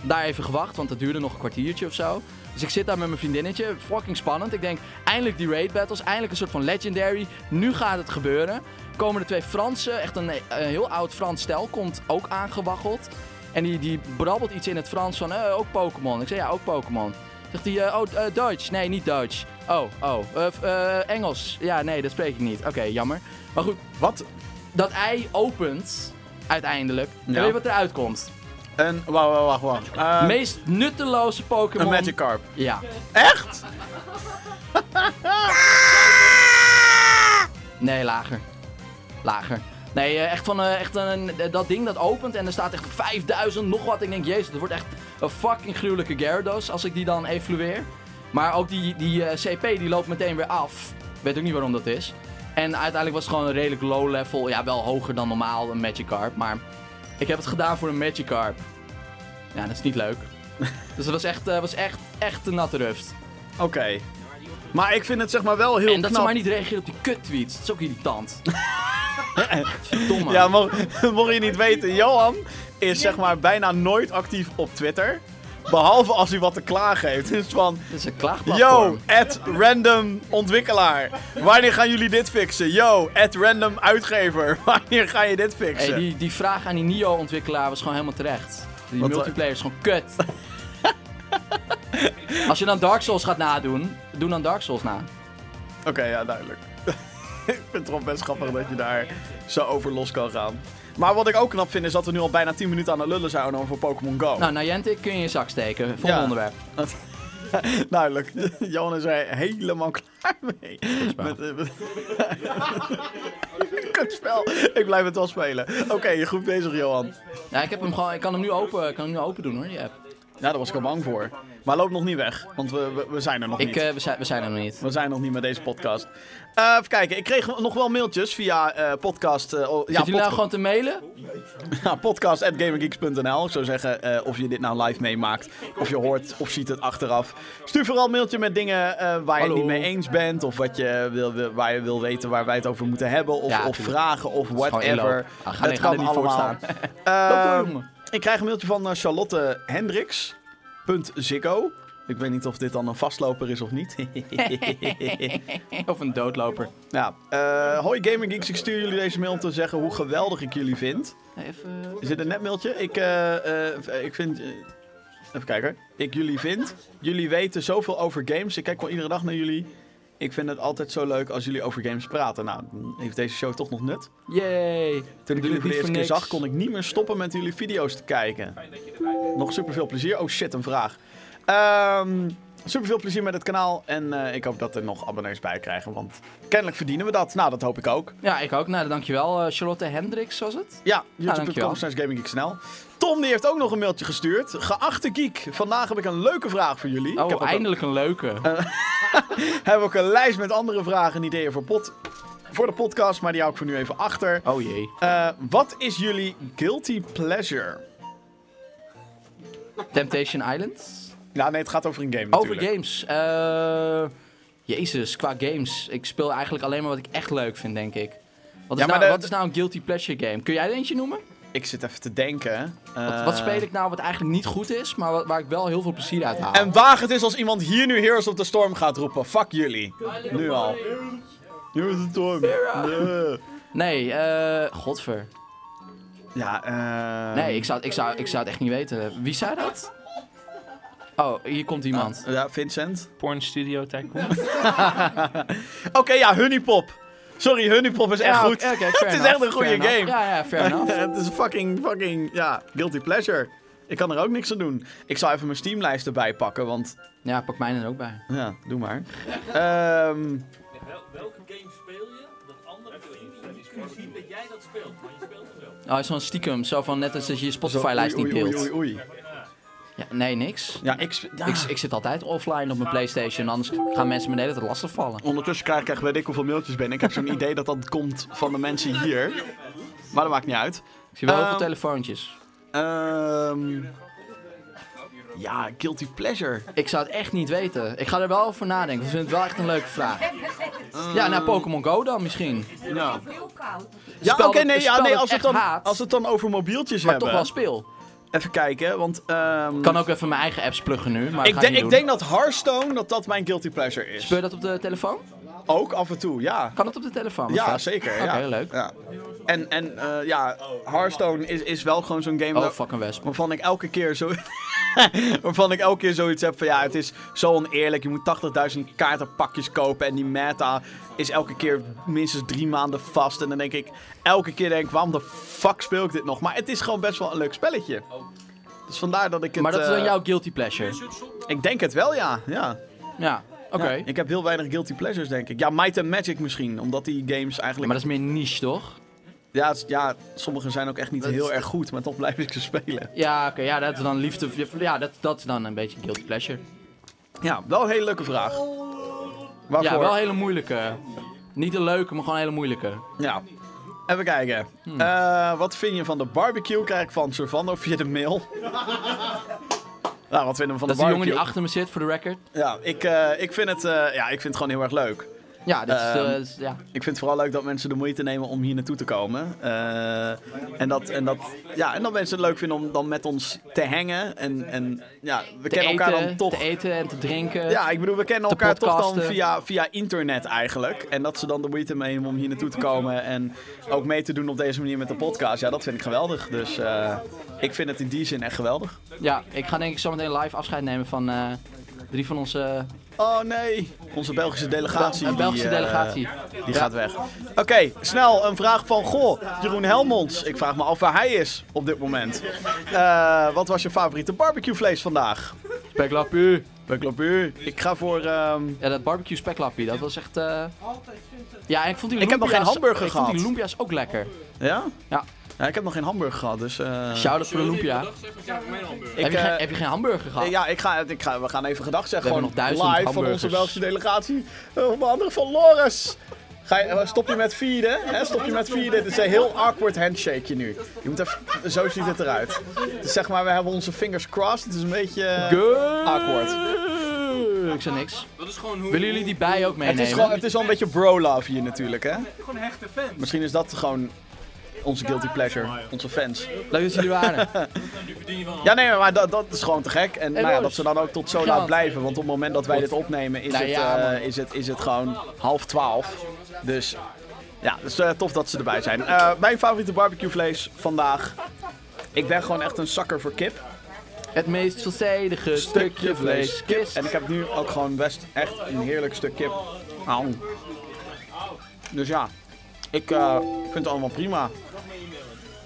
Speaker 2: Daar even gewacht, want dat duurde nog een kwartiertje of zo. Dus ik zit daar met mijn vriendinnetje. Fucking spannend. Ik denk, eindelijk die raid battles. Eindelijk een soort van legendary. Nu gaat het gebeuren. Komen er twee Fransen. Echt een, eh, een heel oud Frans stel. Komt ook aangewaggeld. En die, die brabbelt iets in het Frans van, eh, ook Pokémon. Ik zei, ja, ook Pokémon. Zegt hij, eh, oh, eh, Duits. Nee, niet Duits. Oh, oh. eh, f- eh, Engels. Ja, nee, dat spreek ik niet. Oké, jammer. Maar goed,
Speaker 1: Wat?
Speaker 2: dat ei opent uiteindelijk. En
Speaker 1: Ja.
Speaker 2: weet je wat eruit komt?
Speaker 1: Een... Wauw, wauw, wauw, wauw. Eh,
Speaker 2: Meest nutteloze Pokémon.
Speaker 1: een Magikarp.
Speaker 2: Ja.
Speaker 1: Echt?
Speaker 2: Nee, lager. Lager. Nee, eh, echt van eh, echt een, eh, dat ding dat opent en er staat echt 5000 nog wat. Ik denk, jezus, dat wordt echt een fucking gruwelijke Gyarados als ik die dan evolueer. Maar ook die, die eh, CP die loopt meteen weer af. Weet ook niet waarom dat is. En uiteindelijk was het gewoon een redelijk low level. Ja, wel hoger dan normaal, een Magikarp. Maar ik heb het gedaan voor een Magikarp. Ja, dat is niet leuk. dus dat was echt, eh, was echt, echt een natte ruft.
Speaker 1: Oké. Maar ik vind het zeg maar wel heel
Speaker 2: en dat
Speaker 1: knap.
Speaker 2: ze maar niet reageren op die kut-tweets. Dat is ook irritant. Verdomme.
Speaker 1: Ja, mocht, mocht je niet weten, Johan is zeg maar bijna nooit actief op Twitter. Behalve als hij wat te klagen heeft. Dus van,
Speaker 2: Dit is een klaagplatform.
Speaker 1: yo, at random ontwikkelaar. Wanneer gaan jullie dit fixen? Yo, at random uitgever. Wanneer ga je dit
Speaker 2: Hey,
Speaker 1: fixen?
Speaker 2: die, die vraag aan die Nio-ontwikkelaar was gewoon helemaal terecht. Die
Speaker 1: Wat-
Speaker 2: multiplayer is gewoon kut. Als je dan Dark Souls gaat nadoen, doe dan Dark Souls na.
Speaker 1: Oké, ja, duidelijk. ik vind het toch best grappig dat je daar zo over los kan gaan. Maar wat ik ook knap vind is dat we nu al bijna 10 minuten aan het lullen zijn over Pokémon Go.
Speaker 2: Nou, Niantic kun je in je zak steken. Volgende
Speaker 1: Ja.
Speaker 2: onderwerp.
Speaker 1: Duidelijk. Johan is er helemaal klaar mee. Met, eh, met- Kutspel. Ik blijf het wel spelen. Oké, je goed bezig, Johan.
Speaker 2: Ja, ik, heb hem gewoon, ik kan hem nu open, ik kan hem nu open doen hoor, die app.
Speaker 1: Ja, daar was ik al bang voor. Maar loop nog niet weg, want we, we, we zijn er nog
Speaker 2: Ik,
Speaker 1: niet.
Speaker 2: eh, we, zijn, we zijn er nog niet.
Speaker 1: We zijn nog niet met deze podcast. Eh, even kijken, ik kreeg nog wel mailtjes via eh, podcast... eh, oh, ja,
Speaker 2: Zit je nou
Speaker 1: podcast-
Speaker 2: gewoon te mailen?
Speaker 1: Nou, podcast.gamergeeks.nl. Ik zou zeggen, eh, of je dit nou live meemaakt, of je hoort, of ziet het achteraf. Stuur vooral een mailtje met dingen eh, waar je het
Speaker 2: Hallo.
Speaker 1: niet mee eens bent, of wat je wil, wil- waar je wil weten waar wij het over moeten hebben, of,
Speaker 2: Ja,
Speaker 1: of
Speaker 2: tuurlijk.
Speaker 1: vragen, of
Speaker 2: gewoon
Speaker 1: whatever.
Speaker 2: inloop. Ah, ga- nee, ga er niet voor staan.
Speaker 1: Eh,
Speaker 2: Loop door, jongen.
Speaker 1: ik krijg een mailtje van eh, Charlotte Hendricks. punt Ziggo. Ik weet niet of dit dan een vastloper is of niet.
Speaker 2: Of een doodloper.
Speaker 1: ja. eh, hoi Gaming Geeks, ik stuur jullie deze mail om te zeggen hoe geweldig ik jullie vind.
Speaker 2: Nee, Even...
Speaker 1: Is dit een netmailtje? Ik, eh, eh, ik vind. eh, even kijken. Ik jullie vind. Jullie weten zoveel over games. Ik kijk wel iedere dag naar jullie. Ik vind het altijd zo leuk als jullie over games praten. Nou, dan heeft deze show toch nog nut?
Speaker 2: Yay.
Speaker 1: Toen ik jullie
Speaker 2: Doe het
Speaker 1: voor de
Speaker 2: niet
Speaker 1: eerste
Speaker 2: voor
Speaker 1: keer
Speaker 2: niks.
Speaker 1: zag, kon ik niet meer stoppen met jullie video's te kijken. Nog superveel plezier. Oh shit, een vraag. Ehm superveel plezier met het kanaal. En eh, ik hoop dat er nog abonnees bij krijgen. Want kennelijk verdienen we dat. Nou, dat hoop ik ook.
Speaker 2: Ja, ik ook. Nou, dankjewel eh, Charlotte Hendricks was het.
Speaker 1: Ja,
Speaker 2: dankjewel.
Speaker 1: youtube.com slash gaminggeeksnl. Tom die heeft ook nog een mailtje gestuurd. Geachte geek, vandaag heb ik een leuke vraag voor jullie. ik heb
Speaker 2: Oh,
Speaker 1: ook
Speaker 2: eindelijk een leuke.
Speaker 1: Een, heb ook een lijst met andere vragen en ideeën voor, pot, voor de podcast, maar die hou ik voor nu even achter.
Speaker 2: Oh jee.
Speaker 1: Eh, wat is jullie guilty pleasure?
Speaker 2: Temptation Island.
Speaker 1: Ja, Nou, nee, het gaat over een game
Speaker 2: Over
Speaker 1: natuurlijk.
Speaker 2: games. Eh, jezus, qua games. Ik speel eigenlijk alleen maar wat ik echt leuk vind, denk ik. Wat is,
Speaker 1: Ja, maar
Speaker 2: nou,
Speaker 1: de-
Speaker 2: wat is nou een guilty pleasure game? Kun jij er eentje noemen?
Speaker 1: Ik zit even te denken.
Speaker 2: Wat,
Speaker 1: Eh.
Speaker 2: wat speel ik nou wat eigenlijk niet goed is, maar wat- waar ik wel heel veel plezier uit haal?
Speaker 1: En waag het is als iemand hier nu Heroes of the Storm gaat roepen. Fuck jullie. Nu al. Heroes of the Storm. Nee.
Speaker 2: Nee, eh godver.
Speaker 1: Ja, eh...
Speaker 2: Nee, ik zou, ik, zou, ik zou het echt niet weten. Wie zei dat? Oh, hier komt iemand.
Speaker 1: Ja, Vincent.
Speaker 7: Porn Studio Tycoon.
Speaker 1: Oké, ja, Honeypop. Sorry, Honeypop is echt
Speaker 2: Ja,
Speaker 1: goed.
Speaker 2: oké, fair
Speaker 1: het is
Speaker 2: enough,
Speaker 1: echt een goede
Speaker 2: fair enough.
Speaker 1: game.
Speaker 2: Ja, ja, fair enough.
Speaker 1: het is fucking, fucking, ja, guilty pleasure. Ik kan er ook niks aan doen. Ik zal even mijn Steamlijst erbij pakken, want,
Speaker 2: Ja, pak mij er ook bij.
Speaker 1: ja, doe maar. Ehm
Speaker 2: Oh, zo'n stiekem. Zo van net als dat je je
Speaker 1: zo,
Speaker 2: Spotify-lijst
Speaker 1: oei,
Speaker 2: niet
Speaker 1: oei, oei,
Speaker 2: deelt.
Speaker 1: oei.
Speaker 2: Ja, nee, niks.
Speaker 1: Ja, ik, sp- ja.
Speaker 2: Ik, ik zit altijd offline op mijn PlayStation, anders gaan mensen me de hele tijd lastig vallen.
Speaker 1: Ondertussen krijg ik echt weet ik hoeveel mailtjes binnen. Ik heb zo'n idee dat dat komt van de mensen hier. Maar dat maakt niet uit.
Speaker 2: Ik zie wel heel
Speaker 1: Ehm,
Speaker 2: veel telefoontjes.
Speaker 1: Ehm ja, guilty pleasure.
Speaker 2: Ik zou het echt niet weten. Ik ga er wel over nadenken. Ik vind het wel echt een leuke vraag.
Speaker 1: Ehm.
Speaker 2: Ja, naar Pokémon Go dan misschien.
Speaker 1: Nou. Ja,
Speaker 2: Spel
Speaker 1: oké,
Speaker 2: dat- een
Speaker 1: nee, ja,
Speaker 2: spel
Speaker 1: nee
Speaker 2: dat
Speaker 1: als, het
Speaker 2: echt
Speaker 1: dan,
Speaker 2: haat.
Speaker 1: als het dan over mobieltjes
Speaker 2: Maar
Speaker 1: hebben.
Speaker 2: toch wel speel.
Speaker 1: Even kijken, want... ehm,
Speaker 2: Ik kan ook even mijn eigen apps pluggen nu, maar
Speaker 1: ik,
Speaker 2: ga
Speaker 1: denk-
Speaker 2: ik
Speaker 1: ik
Speaker 2: niet
Speaker 1: denk dat Hearthstone dat dat mijn guilty pleasure is.
Speaker 2: Speel je dat op de telefoon?
Speaker 1: Ook af en toe, ja.
Speaker 2: Kan het op de telefoon? Wat
Speaker 1: Ja,
Speaker 2: vet.
Speaker 1: zeker.
Speaker 2: Oké,
Speaker 1: ja.
Speaker 2: leuk.
Speaker 1: Ja. En, en eh, ja, Hearthstone is, is wel gewoon zo'n game
Speaker 2: Oh,
Speaker 1: waar-
Speaker 2: fucking wesp.
Speaker 1: waarvan ik elke keer zo... waarvan ik elke keer zoiets heb van ja, het is zo oneerlijk. Je moet 80.000 kaartenpakjes kopen en die meta is elke keer minstens drie maanden vast. En dan denk ik, elke keer denk ik, waarom de fuck speel ik dit nog? Maar het is gewoon best wel een leuk spelletje. Dus vandaar dat ik het...
Speaker 2: Maar dat is dan
Speaker 1: eh,
Speaker 2: jouw guilty pleasure.
Speaker 1: Ik denk het wel, ja. ja.
Speaker 2: Ja, oké.
Speaker 1: Ja, ik heb heel weinig guilty pleasures, denk ik. Ja, Might and Magic misschien, omdat die games
Speaker 2: Maar
Speaker 1: eigenlijk...
Speaker 2: dat is meer niche, toch?
Speaker 1: Ja, het is- ja, sommige zijn ook echt niet
Speaker 2: Dat is-
Speaker 1: heel erg goed, maar toch blijf ik ze spelen.
Speaker 2: Ja, oké. ja, dat is dan liefde. Ja, dat, dat is dan een beetje guilty pleasure.
Speaker 1: Ja, wel een hele leuke vraag. Waarvoor?
Speaker 2: Ja, wel een hele moeilijke. Niet een leuke, maar gewoon een hele moeilijke.
Speaker 1: Ja. Even kijken.
Speaker 2: Hmm.
Speaker 1: Eh, wat vind je van de barbecue? Krijg ik van Servando via de mail. nou, wat vinden we van
Speaker 2: Dat is
Speaker 1: de barbecue?
Speaker 2: de jongen die achter me zit, voor de record.
Speaker 1: Ja, ik, eh, ik, vind het, eh, ja, ik vind het gewoon heel erg leuk.
Speaker 2: Ja, dit is,
Speaker 1: Ehm,
Speaker 2: eh, is- ja.
Speaker 1: Ik vind het vooral leuk dat mensen de moeite nemen om hier naartoe te komen. Eh, en, dat, en, dat, ja, en dat mensen het leuk vinden om dan met ons te hangen. En, en ja, we
Speaker 2: te
Speaker 1: kennen
Speaker 2: eten,
Speaker 1: elkaar dan toch.
Speaker 2: te eten en te drinken.
Speaker 1: Ja, ik bedoel, we kennen elkaar toch dan
Speaker 2: podcasten.
Speaker 1: via, via internet eigenlijk. En dat ze dan de moeite meenemen om hier naartoe te komen en ook mee te doen op deze manier met de podcast. Ja, dat vind ik geweldig. Dus eh, ik vind het in die zin echt geweldig.
Speaker 2: Ja, ik ga denk ik zo meteen live afscheid nemen van, eh, Drie van onze
Speaker 1: Oh nee. Onze Belgische delegatie.
Speaker 2: Bel- Belgische
Speaker 1: die, eh,
Speaker 2: delegatie.
Speaker 1: die gaat weg. Oké, snel een vraag van Goh. Jeroen Helmonds. Ik vraag me af waar hij is op dit moment. Eh, wat was je favoriete barbecuevlees vandaag?
Speaker 2: speklappie.
Speaker 1: Beklopuur. Ik ga voor. ehm,
Speaker 2: Ja, dat barbecue speklappie, dat was echt... eh, Ja, en ik vond die
Speaker 1: Ik heb nog geen
Speaker 2: lumpia's-
Speaker 1: hamburger
Speaker 2: Ik vond die
Speaker 1: gehad.
Speaker 2: lumpia's ook lekker.
Speaker 1: ja?
Speaker 2: Ja.
Speaker 1: Ja, Ik heb nog geen hamburger gehad, dus. eh,
Speaker 2: Shout-out voor de lumpia.
Speaker 1: ik,
Speaker 2: heb, je
Speaker 1: eh,
Speaker 2: geen, heb je geen hamburger gehad?
Speaker 1: eh, ja, ik ga, ik ga, we gaan even gedag zeggen.
Speaker 2: Nou. We
Speaker 1: Gewoon
Speaker 2: hebben nog
Speaker 1: live
Speaker 2: duizend
Speaker 1: van
Speaker 2: hamburgers.
Speaker 1: onze Belgische delegatie. Eh, Onder andere van Loris. Ga je, eh, stop je met vierde? Hè? Stop je met vierde? Dit is een heel awkward handshake nu. Je moet even, zo ziet het eruit. Dus zeg maar, we hebben onze fingers crossed. Het is een beetje eh, awkward.
Speaker 2: Ik zei niks. Willen jullie die bij ook
Speaker 1: Het
Speaker 2: meenemen?
Speaker 1: is, gewoon, het is wel een beetje bro-love hier natuurlijk, hè?
Speaker 9: Gewoon hechte fans.
Speaker 1: Misschien is dat gewoon onze guilty pleasure, onze fans.
Speaker 2: Leuk dat jullie waren.
Speaker 1: Ja, nee, maar dat, dat is gewoon te gek. En nou ja,
Speaker 2: Lois.
Speaker 1: dat ze dan ook tot zo
Speaker 2: Gaaf.
Speaker 1: laat blijven. Want op het moment dat wij dit opnemen, is,
Speaker 2: Nou
Speaker 1: het,
Speaker 2: ja,
Speaker 1: eh,
Speaker 2: man.
Speaker 1: is, het, is het gewoon half twaalf. Dus ja, het is eh, tof dat ze erbij zijn. Eh, mijn favoriete barbecuevlees vandaag. Ik ben gewoon echt een zakker voor kip.
Speaker 2: het meest veelzijdige stukje vlees. Kist.
Speaker 1: En ik heb nu ook gewoon best echt een heerlijk stuk kip. Au. Dus ja, ik eh, vind het allemaal prima.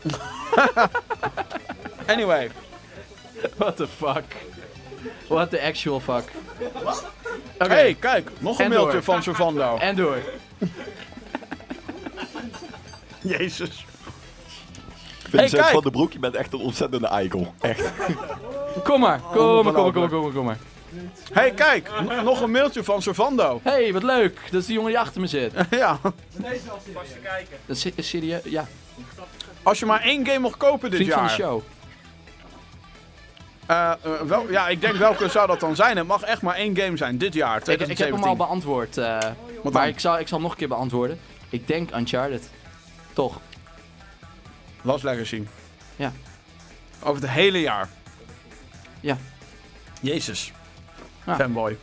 Speaker 1: anyway.
Speaker 2: What the fuck? What the actual fuck? Oké,
Speaker 1: Hey, kijk, nog een
Speaker 2: En
Speaker 1: mailtje
Speaker 2: door.
Speaker 1: van Servando.
Speaker 2: en door.
Speaker 1: Jezus.
Speaker 10: Vincent
Speaker 1: kijk.
Speaker 10: van den Broek, je bent echt een ontzettende eikel. Echt.
Speaker 2: Kom maar,
Speaker 1: Oh,
Speaker 2: kom maar, kom maar, kom maar, kom maar, kom maar.
Speaker 1: hey, kijk, n- nog een mailtje van Servando.
Speaker 2: hey, wat leuk. Dat is die jongen die achter me zit.
Speaker 1: ja,
Speaker 2: Dat is is serieus, ja.
Speaker 1: als je maar één game mocht kopen dit
Speaker 2: Vriend van de
Speaker 1: jaar.
Speaker 2: show.
Speaker 1: Eh, eh, wel, ja, ik denk welke zou dat dan zijn? Het mag echt maar één game zijn dit jaar,
Speaker 2: Ik, ik heb
Speaker 1: 2017.
Speaker 2: hem al beantwoord. eh,
Speaker 1: Wat
Speaker 2: maar
Speaker 1: dan?
Speaker 2: ik zal, ik zal hem nog een keer beantwoorden. Ik denk Uncharted. Toch?
Speaker 1: Lost Legacy.
Speaker 2: Ja.
Speaker 1: Over het hele jaar.
Speaker 2: Ja.
Speaker 1: Jezus.
Speaker 2: Ja.
Speaker 1: Fanboy.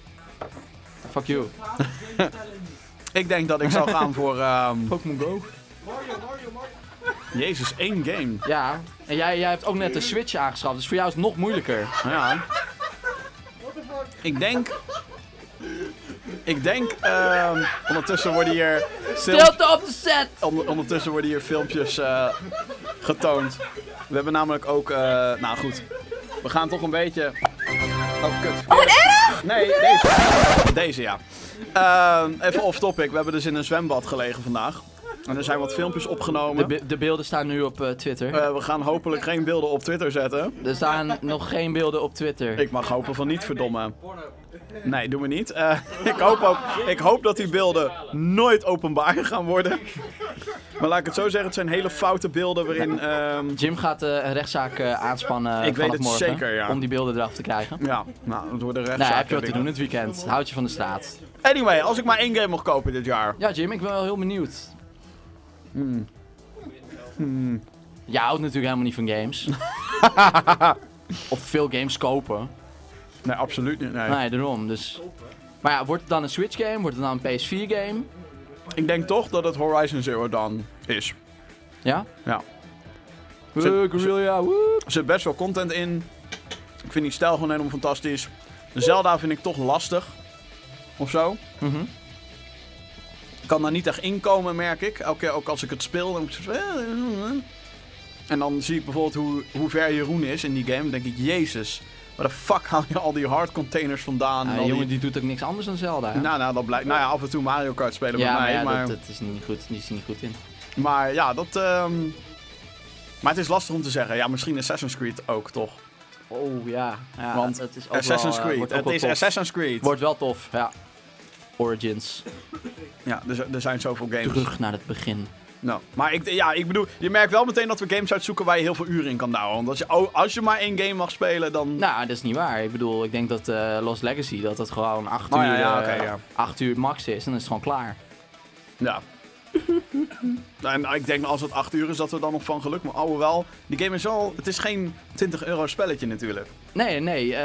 Speaker 2: Fuck you.
Speaker 1: Ik denk dat ik zou gaan voor... ehm,
Speaker 2: Pokémon Go.
Speaker 1: Jezus, één game.
Speaker 2: Ja, en jij, jij hebt ook net de Switch aangeschaft, dus voor jou is het nog moeilijker.
Speaker 1: Ja. Ik denk... Ik denk... ehm, ondertussen worden hier... filmpjes-
Speaker 2: Stilte op de set!
Speaker 1: Onder- Ondertussen worden hier filmpjes eh, getoond. We hebben namelijk ook. eh, nou goed, we gaan toch een beetje. Oh, kut. Oh, erg! Nee, deze. Deze, ja. Ehm, even off topic. We hebben dus in een zwembad gelegen vandaag. En er zijn wat filmpjes
Speaker 2: De,
Speaker 1: opgenomen.
Speaker 2: be- de beelden staan nu op eh, Twitter.
Speaker 1: Eh, we gaan hopelijk geen beelden op Twitter zetten.
Speaker 2: Er staan nog geen beelden op Twitter.
Speaker 1: Ik mag hopen van niet, verdomme. Nee, doen we niet. Eh, ik, hoop ook, ik hoop dat die beelden nooit openbaar gaan worden. Maar laat ik het zo zeggen, het zijn hele foute beelden waarin... ehm,
Speaker 2: Jim gaat eh, een rechtszaak eh, aanspannen
Speaker 1: Ik weet
Speaker 2: vanaf
Speaker 1: het
Speaker 2: morgen,
Speaker 1: zeker, ja.
Speaker 2: Om die beelden eraf te krijgen.
Speaker 1: Ja, nou, het wordt een
Speaker 2: Nee,
Speaker 1: rechtszaak.
Speaker 2: heb je wat te
Speaker 1: denk
Speaker 2: doen
Speaker 1: ik.
Speaker 2: het weekend. Houd je van de straat.
Speaker 1: Anyway, als ik maar één game mocht kopen dit jaar.
Speaker 2: Ja, Jim, ik ben wel heel benieuwd.
Speaker 1: Hmm.
Speaker 2: Jij houdt natuurlijk helemaal niet van games. of veel games kopen.
Speaker 1: Nee, absoluut niet. Nee.
Speaker 2: Nee, daarom. Dus. Maar ja, wordt het dan een Switch game? Wordt het dan een PS4 game?
Speaker 1: Ik denk toch dat het Horizon Zero Dawn is.
Speaker 2: Ja?
Speaker 1: Ja.
Speaker 2: Hey, Guerrilla, woe.
Speaker 1: Er zit Nou, best wel content in. Ik vind die stijl gewoon helemaal fantastisch. Zelda vind ik toch lastig. Of zo.
Speaker 2: Mhm.
Speaker 1: Ik kan daar niet echt inkomen, merk ik. Elke keer ook als ik het speel. Dan moet ik zo- "Eh, En dan zie ik bijvoorbeeld hoe, hoe ver Jeroen is in die game. Dan denk ik, jezus. Waar de fuck haal je al die hardcontainers vandaan? en al
Speaker 2: Ah, die
Speaker 1: die-
Speaker 2: jongen die doet ook niks anders dan Zelda. hè?
Speaker 1: Nou, nou, dat blijkt. Nou ja, af en toe Mario Kart spelen
Speaker 2: ja,
Speaker 1: bij
Speaker 2: maar
Speaker 1: mij.
Speaker 2: ja,
Speaker 1: maar...
Speaker 2: Dat, dat is niet goed, die is er niet goed in.
Speaker 1: Maar ja, dat. ehm, Maar het is lastig om te zeggen. Ja, misschien Assassin's Creed ook toch?
Speaker 2: Oh ja, ja
Speaker 1: Want
Speaker 2: het is ook
Speaker 1: Assassin's
Speaker 2: wel, eh,
Speaker 1: Creed.
Speaker 2: wordt ook
Speaker 1: het
Speaker 2: wel
Speaker 1: is
Speaker 2: tof.
Speaker 1: Assassin's Creed.
Speaker 2: Wordt wel tof, ja. Origins.
Speaker 1: Ja, dus er, er zijn zoveel games.
Speaker 2: Terug naar het begin.
Speaker 1: Nou, maar ik, ja, ik bedoel, je merkt wel meteen dat we games uitzoeken waar je heel veel uren in kan douwen. Want als je, oh, als je maar één game mag spelen, dan.
Speaker 2: Nou, dat is niet waar. Ik bedoel, ik denk dat eh, Lost Legacy, dat dat gewoon 8
Speaker 1: Oh,
Speaker 2: uur,
Speaker 1: ja, ja,
Speaker 2: eh,
Speaker 1: oké, ja.
Speaker 2: acht uur max is. En dan is het gewoon klaar.
Speaker 1: Ja. Nou, en ik denk als het acht uur is, dat we dan nog van geluk. Maar alhoewel, die game is al. Het is geen 20 euro spelletje natuurlijk.
Speaker 2: Nee, nee, eh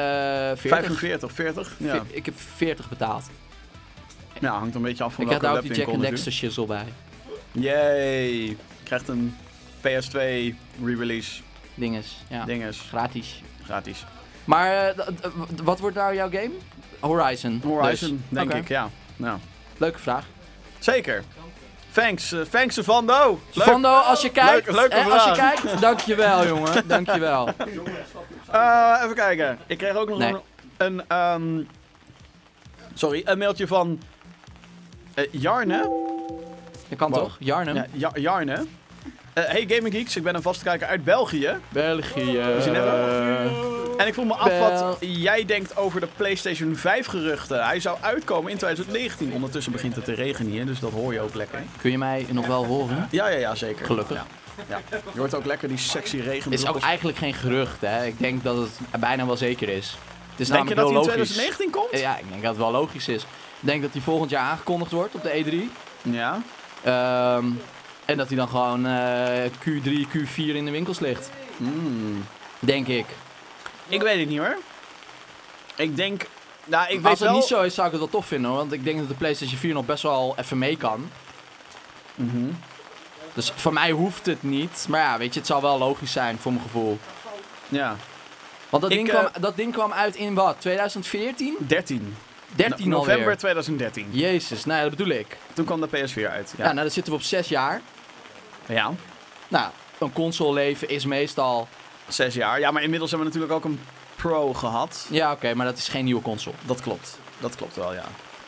Speaker 2: 40.
Speaker 1: 45, 40. Ja,
Speaker 2: Ik heb 40 betaald.
Speaker 1: ja hangt een beetje af van
Speaker 2: ik had
Speaker 1: welke
Speaker 2: daar ook die Jack
Speaker 1: webwinkel
Speaker 2: and
Speaker 1: natuurlijk.
Speaker 2: Dexter shizzle bij.
Speaker 1: Yay! Krijgt een PS2 re-release
Speaker 2: Dinges, ja.
Speaker 1: dinges.
Speaker 2: Gratis.
Speaker 1: Gratis.
Speaker 2: Maar eh, d- d- wat wordt nou jouw game? Horizon.
Speaker 1: Horizon,
Speaker 2: dus.
Speaker 1: denk
Speaker 2: Oké.
Speaker 1: ik, ja. Nou,
Speaker 2: Leuke vraag.
Speaker 1: zeker. Thanks, eh, thanks Vando.
Speaker 2: Vando, als je kijkt,
Speaker 1: Leuk- leuke
Speaker 2: hè, als je
Speaker 1: vraag.
Speaker 2: kijkt, dankjewel jongen, dankjewel.
Speaker 1: Eh, even kijken. Ik kreeg ook nog
Speaker 2: Nee.
Speaker 1: een, een, ehm, sorry, een mailtje van eh, Jarne.
Speaker 2: Je kan
Speaker 1: Wow.
Speaker 2: toch? Jarnum.
Speaker 1: Ja, Ja- Jarne. Eh, hey Gaming Geeks, ik ben een vastkijker uit België.
Speaker 2: België.
Speaker 1: zien En ik vroeg me af wat
Speaker 2: Bel-
Speaker 1: jij denkt over de PlayStation 5 geruchten. Hij zou uitkomen in 2019. Ondertussen begint het te regenen hier, dus dat hoor je ook lekker.
Speaker 2: Kun je mij nog wel horen?
Speaker 1: Ja, ja, ja, zeker.
Speaker 2: Gelukkig.
Speaker 1: Ja. Ja. Je hoort ook lekker die sexy regen.
Speaker 2: Is ook eigenlijk geen gerucht, hè. Ik denk dat het bijna wel zeker is. Het is
Speaker 1: Denk je
Speaker 2: namelijk
Speaker 1: dat hij
Speaker 2: heel
Speaker 1: in
Speaker 2: logisch.
Speaker 1: 2019 komt?
Speaker 2: Eh, Ja, ik denk dat het wel logisch is. Ik denk dat die volgend jaar aangekondigd wordt op de E3.
Speaker 1: Ja.
Speaker 2: Ehm, en dat hij dan gewoon eh, Q3, Q4 in de winkels ligt. Denk ik.
Speaker 1: Ik Hmm. weet het niet hoor. Ik denk. Nou, ik
Speaker 2: Als
Speaker 1: weet
Speaker 2: het
Speaker 1: wel.
Speaker 2: niet zo is, zou ik het wel tof vinden hoor. Want ik denk dat de PlayStation 4 nog best wel even mee kan.
Speaker 1: Mhm.
Speaker 2: Dus voor mij hoeft het niet. Maar ja, weet je, het zal wel logisch zijn voor mijn gevoel.
Speaker 1: Ja,
Speaker 2: Want dat,
Speaker 1: Ik,
Speaker 2: ding,
Speaker 1: eh,
Speaker 2: kwam, dat ding kwam uit in wat? 2014?
Speaker 1: 13.
Speaker 2: 13
Speaker 1: No- november
Speaker 2: alweer.
Speaker 1: 2013.
Speaker 2: Nou, Jezus, nou ja, dat bedoel ik.
Speaker 1: Toen kwam de PS4 uit. Ja.
Speaker 2: Ja. nou dan zitten we op 6 jaar.
Speaker 1: ja,
Speaker 2: Nou, een console leven is meestal...
Speaker 1: zes jaar. Ja, maar inmiddels hebben we natuurlijk ook een Pro gehad.
Speaker 2: Ja, oké, maar dat is geen nieuwe console.
Speaker 1: Dat klopt. Dat klopt wel, ja.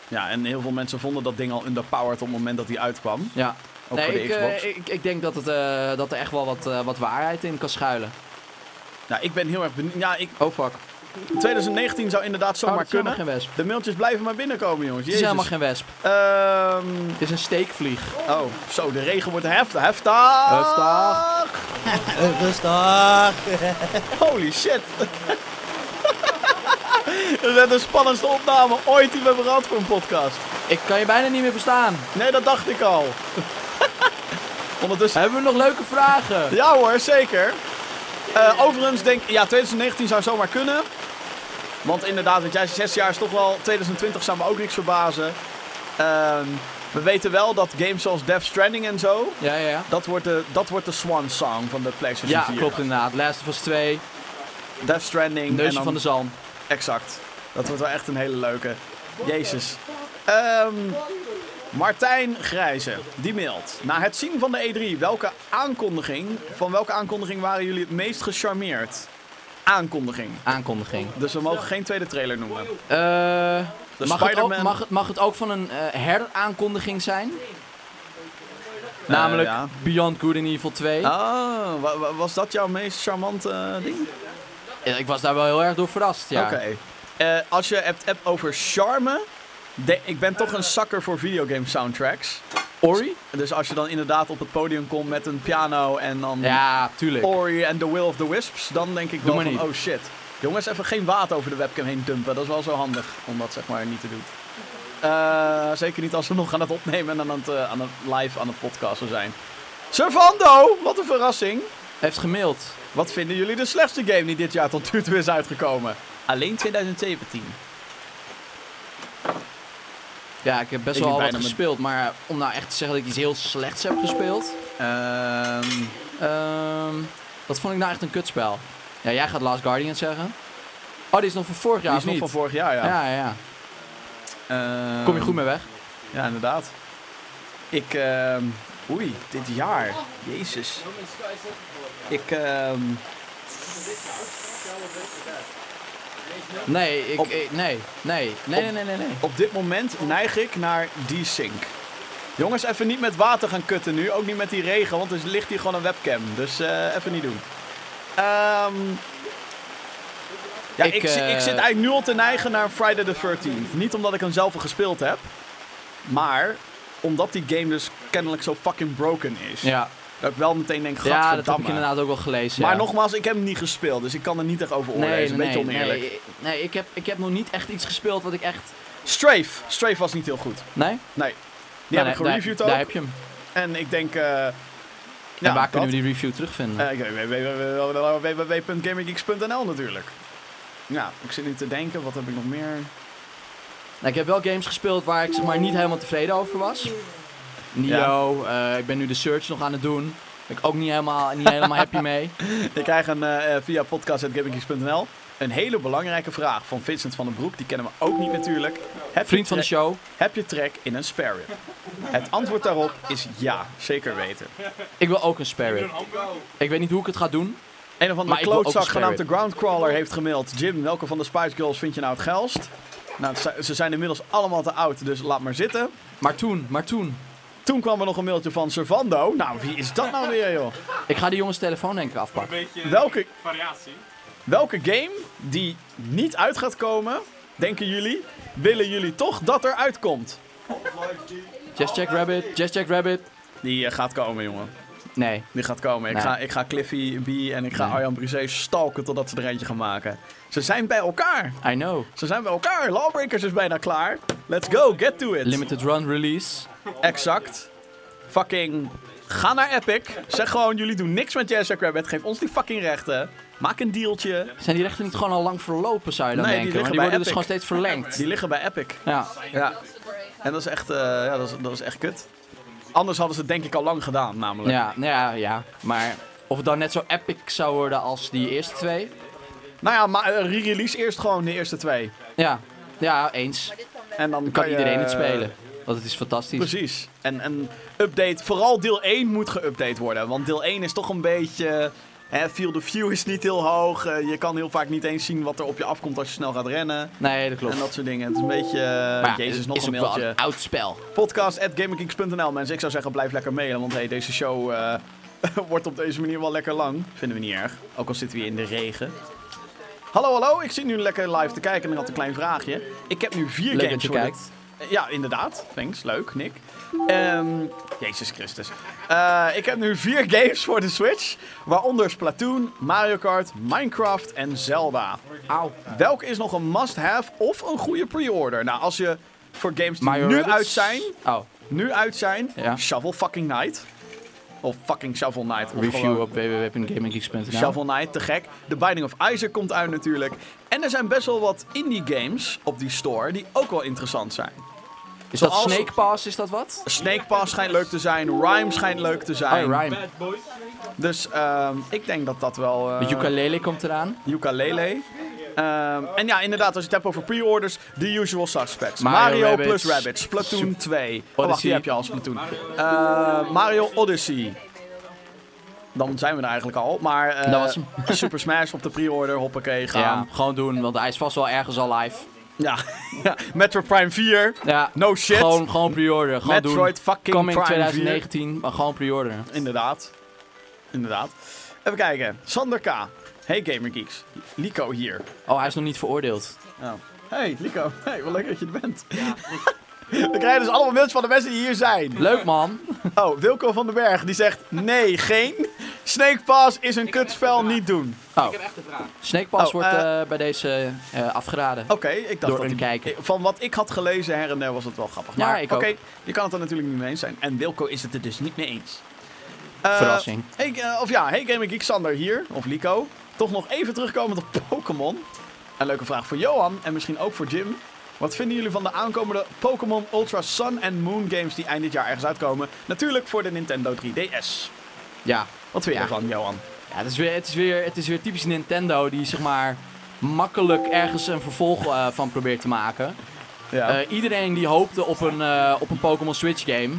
Speaker 1: Ja, en heel veel mensen vonden dat ding al underpowered op het moment dat hij uitkwam.
Speaker 2: Ja.
Speaker 1: Ook
Speaker 2: nee,
Speaker 1: voor de
Speaker 2: ik, eh,
Speaker 1: Xbox.
Speaker 2: ik, ik denk dat, het, eh, dat er echt wel wat, eh, wat waarheid in kan schuilen.
Speaker 1: Nou, ik ben heel erg benieuwd. Ja, ik,
Speaker 2: Oh fuck.
Speaker 1: 2019 zou inderdaad
Speaker 2: Oh,
Speaker 1: zomaar
Speaker 2: het is helemaal
Speaker 1: kunnen.
Speaker 2: geen wesp.
Speaker 1: De mailtjes blijven maar binnenkomen, jongens.
Speaker 2: Het
Speaker 1: Jezus.
Speaker 2: is helemaal geen wesp.
Speaker 1: Ehm,
Speaker 2: Het is een steekvlieg.
Speaker 1: oh, zo, de regen wordt heftig. Heftig!
Speaker 2: Heftig.
Speaker 3: Rustig.
Speaker 1: Holy shit. Dat is net de spannendste opname ooit die we hebben gehad voor een podcast.
Speaker 2: Ik kan je bijna niet meer verstaan.
Speaker 1: Nee, dat dacht ik al. Ondertussen...
Speaker 2: Hebben we nog leuke vragen?
Speaker 1: Ja hoor, zeker. Eh, overigens denk ik, ja, 2019 zou zomaar kunnen. Want inderdaad, want jij zegt zes jaar is toch wel... 2020 zou me ook niks verbazen. Ehm, we weten wel dat games zoals Death Stranding en zo...
Speaker 2: Ja, ja, ja.
Speaker 1: Dat wordt, de, dat wordt de swan song van de PlayStation
Speaker 2: Ja,
Speaker 1: 4.
Speaker 2: klopt inderdaad. Last of Us 2,
Speaker 1: Death Stranding. en
Speaker 2: Neusje
Speaker 1: dan-
Speaker 2: van de Zalm.
Speaker 1: Exact. Dat wordt wel echt een hele leuke. Jezus. Ehm, Martijn Grijze, die mailt. Na het zien van de E3, welke aankondiging, van welke aankondiging waren jullie het meest gecharmeerd? Aankondiging.
Speaker 2: Aankondiging.
Speaker 1: Dus we mogen geen tweede trailer noemen.
Speaker 2: Eh,
Speaker 1: De
Speaker 2: mag, het ook,
Speaker 1: Spider-Man.
Speaker 2: mag, het, mag het ook van een eh, heraankondiging zijn? Namelijk
Speaker 1: Eh, ja.
Speaker 2: Beyond Good and Evil 2.
Speaker 1: Ah, wa- wa- was dat jouw meest charmante eh, ding?
Speaker 2: Ja, Ik was daar wel heel erg door verrast, ja.
Speaker 1: Oké. Eh, als je het hebt over charme. de- ik ben toch een zakker voor videogame soundtracks.
Speaker 2: Ori?
Speaker 1: Dus als je dan inderdaad op het podium komt met een piano en dan
Speaker 2: Ja, tuurlijk.
Speaker 1: Ori and the Will of the Wisps, dan denk ik
Speaker 2: Doe
Speaker 1: wel
Speaker 2: maar
Speaker 1: van,
Speaker 2: niet.
Speaker 1: oh shit. Jongens, even geen water over de webcam heen dumpen. Dat is wel zo handig om dat zeg maar niet te doen. Eh, zeker niet als we nog aan het opnemen en aan het, eh, aan het live aan het podcasten zijn. Servando, wat een verrassing.
Speaker 2: Heeft gemaild.
Speaker 1: Wat vinden jullie de slechtste game die dit jaar tot nu toe is uitgekomen? Alleen 2017.
Speaker 2: Ja, ik heb best
Speaker 1: Ik liep
Speaker 2: wel wat
Speaker 1: bijna met-
Speaker 2: gespeeld, maar om nou echt te zeggen dat ik iets heel slechts heb gespeeld...
Speaker 1: Ehm,
Speaker 2: Ehm, wat vond ik nou echt een kutspel? Ja, jij gaat Last Guardian zeggen. Oh, die is nog van vorig
Speaker 1: die
Speaker 2: jaar, of
Speaker 1: is nog
Speaker 2: niet?
Speaker 1: van vorig jaar, ja.
Speaker 2: ja, ja, ja.
Speaker 1: Ehm,
Speaker 2: Kom je goed mee weg?
Speaker 1: Ja, inderdaad. Ik, ehm, oei, dit jaar. Jezus. Ik, ehm,
Speaker 2: Nee, ik,
Speaker 1: Op-
Speaker 2: ik- nee, nee, nee, nee, nee, nee, nee.
Speaker 1: op dit moment neig ik naar die sync. Jongens, even niet met water gaan kutten nu. Ook niet met die regen, want er ligt hier gewoon een webcam. Dus eh, even niet doen. Ehm, ja, ik,
Speaker 2: Ik,
Speaker 1: zi-
Speaker 2: eh,
Speaker 1: ik zit eigenlijk nu al te neigen naar Friday the 13th. Niet omdat ik hem zelf al gespeeld heb. Maar omdat die game dus kennelijk zo fucking broken is.
Speaker 2: Ja,
Speaker 1: Dat ik wel meteen denk,
Speaker 2: ja dat heb ik
Speaker 1: gadverdamme.
Speaker 2: inderdaad ook wel gelezen.
Speaker 1: Maar
Speaker 2: ja.
Speaker 1: nogmaals, ik heb hem niet gespeeld, dus ik kan er niet echt over oordelen.
Speaker 2: nee,
Speaker 1: is een beetje oneerlijk.
Speaker 2: Nee, nee, ik, heb, ik heb nog niet echt iets gespeeld wat ik echt...
Speaker 1: Strafe. Strafe was niet heel goed.
Speaker 2: Nee?
Speaker 1: Nee. Die
Speaker 2: Nou,
Speaker 1: heb ik
Speaker 2: nee,
Speaker 1: gereviewd
Speaker 2: daar,
Speaker 1: ook.
Speaker 2: Daar heb je hem.
Speaker 1: En ik denk... eh ja, Eh,
Speaker 2: en waar kunnen we die review terugvinden?
Speaker 1: www.gamergeeks.nl natuurlijk. Ja, ik zit nu te denken, wat heb ik nog meer?
Speaker 2: Nou, ik heb wel games gespeeld waar ik zeg maar niet helemaal tevreden over was. Nio, eh, ik ben nu de search nog aan het doen. Ben ik ook niet helemaal, niet helemaal happy mee.
Speaker 1: Ik krijg een eh, eh, via podcast.gamergeeks.nl Een hele belangrijke vraag van Vincent van den Broek. Die kennen we ook niet natuurlijk. Heb je
Speaker 2: Vriend van de
Speaker 1: trek-
Speaker 2: show.
Speaker 1: Heb je trek in een spare rib? Het antwoord daarop is ja, zeker weten.
Speaker 2: Ik wil ook een spare rib. Ik weet niet hoe ik het ga doen.
Speaker 1: Een of
Speaker 2: Maar
Speaker 1: andere
Speaker 2: ik wil ook een
Speaker 1: klootzak
Speaker 2: spare
Speaker 1: genaamd de
Speaker 2: rib.
Speaker 1: Groundcrawler heeft gemaild. Jim, welke van de Spice Girls vind je nou het geilst? Nou, ze- ze zijn inmiddels allemaal te oud, dus laat maar zitten.
Speaker 2: Maar toen, maar toen.
Speaker 1: Toen kwam er nog een mailtje van Servando. Nou, wie is dat nou weer, joh?
Speaker 2: Ik ga die jongens telefoon denk ik afpakken.
Speaker 1: Welke,
Speaker 7: Variatie.
Speaker 1: welke game die niet uit gaat komen, denken jullie, willen jullie toch dat er uitkomt?
Speaker 2: Just check rabbit, just check rabbit.
Speaker 1: Die eh, gaat komen, jongen.
Speaker 2: Nee.
Speaker 1: Die gaat komen. Ik,
Speaker 2: Nee.
Speaker 1: ga, ik ga Cliffy B en ik ga
Speaker 2: Nee.
Speaker 1: Arjan Brisé stalken totdat ze er eentje gaan maken. Ze zijn bij elkaar.
Speaker 2: I know.
Speaker 1: Ze zijn bij elkaar. Lawbreakers is bijna klaar. Let's go. Get to it.
Speaker 2: Limited run release.
Speaker 1: Exact. Fucking. Ga naar Epic. Zeg gewoon, jullie doen niks met Jazz Rabbit. Geef ons die fucking rechten. Maak een dealtje.
Speaker 2: Zijn die rechten niet gewoon al lang verlopen, zou je dan
Speaker 1: Nee, die
Speaker 2: denken? maar
Speaker 1: liggen
Speaker 2: die
Speaker 1: bij
Speaker 2: worden dus gewoon
Speaker 1: Epic.
Speaker 2: steeds verlengd.
Speaker 1: Die liggen bij Epic.
Speaker 2: Ja.
Speaker 1: Ja. En dat is echt, eh, ja, dat is, dat is echt kut. Anders hadden ze het denk ik al lang gedaan, namelijk.
Speaker 2: Ja, nou ja, ja. Maar of het dan net zo epic zou worden als die eerste twee?
Speaker 1: Nou ja, maar eh, re-release eerst gewoon de eerste twee.
Speaker 2: Ja, ja eens.
Speaker 1: En dan kan,
Speaker 2: Dan kan
Speaker 1: je,
Speaker 2: iedereen het
Speaker 1: eh,
Speaker 2: spelen. Want het is fantastisch.
Speaker 1: Precies. En, en update, vooral deel 1 moet geüpdate worden. Want deel 1 is toch een beetje. Hè, field of view is niet heel hoog. eh, je kan heel vaak niet eens zien wat er op je afkomt als je snel gaat rennen.
Speaker 2: Nee, dat klopt.
Speaker 1: En dat soort dingen. Het is een beetje. eh,
Speaker 2: Maar ja,
Speaker 1: Jezus,
Speaker 2: het
Speaker 1: nog
Speaker 2: is
Speaker 1: een
Speaker 2: ook wel
Speaker 1: mailtje.
Speaker 2: een oud spel.
Speaker 1: Podcast.gamingkings.nl. Mensen, ik zou zeggen, blijf lekker mailen. Want hey, deze show eh, wordt op deze manier wel lekker lang. Vinden we niet erg. Ook al zitten we hier in de regen. Hallo, hallo. Ik zit nu lekker live te kijken en ik had een klein vraagje. Ik heb nu vier
Speaker 2: Leuk dat
Speaker 1: games
Speaker 2: je
Speaker 1: voor de-
Speaker 2: kijkt.
Speaker 1: ja, inderdaad. Thanks. Leuk, Nick. Ehm, Jezus Christus. Eh, ik heb nu vier games voor de Switch. Waaronder Splatoon, Mario Kart, Minecraft en Zelda.
Speaker 2: Auw.
Speaker 1: Welke is nog een must-have of een goede pre-order? Nou, als je voor games die
Speaker 2: Mario
Speaker 1: nu
Speaker 2: Rabbits.
Speaker 1: uit zijn...
Speaker 2: Oh,
Speaker 1: Nu uit zijn.
Speaker 2: Ja.
Speaker 1: Shovel fucking Knight. Of fucking Shovel Knight. Of gewoon-
Speaker 2: review nou. op www.gaminggeeks.nl.
Speaker 1: Shovel Knight, te gek. The Binding of Isaac komt uit natuurlijk. En er zijn best wel wat indie games op die store die ook wel interessant zijn.
Speaker 2: Is dat
Speaker 1: Zoals-
Speaker 2: Snake Pass, is dat wat?
Speaker 1: Snake Pass schijnt leuk te zijn. Rhyme schijnt leuk te
Speaker 2: Oh,
Speaker 1: zijn.
Speaker 2: Rhyme.
Speaker 1: Dus ehm, ik denk dat dat wel...
Speaker 2: De
Speaker 1: eh
Speaker 2: ukulele komt eraan.
Speaker 1: ukulele. Ehm, en ja, inderdaad, als je het hebt over pre-orders, The Usual Suspects.
Speaker 2: Mario
Speaker 1: Mario,
Speaker 2: Rabbids.
Speaker 1: plus Rabbits. Splatoon 2. Oh, wacht,
Speaker 2: Odyssey.
Speaker 1: die heb je al, Splatoon. Eh, Mario Odyssey. Dan zijn we er eigenlijk al. Maar eh,
Speaker 2: Dat was hem.
Speaker 1: Super Smash op de pre-order, hoppakee,
Speaker 2: Ja,
Speaker 1: gaan.
Speaker 2: gewoon doen, want hij is vast wel ergens al live.
Speaker 1: Ja. ja. Metro Prime 4.
Speaker 2: Ja,
Speaker 1: No shit.
Speaker 2: gewoon, gewoon pre-order. Gewoon
Speaker 1: Metroid
Speaker 2: doen.
Speaker 1: fucking
Speaker 2: Coming
Speaker 1: Prime
Speaker 2: 2019, maar gewoon pre-order.
Speaker 1: 4. Inderdaad. Inderdaad. Even kijken. Sander K. Hey Gamer Geeks. Lico hier.
Speaker 2: Oh, hij is nog niet veroordeeld.
Speaker 1: Oh. Hey Lico. Hey, wat leuk dat je er bent. We krijgen dus allemaal mails van de mensen die hier zijn.
Speaker 2: Leuk man.
Speaker 1: Oh, Wilco van den Berg die zegt nee, geen. Snake Pass is een kutspel, niet doen.
Speaker 2: Snake
Speaker 1: Oh,
Speaker 2: Pass Oh. wordt
Speaker 1: eh, oh.
Speaker 2: eh, bij deze eh, afgeraden.
Speaker 1: Oké, ik dacht
Speaker 2: Door
Speaker 1: dat
Speaker 2: een
Speaker 1: die-
Speaker 2: kijker.
Speaker 1: Van wat ik had gelezen her en der was het wel grappig.
Speaker 2: Ja,
Speaker 1: Maar
Speaker 2: ik
Speaker 1: oké,
Speaker 2: ook.
Speaker 1: je kan het er natuurlijk niet mee eens zijn. En Wilco is het er dus niet mee eens. Eh,
Speaker 2: Verrassing.
Speaker 1: hey, eh, of ja, hey Gaming Geek Sander hier, of Lico. Toch nog even terugkomend op Pokémon. Een leuke vraag voor Johan en misschien ook voor Jim. Wat vinden jullie van de aankomende Pokémon Ultra Sun en Moon games die eind dit jaar ergens uitkomen? Natuurlijk voor de Nintendo 3DS.
Speaker 2: Ja,
Speaker 1: Wat vind je
Speaker 2: Ja.
Speaker 1: ervan, Johan?
Speaker 2: Ja, het is weer, het is weer, het is weer typisch Nintendo die zeg maar makkelijk ergens een vervolg eh, van probeert te maken.
Speaker 1: Ja.
Speaker 2: Eh, iedereen die hoopte op een, eh, op een Pokémon Switch game.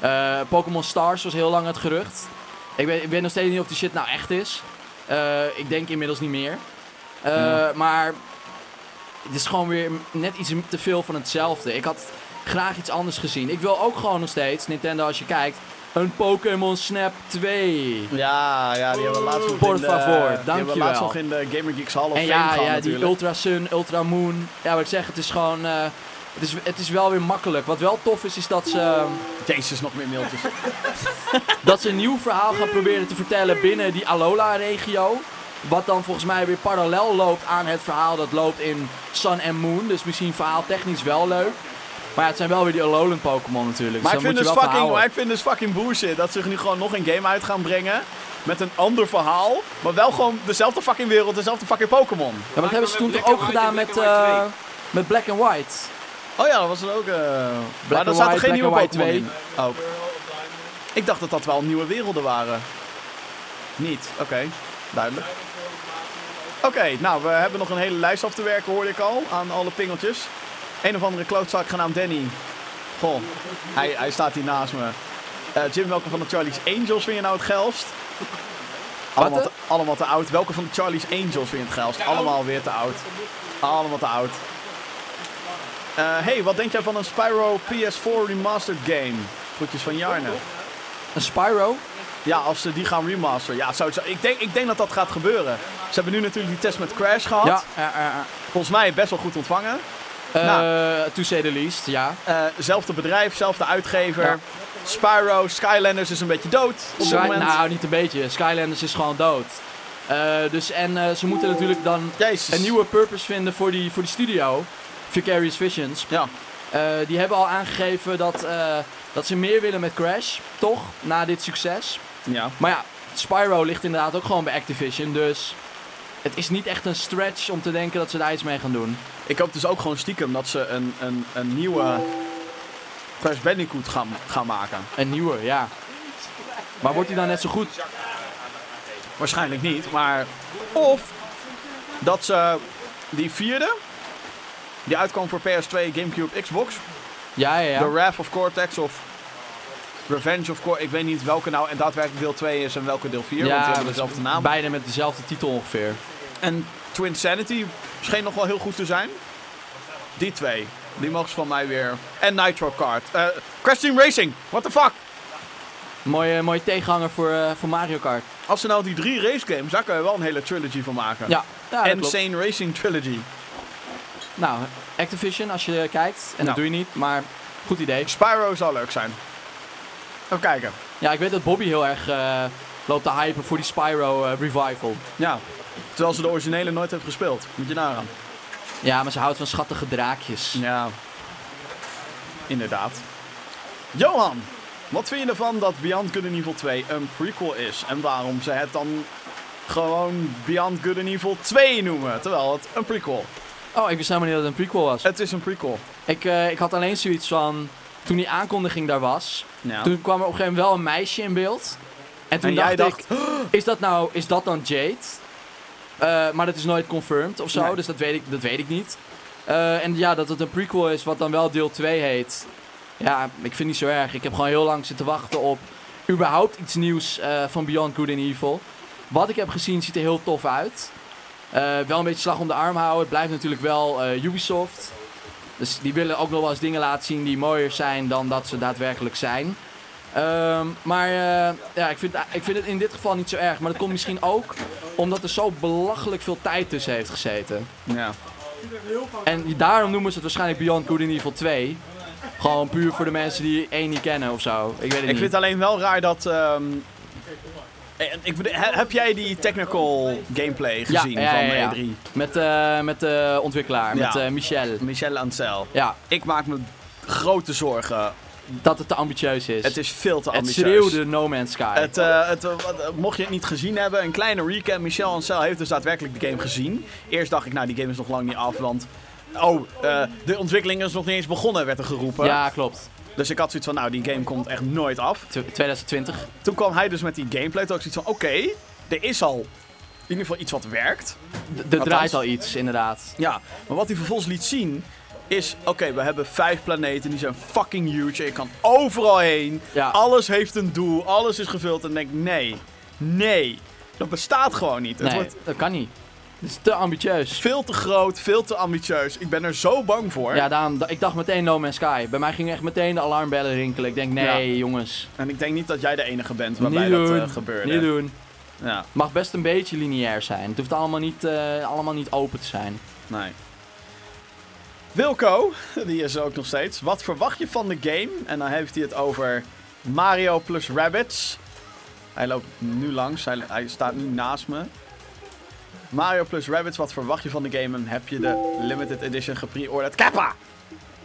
Speaker 2: Eh, Pokémon Stars was heel lang het gerucht. Ik weet, ik weet nog steeds niet of die shit nou echt is. Eh, ik denk inmiddels niet meer. Eh, Maar het is gewoon weer net iets te veel van hetzelfde. Ik had graag iets anders gezien. Ik wil ook gewoon nog steeds, Nintendo als je kijkt, een Pokémon Snap 2.
Speaker 1: Ja, ja, die hebben we laatst nog
Speaker 2: Por
Speaker 1: in de,
Speaker 2: favor,
Speaker 1: Die hebben
Speaker 2: dankjewel.
Speaker 1: we laatst nog in de Gamer Geeks Hall of
Speaker 2: En
Speaker 1: Fame
Speaker 2: ja,
Speaker 1: gehad
Speaker 2: ja die
Speaker 1: natuurlijk.
Speaker 2: Ultra Sun, Ultra Moon. Ja, wat ik zeg, het is gewoon. eh, het, is, het is wel weer makkelijk. Wat wel tof is, is dat ze, ehm,
Speaker 1: Jezus, nog meer mailtjes.
Speaker 2: dat ze een nieuw verhaal gaan proberen te vertellen binnen die Alola-regio. Wat dan volgens mij weer parallel loopt aan het verhaal dat loopt in Sun en Moon. Dus misschien verhaaltechnisch wel leuk. Maar ja, het zijn wel weer die Alolan Pokémon natuurlijk.
Speaker 1: maar, ik
Speaker 2: dus daar
Speaker 1: vind dus
Speaker 2: moet je wel van
Speaker 1: fucking, maar
Speaker 2: houden.
Speaker 1: ik vind dus fucking bullshit dat ze nu gewoon nog een game uit gaan brengen. Met een ander verhaal. Maar wel gewoon dezelfde fucking wereld, dezelfde fucking Pokémon.
Speaker 2: Ja, maar dat hebben ze toen toch ook gedaan met, eh, met Black and White.
Speaker 1: Oh ja, dat was er ook. eh maar
Speaker 2: and
Speaker 1: er zaten
Speaker 2: White,
Speaker 1: geen
Speaker 2: Black
Speaker 1: nieuwe
Speaker 2: and White
Speaker 1: Pokémon in. Oh. Ik dacht dat dat wel nieuwe werelden waren. Niet, oké. Duidelijk. Oké, nou, we hebben nog een hele lijst af te werken, hoorde ik al, aan alle pingeltjes. Een of andere klootzak genaamd Danny. Goh, hij, hij staat hier naast me. Eh, Jim, welke van de Charlie's Angels vind je nou het geilst? Allemaal te, allemaal te oud. Welke van de Charlie's Angels vind je het geilst? Allemaal weer te oud. Allemaal te oud. Eh, hey, wat denk jij van een Spyro PS4 remastered game? Groetjes van Jarne.
Speaker 2: Een Spyro?
Speaker 1: Ja, als ze die gaan remasteren. Ja, zou, zou- ik, denk, ik denk dat dat gaat gebeuren. Ze hebben nu natuurlijk die test met Crash gehad.
Speaker 2: Ja, eh, ja, ja, ja.
Speaker 1: Volgens mij best wel goed ontvangen.
Speaker 2: Eh,
Speaker 1: Nou.
Speaker 2: to say the least, ja.
Speaker 1: Eh, zelfde bedrijf, zelfde uitgever.
Speaker 2: Ja.
Speaker 1: Spyro, Skylanders is een beetje dood op dit
Speaker 2: Sky-
Speaker 1: moment.
Speaker 2: nou, niet een beetje. Skylanders is gewoon dood. Eh, dus, en eh, ze moeten natuurlijk dan een nieuwe purpose vinden voor die, voor die studio. Vicarious Visions. Eh,
Speaker 1: Ja.
Speaker 2: die hebben al aangegeven dat, eh, dat ze meer willen met Crash. Toch? Na dit succes.
Speaker 1: Ja.
Speaker 2: Maar ja, Spyro ligt inderdaad ook gewoon bij Activision. Dus het is niet echt een stretch om te denken dat ze daar iets mee gaan doen.
Speaker 1: Ik hoop dus ook gewoon stiekem dat ze een, een, een nieuwe Crash Bandicoot gaan, gaan maken.
Speaker 2: Een nieuwe, ja. Maar wordt die dan net zo goed?
Speaker 1: Waarschijnlijk niet, maar... Of dat ze die vierde, die uitkwam voor PS2, Gamecube, Xbox...
Speaker 2: Ja, ja, ja.
Speaker 1: The Wrath of Cortex of Revenge of Cortex. Ik weet niet welke nou en daadwerkelijk deel 2 is en welke deel 4,
Speaker 2: Ja,
Speaker 1: want die
Speaker 2: dat
Speaker 1: hebben
Speaker 2: is
Speaker 1: dezelfde naam.
Speaker 2: Beide met dezelfde titel ongeveer.
Speaker 1: En Twin Sanity scheen nog wel heel goed te zijn. Die twee. Die mogen ze van mij weer. En Nitro Kart. Eh, Crash Team Racing. What the fuck?
Speaker 2: Mooie, mooie tegenhanger voor, eh, voor Mario Kart.
Speaker 1: Als ze nou die drie race games, daar kunnen we wel een hele trilogy van maken.
Speaker 2: Ja, ja, dat klopt.
Speaker 1: Insane Racing Trilogy.
Speaker 2: Nou, Activision, als je kijkt, en dat
Speaker 1: Nou.
Speaker 2: doe je niet, maar goed idee.
Speaker 1: Spyro zou leuk zijn. Even kijken.
Speaker 2: Ja, ik weet dat Bobby heel erg eh, loopt te hypen voor die Spyro eh, revival.
Speaker 1: Ja. Terwijl ze de originele nooit heeft gespeeld. Moet je nagaan.
Speaker 2: Ja, maar ze houdt van schattige draakjes.
Speaker 1: Ja. Inderdaad. Johan, wat vind je ervan dat Beyond Good and Evil 2 een prequel is? En waarom ze het dan gewoon Beyond Good and Evil 2 noemen, terwijl het een prequel.
Speaker 2: Oh, ik wist helemaal niet dat het een prequel was.
Speaker 1: Het is een prequel.
Speaker 2: Ik, eh, ik had alleen zoiets van, toen die aankondiging daar was,
Speaker 1: Ja.
Speaker 2: toen kwam er op een gegeven moment wel een meisje in beeld. En toen
Speaker 1: En jij
Speaker 2: dacht, ik, is dat nou, is dat dan Jade? Eh, maar dat is nooit confirmed of zo,
Speaker 1: Nee.
Speaker 2: dus dat weet ik, dat weet ik niet. Eh, en ja, dat het een prequel is, wat dan wel deel 2 heet. Ja, ik vind het niet zo erg. Ik heb gewoon heel lang zitten wachten op überhaupt iets nieuws eh, van Beyond Good and Evil. Wat ik heb gezien ziet er heel tof uit. Eh, wel een beetje slag om de arm houden. Het blijft natuurlijk wel eh, Ubisoft. Dus die willen ook nog wel eens dingen laten zien die mooier zijn dan dat ze daadwerkelijk zijn. Ehm, maar eh, ja, ik, vind, ik vind het in dit geval niet zo erg. Maar dat komt misschien ook omdat er zo belachelijk veel tijd tussen heeft gezeten.
Speaker 1: Ja.
Speaker 2: En daarom noemen ze het waarschijnlijk Beyond Good and Evil 2. Gewoon puur voor de mensen die één niet kennen of zo. Ik weet het
Speaker 1: Ik
Speaker 2: niet.
Speaker 1: vind het alleen wel raar dat... ehm, eh, ik bedoel, he- heb jij die technical gameplay gezien van eh, E3?
Speaker 2: Met, eh, met de ontwikkelaar,
Speaker 1: Ja.
Speaker 2: met eh, Michel.
Speaker 1: Michel Ancel.
Speaker 2: Ja,
Speaker 1: Ik maak me grote zorgen.
Speaker 2: dat het te ambitieus is.
Speaker 1: Het is veel te
Speaker 2: Het
Speaker 1: ambitieus.
Speaker 2: schreeuwde No Man's Sky.
Speaker 1: Het, eh, het, eh, wat, eh, mocht je het niet gezien hebben, een kleine recap. Michel Ancel heeft dus daadwerkelijk de game gezien. Eerst dacht ik, nou, die game is nog lang niet af, want... Oh, eh, de ontwikkeling is nog niet eens begonnen, werd er geroepen.
Speaker 2: ja, klopt.
Speaker 1: Dus ik had zoiets van, nou, die game komt echt nooit af.
Speaker 2: Tw- 2020.
Speaker 1: Toen kwam hij dus met die gameplay. Toen had ik zoiets van, oké, er is al in ieder geval iets wat werkt.
Speaker 2: D- Er
Speaker 1: Althans.
Speaker 2: draait al iets, inderdaad.
Speaker 1: Ja, maar wat hij vervolgens liet zien is... Oké, we hebben vijf planeten, die zijn fucking huge. Ik kan overal heen.
Speaker 2: Ja.
Speaker 1: Alles heeft een doel, alles is gevuld. En ik denk, nee, nee, dat bestaat gewoon niet. Het
Speaker 2: nee,
Speaker 1: wordt
Speaker 2: dat kan niet. Het is te ambitieus.
Speaker 1: veel te groot, veel te ambitieus. Ik ben er zo bang voor.
Speaker 2: Ja, daarom, da- ik dacht meteen No Man's Sky. Bij mij ging echt meteen de alarmbellen rinkelen. Ik denk, nee jongens,
Speaker 1: En ik denk niet dat jij de enige bent waarbij
Speaker 2: niet
Speaker 1: dat
Speaker 2: doen.
Speaker 1: eh, gebeurde.
Speaker 2: niet doen.
Speaker 1: Ja,
Speaker 2: mag best een beetje lineair zijn. Het hoeft allemaal niet, eh, allemaal niet open te zijn.
Speaker 1: nee. Wilco, die is er ook nog steeds. Wat verwacht je van de game? En dan heeft hij het over Mario plus Rabbits. Hij loopt nu langs, hij, hij staat nu naast me. Mario plus Rabbits, wat verwacht je van de game? En heb je de limited edition gepreorderd? Kappa!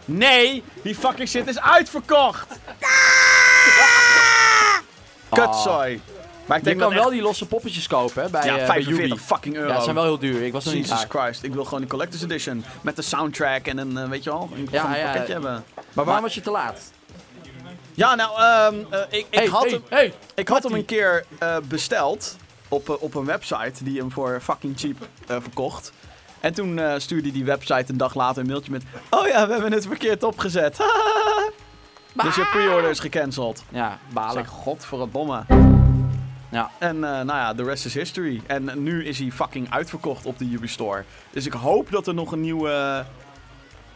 Speaker 1: Nee, die fucking shit is
Speaker 2: Ah!
Speaker 1: uitverkocht! Kutzooi. Maar ik
Speaker 2: Je
Speaker 1: denk
Speaker 2: kan
Speaker 1: dat
Speaker 2: wel
Speaker 1: echt-
Speaker 2: die losse poppetjes kopen hè, bij, eh,
Speaker 1: ja,
Speaker 2: bij
Speaker 1: 45
Speaker 2: Ubi.
Speaker 1: fucking euro.
Speaker 2: Ja, ze zijn wel heel duur. Ik was nog niet
Speaker 1: Jesus
Speaker 2: klaar.
Speaker 1: Christ, ik wil gewoon een collector's edition met de soundtrack en een, eh, weet je wel, ik wil
Speaker 2: Ja,
Speaker 1: gewoon een
Speaker 2: ja.
Speaker 1: pakketje hebben.
Speaker 2: Maar waarom was je te laat?
Speaker 1: Ja, nou, ehm, eh, ik, ik
Speaker 2: Hey,
Speaker 1: had
Speaker 2: hey,
Speaker 1: hem,
Speaker 2: hey.
Speaker 1: ik had hem een keer eh, besteld op, eh, op een website die hem voor fucking cheap eh, verkocht. En toen eh, stuurde die website een dag later een mailtje met... Oh ja, we hebben het verkeerd opgezet. dus je pre-order is gecanceld.
Speaker 2: Ja,
Speaker 1: Zeg,
Speaker 2: balen.
Speaker 1: god voor het bommen.
Speaker 2: Ja.
Speaker 1: En eh, nou ja, the rest is history. En nu is hij fucking uitverkocht op de Ubistore. Dus ik hoop dat er nog een nieuwe,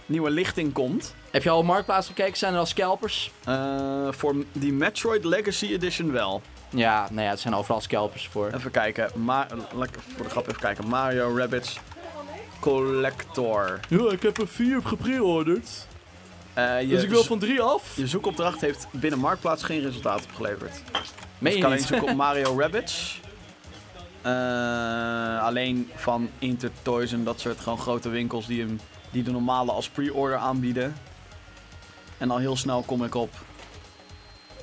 Speaker 1: nieuwe lichting komt.
Speaker 2: Heb je al op Marktplaats gekeken? Zijn er al scalpers?
Speaker 1: Eh, voor die Metroid Legacy Edition wel.
Speaker 2: Ja, nou ja, het zijn overal scalpers voor.
Speaker 1: Even kijken. Ma laat ik voor de grap even kijken. Mario Rabbits Collector.
Speaker 2: Ja, ik heb er vier gepreorderd. Dus
Speaker 1: Eh, je,
Speaker 2: drie af.
Speaker 1: je zoekopdracht heeft binnen Marktplaats geen resultaat opgeleverd.
Speaker 2: Meen
Speaker 1: ik
Speaker 2: je
Speaker 1: Dus kan alleen
Speaker 2: niet?
Speaker 1: zoeken op Mario Rabbits. Eh, alleen van Intertoys en dat soort gewoon grote winkels die, hem, die de normale als pre-order aanbieden. En al heel snel kom ik op,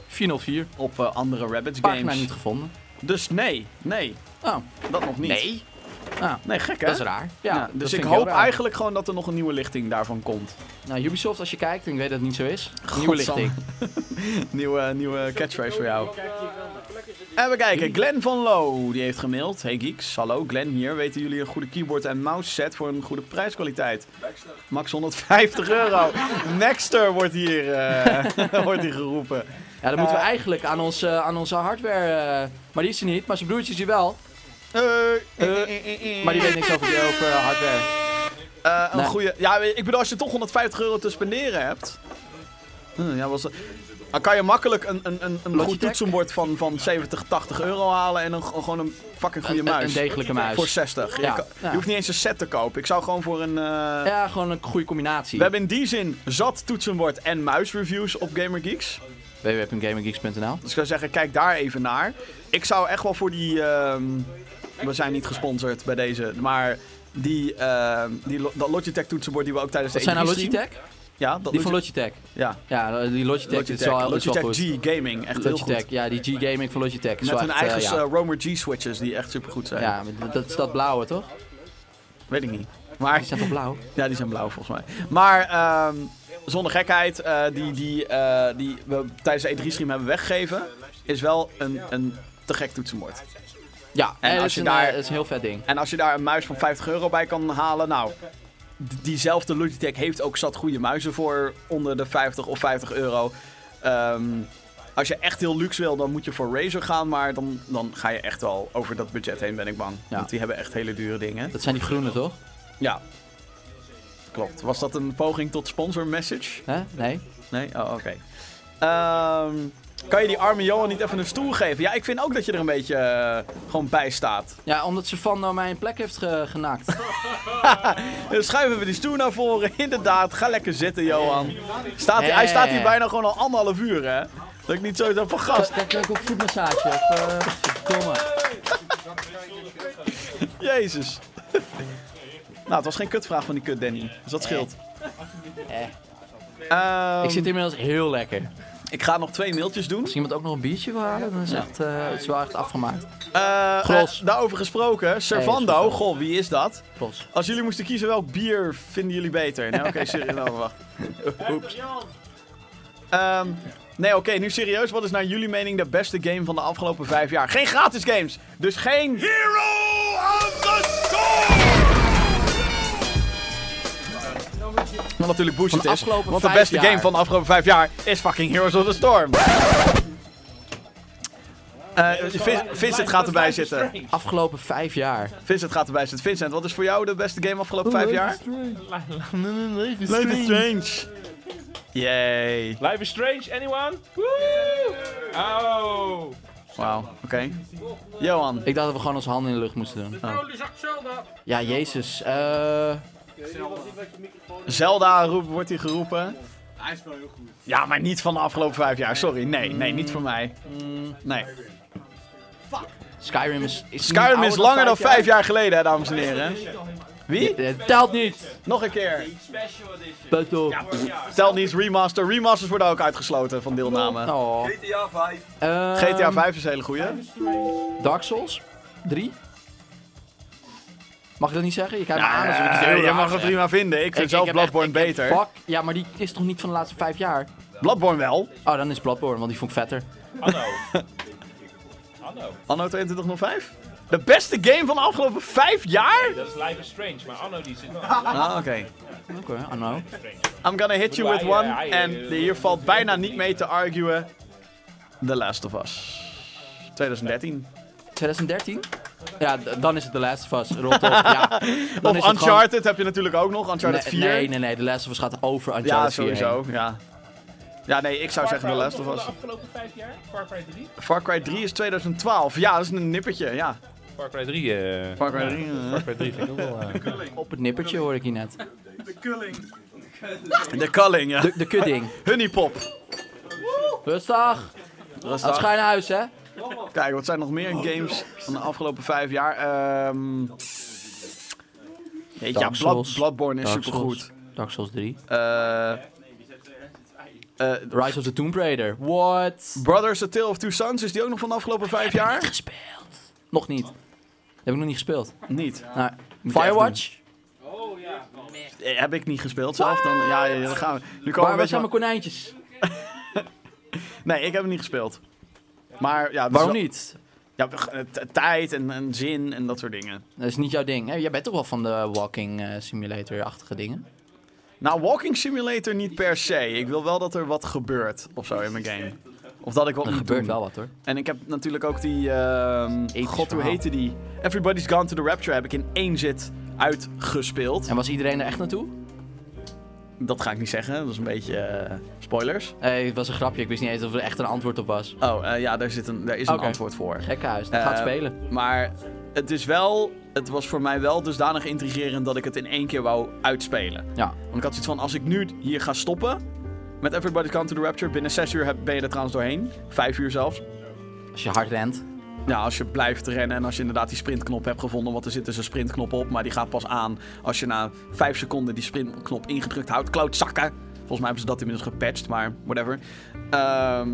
Speaker 2: 404.
Speaker 1: op eh, andere Rabbits
Speaker 2: Pagina
Speaker 1: games.
Speaker 2: niet gevonden.
Speaker 1: Dus nee, nee,
Speaker 2: Oh,
Speaker 1: dat nog niet.
Speaker 2: nee. Ah,
Speaker 1: Nee, gek hè?
Speaker 2: dat is raar. Ja,
Speaker 1: Ja,
Speaker 2: dat
Speaker 1: dus ik
Speaker 2: vind heel
Speaker 1: hoop
Speaker 2: raar.
Speaker 1: eigenlijk gewoon dat er nog een nieuwe lichting daarvan komt.
Speaker 2: Nou, Ubisoft, als je kijkt, en ik weet dat het niet zo is. Nieuwe lichting.
Speaker 1: nieuwe, nieuwe catchphrase voor jou. Even kijken, Glenn van Loo, die heeft gemaild. Hey geeks, hallo Glenn hier. Weten jullie een goede keyboard en mouse set voor een goede prijskwaliteit? Max 150 euro. Nexter wordt hier, eh, wordt hier geroepen.
Speaker 2: Ja, dan moeten we eigenlijk aan, ons, eh, aan onze hardware. eh, maar die is er niet, maar zijn broertje is hier wel. Eh, Maar die weet niks over, over hardware.
Speaker 1: Eh, een
Speaker 2: Nee.
Speaker 1: goede. Ja, ik bedoel, als je toch 150 euro te spenderen hebt. Hm, ja, was dat- Dan kan je makkelijk een, een, een, een goed
Speaker 2: Logitech?
Speaker 1: toetsenbord van, van 70, 80 euro halen en een, gewoon een fucking goede
Speaker 2: Een,
Speaker 1: muis.
Speaker 2: een degelijke
Speaker 1: Voor
Speaker 2: muis.
Speaker 1: 60.
Speaker 2: Ja,
Speaker 1: Je, kan-
Speaker 2: ja.
Speaker 1: je hoeft niet eens een set te kopen. Ik zou gewoon voor een. eh,
Speaker 2: Ja, gewoon een goede combinatie.
Speaker 1: We hebben in die zin zat toetsenbord en muisreviews op GamerGeeks.
Speaker 2: www.gaminggeeks.nl
Speaker 1: Dus ik zou zeggen, kijk daar even naar. Ik zou echt wel voor die. ehm, we zijn niet gesponsord bij deze, maar. Die, ehm, die, lo- dat Logitech toetsenbord die we ook tijdens
Speaker 2: Dat
Speaker 1: de
Speaker 2: zijn nou
Speaker 1: E3 stream-
Speaker 2: Logitech?
Speaker 1: Ja, dat
Speaker 2: Die van Logitech.
Speaker 1: Ja,
Speaker 2: Ja, die Logitech, dit is
Speaker 1: Logitech,
Speaker 2: wel, dit is wel
Speaker 1: Logitech
Speaker 2: goed.
Speaker 1: G Gaming. Echt heel
Speaker 2: Logitech,
Speaker 1: goed.
Speaker 2: ja, die G-gaming van Logitech. is
Speaker 1: Met
Speaker 2: wel
Speaker 1: hun
Speaker 2: echt, eh,
Speaker 1: eigen
Speaker 2: ja.
Speaker 1: eh, Romer G-switches die echt supergoed zijn.
Speaker 2: Ja, maar dat- dat is dat blauwe, toch?
Speaker 1: Weet ik niet. Maar
Speaker 2: Die staat op blauw.
Speaker 1: Ja, die zijn blauw volgens mij. Maar ehm, zonder gekheid, eh, die, die, eh, die we tijdens de E3-stream hebben weggegeven, is wel een, een te gek toetsenbord.
Speaker 2: Ja,
Speaker 1: En
Speaker 2: en
Speaker 1: als
Speaker 2: dat is
Speaker 1: je
Speaker 2: een,
Speaker 1: daar-
Speaker 2: eh, dat is een heel vet ding.
Speaker 1: En als je daar een muis van 50 euro bij kan halen, nou, d- diezelfde Logitech heeft ook zat goede muizen voor onder de 50 of 50 euro. Ehm, als je echt heel luxe wil, dan moet je voor Razer gaan, maar dan, dan ga je echt wel over dat budget heen, ben ik bang.
Speaker 2: Ja.
Speaker 1: Want die hebben echt hele dure dingen.
Speaker 2: Dat zijn die groene, toch?
Speaker 1: Ja. Klopt. Was dat een poging tot sponsor message?
Speaker 2: Hè? Nee?
Speaker 1: Nee? Oh, oké. Ehm, kan je die arme Johan niet even een stoel geven? Ja, ik vind ook dat je er een beetje eh, gewoon bij staat.
Speaker 2: Ja, omdat ze van nou mijn plek heeft ge- genakt.
Speaker 1: Dus schuiven we die stoel naar voren. Inderdaad, ga lekker zitten, Johan. Staat hij,
Speaker 2: Nee.
Speaker 1: hij staat hier bijna gewoon al anderhalf uur, hè? Dat ik niet zo heb van gast.
Speaker 2: Kijk, kijk op voetmassage. Of, eh, verdomme. Eh.
Speaker 1: Jezus. nou, het was geen kutvraag van die kut, Danny. Dus dat scheelt. Ehm,
Speaker 2: Eh. Ik zit inmiddels heel lekker. Als
Speaker 1: ik ga nog twee mailtjes doen.
Speaker 2: iemand ook nog een biertje wil halen, dan is echt, eh, het is wel echt afgemaakt.
Speaker 1: Eh, eh,
Speaker 2: Gros.
Speaker 1: daarover gesproken,
Speaker 2: Nee,
Speaker 1: Servando.
Speaker 2: dat is
Speaker 1: Goh, wie is dat?
Speaker 2: Los.
Speaker 1: Als jullie moesten kiezen, welk bier vinden jullie beter? Nee, oké, serieus. Nou, wacht. Oeps. Ehm, nee, oké, nu serieus. Wat is naar jullie mening de beste game van de afgelopen vijf jaar? Geen gratis games! Dus geen... Maar natuurlijk bullshit
Speaker 2: de
Speaker 1: is,
Speaker 2: afgelopen
Speaker 1: want de
Speaker 2: vijf
Speaker 1: beste
Speaker 2: jaar.
Speaker 1: game van de afgelopen vijf jaar is fucking Heroes of the Storm. Eh, Vin- Vincent gaat erbij
Speaker 7: dus-
Speaker 1: zitten.
Speaker 2: Afgelopen vijf jaar.
Speaker 1: Vincent gaat erbij zitten. Vincent, wat is voor jou de beste game afgelopen vijf jaar? Life is Strange. Yay.
Speaker 7: Life is Strange, anyone? Woo! Oh.
Speaker 1: Wauw, oké. Johan.
Speaker 2: Ik dacht dat we gewoon onze handen in de lucht moesten doen.
Speaker 1: Oh.
Speaker 2: Ja, jezus. Eh
Speaker 1: Zelda roep, wordt hier geroepen. Hij is wel heel goed. Ja, maar niet van de afgelopen vijf jaar. Sorry, nee, nee, niet voor mij. Nee.
Speaker 2: Skyrim is... is
Speaker 1: Skyrim is langer dan vijf jaar geleden, hè, dames en heren. Wie?
Speaker 2: Het telt niet.
Speaker 1: Nog een keer.
Speaker 2: Beto.
Speaker 1: Stel niet remaster. Remasters worden ook uitgesloten van deelname.
Speaker 2: Oh.
Speaker 10: GTA 5.
Speaker 2: Ehm,
Speaker 1: GTA 5 is een hele goeie.
Speaker 2: Dark Souls 3. Mag ik dat niet zeggen? Je kijkt me aan alsof ik iets
Speaker 1: Ja,
Speaker 2: heel
Speaker 1: Eh, je
Speaker 2: raars
Speaker 1: mag het
Speaker 2: zeg.
Speaker 1: prima vinden. Ik
Speaker 2: Ik- ik
Speaker 1: vind zelf
Speaker 2: heb echt-
Speaker 1: Bloodborne
Speaker 2: ik heb-
Speaker 1: beter.
Speaker 2: Fuck, ja, maar die is toch niet van de laatste vijf jaar?
Speaker 1: Bloodborne wel.
Speaker 2: Oh, dan is Bloodborne, want die vond ik vetter.
Speaker 7: Anno. Anno.
Speaker 1: Anno 2205? De beste game van de afgelopen vijf jaar?
Speaker 7: Dat is Life is Strange, maar Anno die zit wel.
Speaker 1: Ah, oké.
Speaker 2: Oké, Anno.
Speaker 1: Ah, I'm gonna hit you with one. En hier valt bijna niet mee te arguen. The Last of Us. 2013.
Speaker 2: 2013? Ja, d- dan is het The Last of Us. Rot op. Ja, dan is het
Speaker 1: Of
Speaker 2: gewoon-
Speaker 1: Uncharted heb je natuurlijk ook nog. Uncharted
Speaker 2: nee,
Speaker 1: 4.
Speaker 2: Nee, nee, nee. The Last of Us gaat over Uncharted
Speaker 1: ja,
Speaker 2: 4 heen.
Speaker 1: sowieso. Ja. ja, nee, ik zou zeggen The Last of
Speaker 7: De
Speaker 1: Us.
Speaker 7: afgelopen vijf jaar? Far Cry 3?
Speaker 1: Far Cry 3 is 2012. Ja, dat is een nippertje. Ja.
Speaker 7: Far Cry 3, eh.
Speaker 1: Far Cry 3. eh.
Speaker 7: Far Cry 3 vind ik ook wel. eh.
Speaker 2: Op het nippertje hoor ik hier net.
Speaker 1: eh. De Culling, ja.
Speaker 2: De, de kudding.
Speaker 1: Honeypop.
Speaker 2: Rustig. Dat is naar huis, hè?
Speaker 1: Kijk, wat zijn nog meer games van de afgelopen vijf jaar? Ehm jeetje, ja, Blood-
Speaker 2: Dark Souls.
Speaker 1: Bloodborne is
Speaker 2: Dark Souls.
Speaker 1: supergoed.
Speaker 2: Dark Souls 3.
Speaker 1: Eh, eh,
Speaker 2: Rise of the Tomb Raider. What?
Speaker 1: Brothers, A Tale of Two Sons, is die ook nog van de afgelopen vijf jaar?
Speaker 2: Gespeeld. Nog niet. Dat heb ik nog niet gespeeld.
Speaker 1: Niet.
Speaker 2: Nou,
Speaker 1: je
Speaker 2: Firewatch?
Speaker 1: Eh, heb ik niet gespeeld zelf. Dan, ja, ja, ja, dan gaan we. Nu komen we
Speaker 2: Waar,
Speaker 1: een
Speaker 2: waar
Speaker 1: beetje-
Speaker 2: zijn mijn konijntjes?
Speaker 1: Nee, ik heb hem niet gespeeld. Maar ja, dat
Speaker 2: Waarom
Speaker 1: is
Speaker 2: niet?
Speaker 1: wel- Ja, eh, t- tijd en, en zin en dat soort dingen.
Speaker 2: Dat is niet jouw ding. Hè? Jij bent toch wel van de walking eh, simulator-achtige dingen?
Speaker 1: Nou, Walking Simulator niet per se. Ik wil wel dat er wat gebeurt of zo in mijn game. Of dat ik wat
Speaker 2: Er
Speaker 1: moet
Speaker 2: gebeurt
Speaker 1: doen.
Speaker 2: wel wat hoor.
Speaker 1: En ik heb natuurlijk ook die. ehm
Speaker 2: Episch
Speaker 1: God, hoe
Speaker 2: verhaal.
Speaker 1: heette die? Everybody's Gone to the Rapture heb ik in één zit uitgespeeld.
Speaker 2: En was iedereen er echt naartoe?
Speaker 1: Dat ga ik niet zeggen, dat is een beetje eh, spoilers.
Speaker 2: Eh, het was een grapje, ik wist niet eens of er echt een antwoord op was.
Speaker 1: Oh, eh, ja, daar, zit een, daar is
Speaker 2: Oké.
Speaker 1: een antwoord voor.
Speaker 2: Gekhuis, dat
Speaker 1: Eh,
Speaker 2: gaat spelen.
Speaker 1: Maar het is wel. Het was voor mij wel dusdanig intrigerend dat ik het in één keer wou uitspelen.
Speaker 2: Ja.
Speaker 1: Want ik had zoiets van: als ik nu hier ga stoppen. Met Everybody's Gone to the Rapture. Binnen zes uur heb- ben je er trouwens doorheen. Vijf uur zelfs.
Speaker 2: Als je hard rent.
Speaker 1: Ja, als je blijft rennen en als je inderdaad die sprintknop hebt gevonden. Want er zit dus een sprintknop op. Maar die gaat pas aan als je na vijf seconden die sprintknop ingedrukt houdt. Klootzakken. Volgens mij hebben ze dat inmiddels gepatcht, maar whatever. Ehm,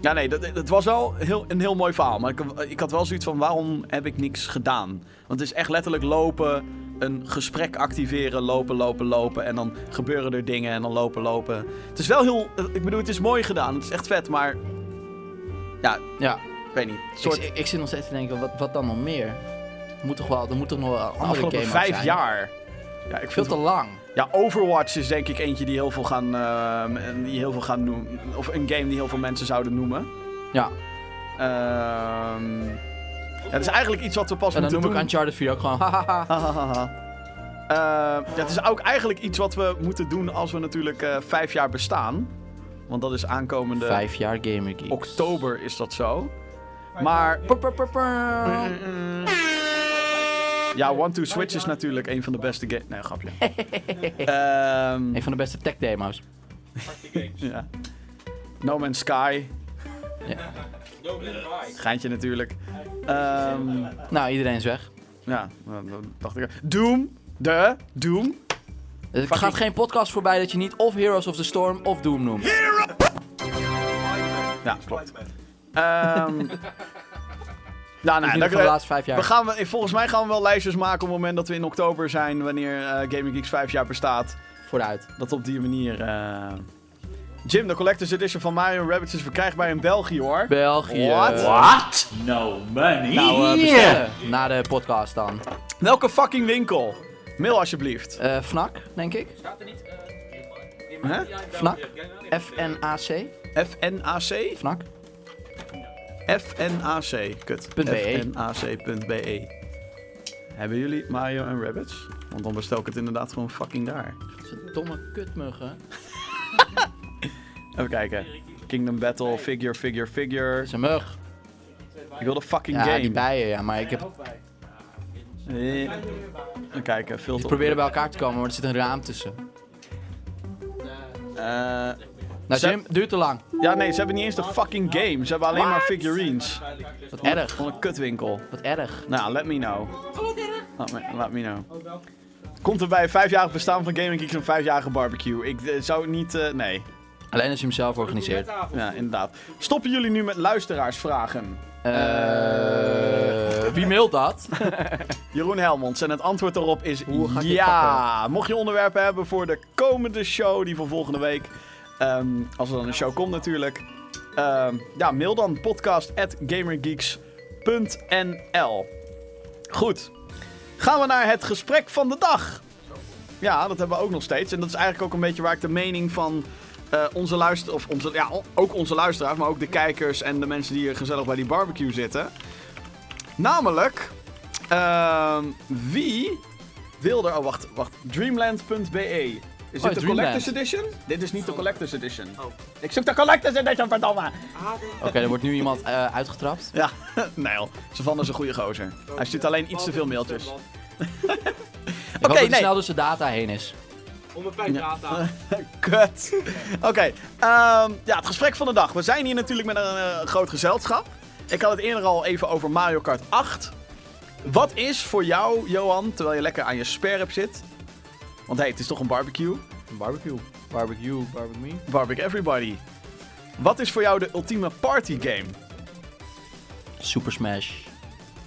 Speaker 1: ja, nee, dat, dat was wel heel, een heel mooi verhaal. Maar ik, ik had wel zoiets van, waarom heb ik niks gedaan? Want het is echt letterlijk lopen, een gesprek activeren, lopen, lopen, lopen. En dan gebeuren er dingen en dan lopen, lopen. Het is wel heel... Ik bedoel, het is mooi gedaan. Het is echt vet, maar... Ja,
Speaker 2: Ja.
Speaker 1: ik weet niet. Een
Speaker 2: Ik,
Speaker 1: soort-
Speaker 2: ik, ik zit nog steeds te denken, wat, wat dan nog meer? Moet toch wel, er moet toch nog wel een
Speaker 1: de
Speaker 2: andere
Speaker 1: afgelopen
Speaker 2: game
Speaker 1: vijf
Speaker 2: zijn.
Speaker 1: jaar. Ja, ik
Speaker 2: Veel
Speaker 1: vind
Speaker 2: te lang.
Speaker 1: ja, Overwatch is denk ik eentje die heel veel gaan, ehm, en die heel veel gaan noemen. Of een game die heel veel mensen zouden noemen.
Speaker 2: Ja.
Speaker 1: Ehm, ja, dat is eigenlijk iets wat we pas
Speaker 2: En dan
Speaker 1: moeten
Speaker 2: noem ik
Speaker 1: doen.
Speaker 2: Uncharted 4 ook gewoon. hahaha.
Speaker 1: Hahaha. Eh, ja, het is ook eigenlijk iets wat we moeten doen als we natuurlijk eh, vijf jaar bestaan. Want dat is aankomende
Speaker 2: Vijf jaar Gamer Geeks.
Speaker 1: oktober is dat zo. Maar
Speaker 2: Pa, pa, pa, pa.
Speaker 1: ja, One Two Switch is natuurlijk een van de beste games. Nee, grapje. Ehm,
Speaker 2: Een van de beste tech demo's.
Speaker 1: Ja. No Man's Sky.
Speaker 2: Ja.
Speaker 1: Geintje natuurlijk. Ehm,
Speaker 2: Nou, iedereen is weg.
Speaker 1: ja, dat dat dacht ik. Doom. De. Doom.
Speaker 2: Er gaat geen podcast voorbij dat je niet of Heroes of the Storm of Doom noemt.
Speaker 1: Ja, klopt. Ehm nou,
Speaker 2: Nou,
Speaker 1: nou,
Speaker 2: in
Speaker 1: dat,
Speaker 2: van de laatste vijf jaar.
Speaker 1: we gaan, we- volgens mij gaan we wel lijstjes maken op het moment dat we in oktober zijn, wanneer eh, Gaming Geeks 5 jaar bestaat.
Speaker 2: Vooruit.
Speaker 1: Dat op die manier. eh, Jim, de Collector's Edition van Mario Rabbits is verkrijgbaar in België hoor.
Speaker 2: België.
Speaker 1: What?
Speaker 9: What? No money?
Speaker 2: Nou, eh,
Speaker 9: Here.
Speaker 2: bestellen. Na de podcast dan.
Speaker 1: Welke fucking winkel? Mail alsjeblieft.
Speaker 2: Eh Fnac, denk ik.
Speaker 1: Hè?
Speaker 2: Fnac. F-N-A-C.
Speaker 1: FNAC?
Speaker 2: Fnac.
Speaker 1: FNAC. Kut.
Speaker 2: .be.
Speaker 1: FNAC.be. E. Hebben jullie Mario en Rabbits? Want dan bestel ik het inderdaad gewoon fucking daar.
Speaker 2: Dat is een domme kutmuggen. Dat
Speaker 1: Even kijken. Kingdom Battle, figure, figure, figure.
Speaker 2: is een mug.
Speaker 1: Ik wil de fucking
Speaker 2: Ja,
Speaker 1: game.
Speaker 2: die bijen, ja. Maar ik heb...
Speaker 1: Eh, Even kijken,
Speaker 2: Ze
Speaker 1: filter.
Speaker 2: proberen bij elkaar te komen, maar er zit een raam tussen.
Speaker 1: Eh,
Speaker 2: Nou,
Speaker 1: Ze-
Speaker 2: Jim, duurt te lang.
Speaker 1: ja, nee, ze hebben niet eens de fucking game. Ze hebben alleen maar figurines.
Speaker 2: Wat erg.
Speaker 1: Van een kutwinkel.
Speaker 2: Wat erg.
Speaker 1: Nou, let me know. Laat me, laat me know. Komt er bij een vijfjarig bestaan van Gaming Geeks een vijfjarige barbecue? Ik eh, zou niet... eh, nee.
Speaker 2: Alleen als je hem zelf organiseert.
Speaker 1: Ja, inderdaad. Stoppen jullie nu met luisteraarsvragen?
Speaker 2: Eh, wie mailt dat?
Speaker 1: Jeroen Helmonds. En het antwoord daarop is
Speaker 2: Hoe ga ik dit
Speaker 1: ja. Mocht je onderwerpen hebben voor de komende show, die van volgende week. ehm, als er dan een show komt natuurlijk. ehm, ja, mail dan podcast at gamergeeks.nl .nl. Goed. Gaan we naar het gesprek van de dag. Ja, dat hebben we ook nog steeds. En dat is eigenlijk ook een beetje waar ik de mening van eh, onze luister... Of onze, ja, o- ook onze luisteraars, maar ook de kijkers en de mensen die hier gezellig bij die barbecue zitten. Namelijk... ehm, wie wil er... Oh, wacht, wacht. Dreamland.be. E. Is
Speaker 2: Oh,
Speaker 1: dit de
Speaker 2: Dreamland. Oh.
Speaker 1: Collector's Edition? Dit is niet de Collector's Edition. Ik zoek de Collector's Edition, verdomme!
Speaker 2: Oké, er wordt nu iemand eh, uitgetrapt.
Speaker 1: Ja, nee joh. Savannah is een goede gozer. Hij stuurt alleen iets te veel mailtjes.
Speaker 2: Ik hoop dat hij
Speaker 1: nee.
Speaker 2: snel door zijn data heen is.
Speaker 1: Kut. Oké, ehm, ja, het gesprek van de dag. We zijn hier natuurlijk met een eh, groot gezelschap. Ik had het eerder al even over Mario Kart 8. Wat is voor jou, Johan, terwijl je lekker aan je sperp zit... Want hé, hey, het is toch een barbecue?
Speaker 2: Barbecue. Barbecue, barbecue.
Speaker 1: Barbecue everybody. Wat is voor jou de ultieme party game?
Speaker 2: Super Smash.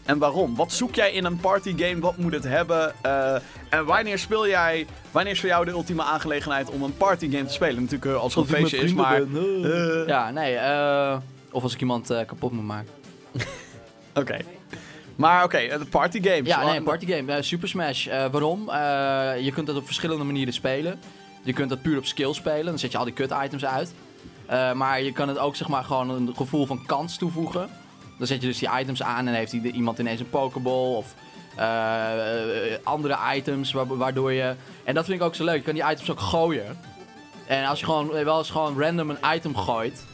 Speaker 1: En waarom? Wat zoek jij in een partygame? Wat moet het hebben? Eh, en wanneer speel jij... Wanneer is voor jou de ultieme aangelegenheid om een partygame te spelen? Natuurlijk eh, als het een feestje is, maar... eh,
Speaker 2: Ja, nee, eh, of als ik iemand eh, kapot moet maken.
Speaker 1: Oké. Maar oké, eh, de partygames.
Speaker 2: Ja, nee,
Speaker 1: Want-
Speaker 2: een partygame. eh, Super Smash. Eh, waarom? Eh, je kunt dat op verschillende manieren spelen. Je kunt dat puur op skill spelen. Dan zet je al die kut-items uit. Eh, maar je kan het ook zeg maar gewoon een gevoel van kans toevoegen. Dan zet je dus die items aan en heeft die- iemand ineens een pokeball of eh, eh, andere items wa- waardoor je... En dat vind ik ook zo leuk. Je kan die items ook gooien. En als je gewoon eh, wel eens gewoon random een item gooit...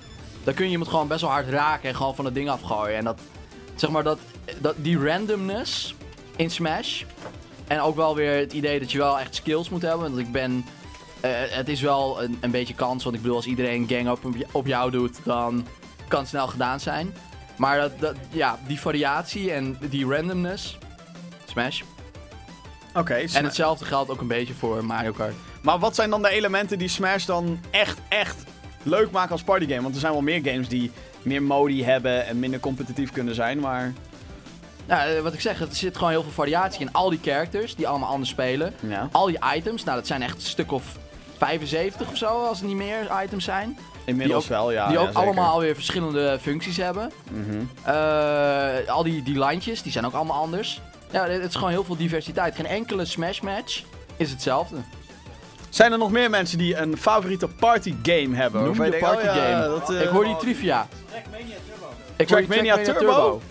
Speaker 2: Dan kun je iemand gewoon best wel hard raken en gewoon van het ding afgooien. En dat, zeg maar, dat, dat, die randomness in Smash. En ook wel weer het idee dat je wel echt skills moet hebben. Want ik ben. eh, het is wel een, een beetje kans. Want ik bedoel, als iedereen gang op, op jou doet, dan kan het snel gedaan zijn. Maar dat, dat, ja, die variatie en die randomness. Smash.
Speaker 1: Oké, Sma-
Speaker 2: En hetzelfde geldt ook een beetje voor Mario Kart.
Speaker 1: maar wat zijn dan de elementen die Smash dan echt, echt leuk maken als partygame? Want er zijn wel meer games die meer modi hebben en minder competitief kunnen zijn, maar...
Speaker 2: Nou, eh, wat ik zeg, er zit gewoon heel veel variatie in. Al die characters die allemaal anders spelen.
Speaker 1: Ja.
Speaker 2: Al die items, nou dat zijn echt een stuk of 75 of zo, als het niet meer items zijn.
Speaker 1: Inmiddels
Speaker 2: ook-
Speaker 1: wel, ja.
Speaker 2: die
Speaker 1: Ah, ja,
Speaker 2: ook
Speaker 1: zeker.
Speaker 2: allemaal weer verschillende functies hebben.
Speaker 1: Mhm.
Speaker 2: Eh, al die, die lijntjes, die zijn ook allemaal anders. Ja, het is gewoon heel veel diversiteit. Geen enkele Smash match is hetzelfde.
Speaker 1: Zijn er nog meer mensen die een favoriete partygame hebben?
Speaker 2: Noem
Speaker 1: Waarvan
Speaker 2: je
Speaker 1: denkt, oh ja,
Speaker 2: partygame.
Speaker 1: dat, eh,
Speaker 2: Ik hoor die trivia. Ik hoor die
Speaker 1: Trackmania Turbo?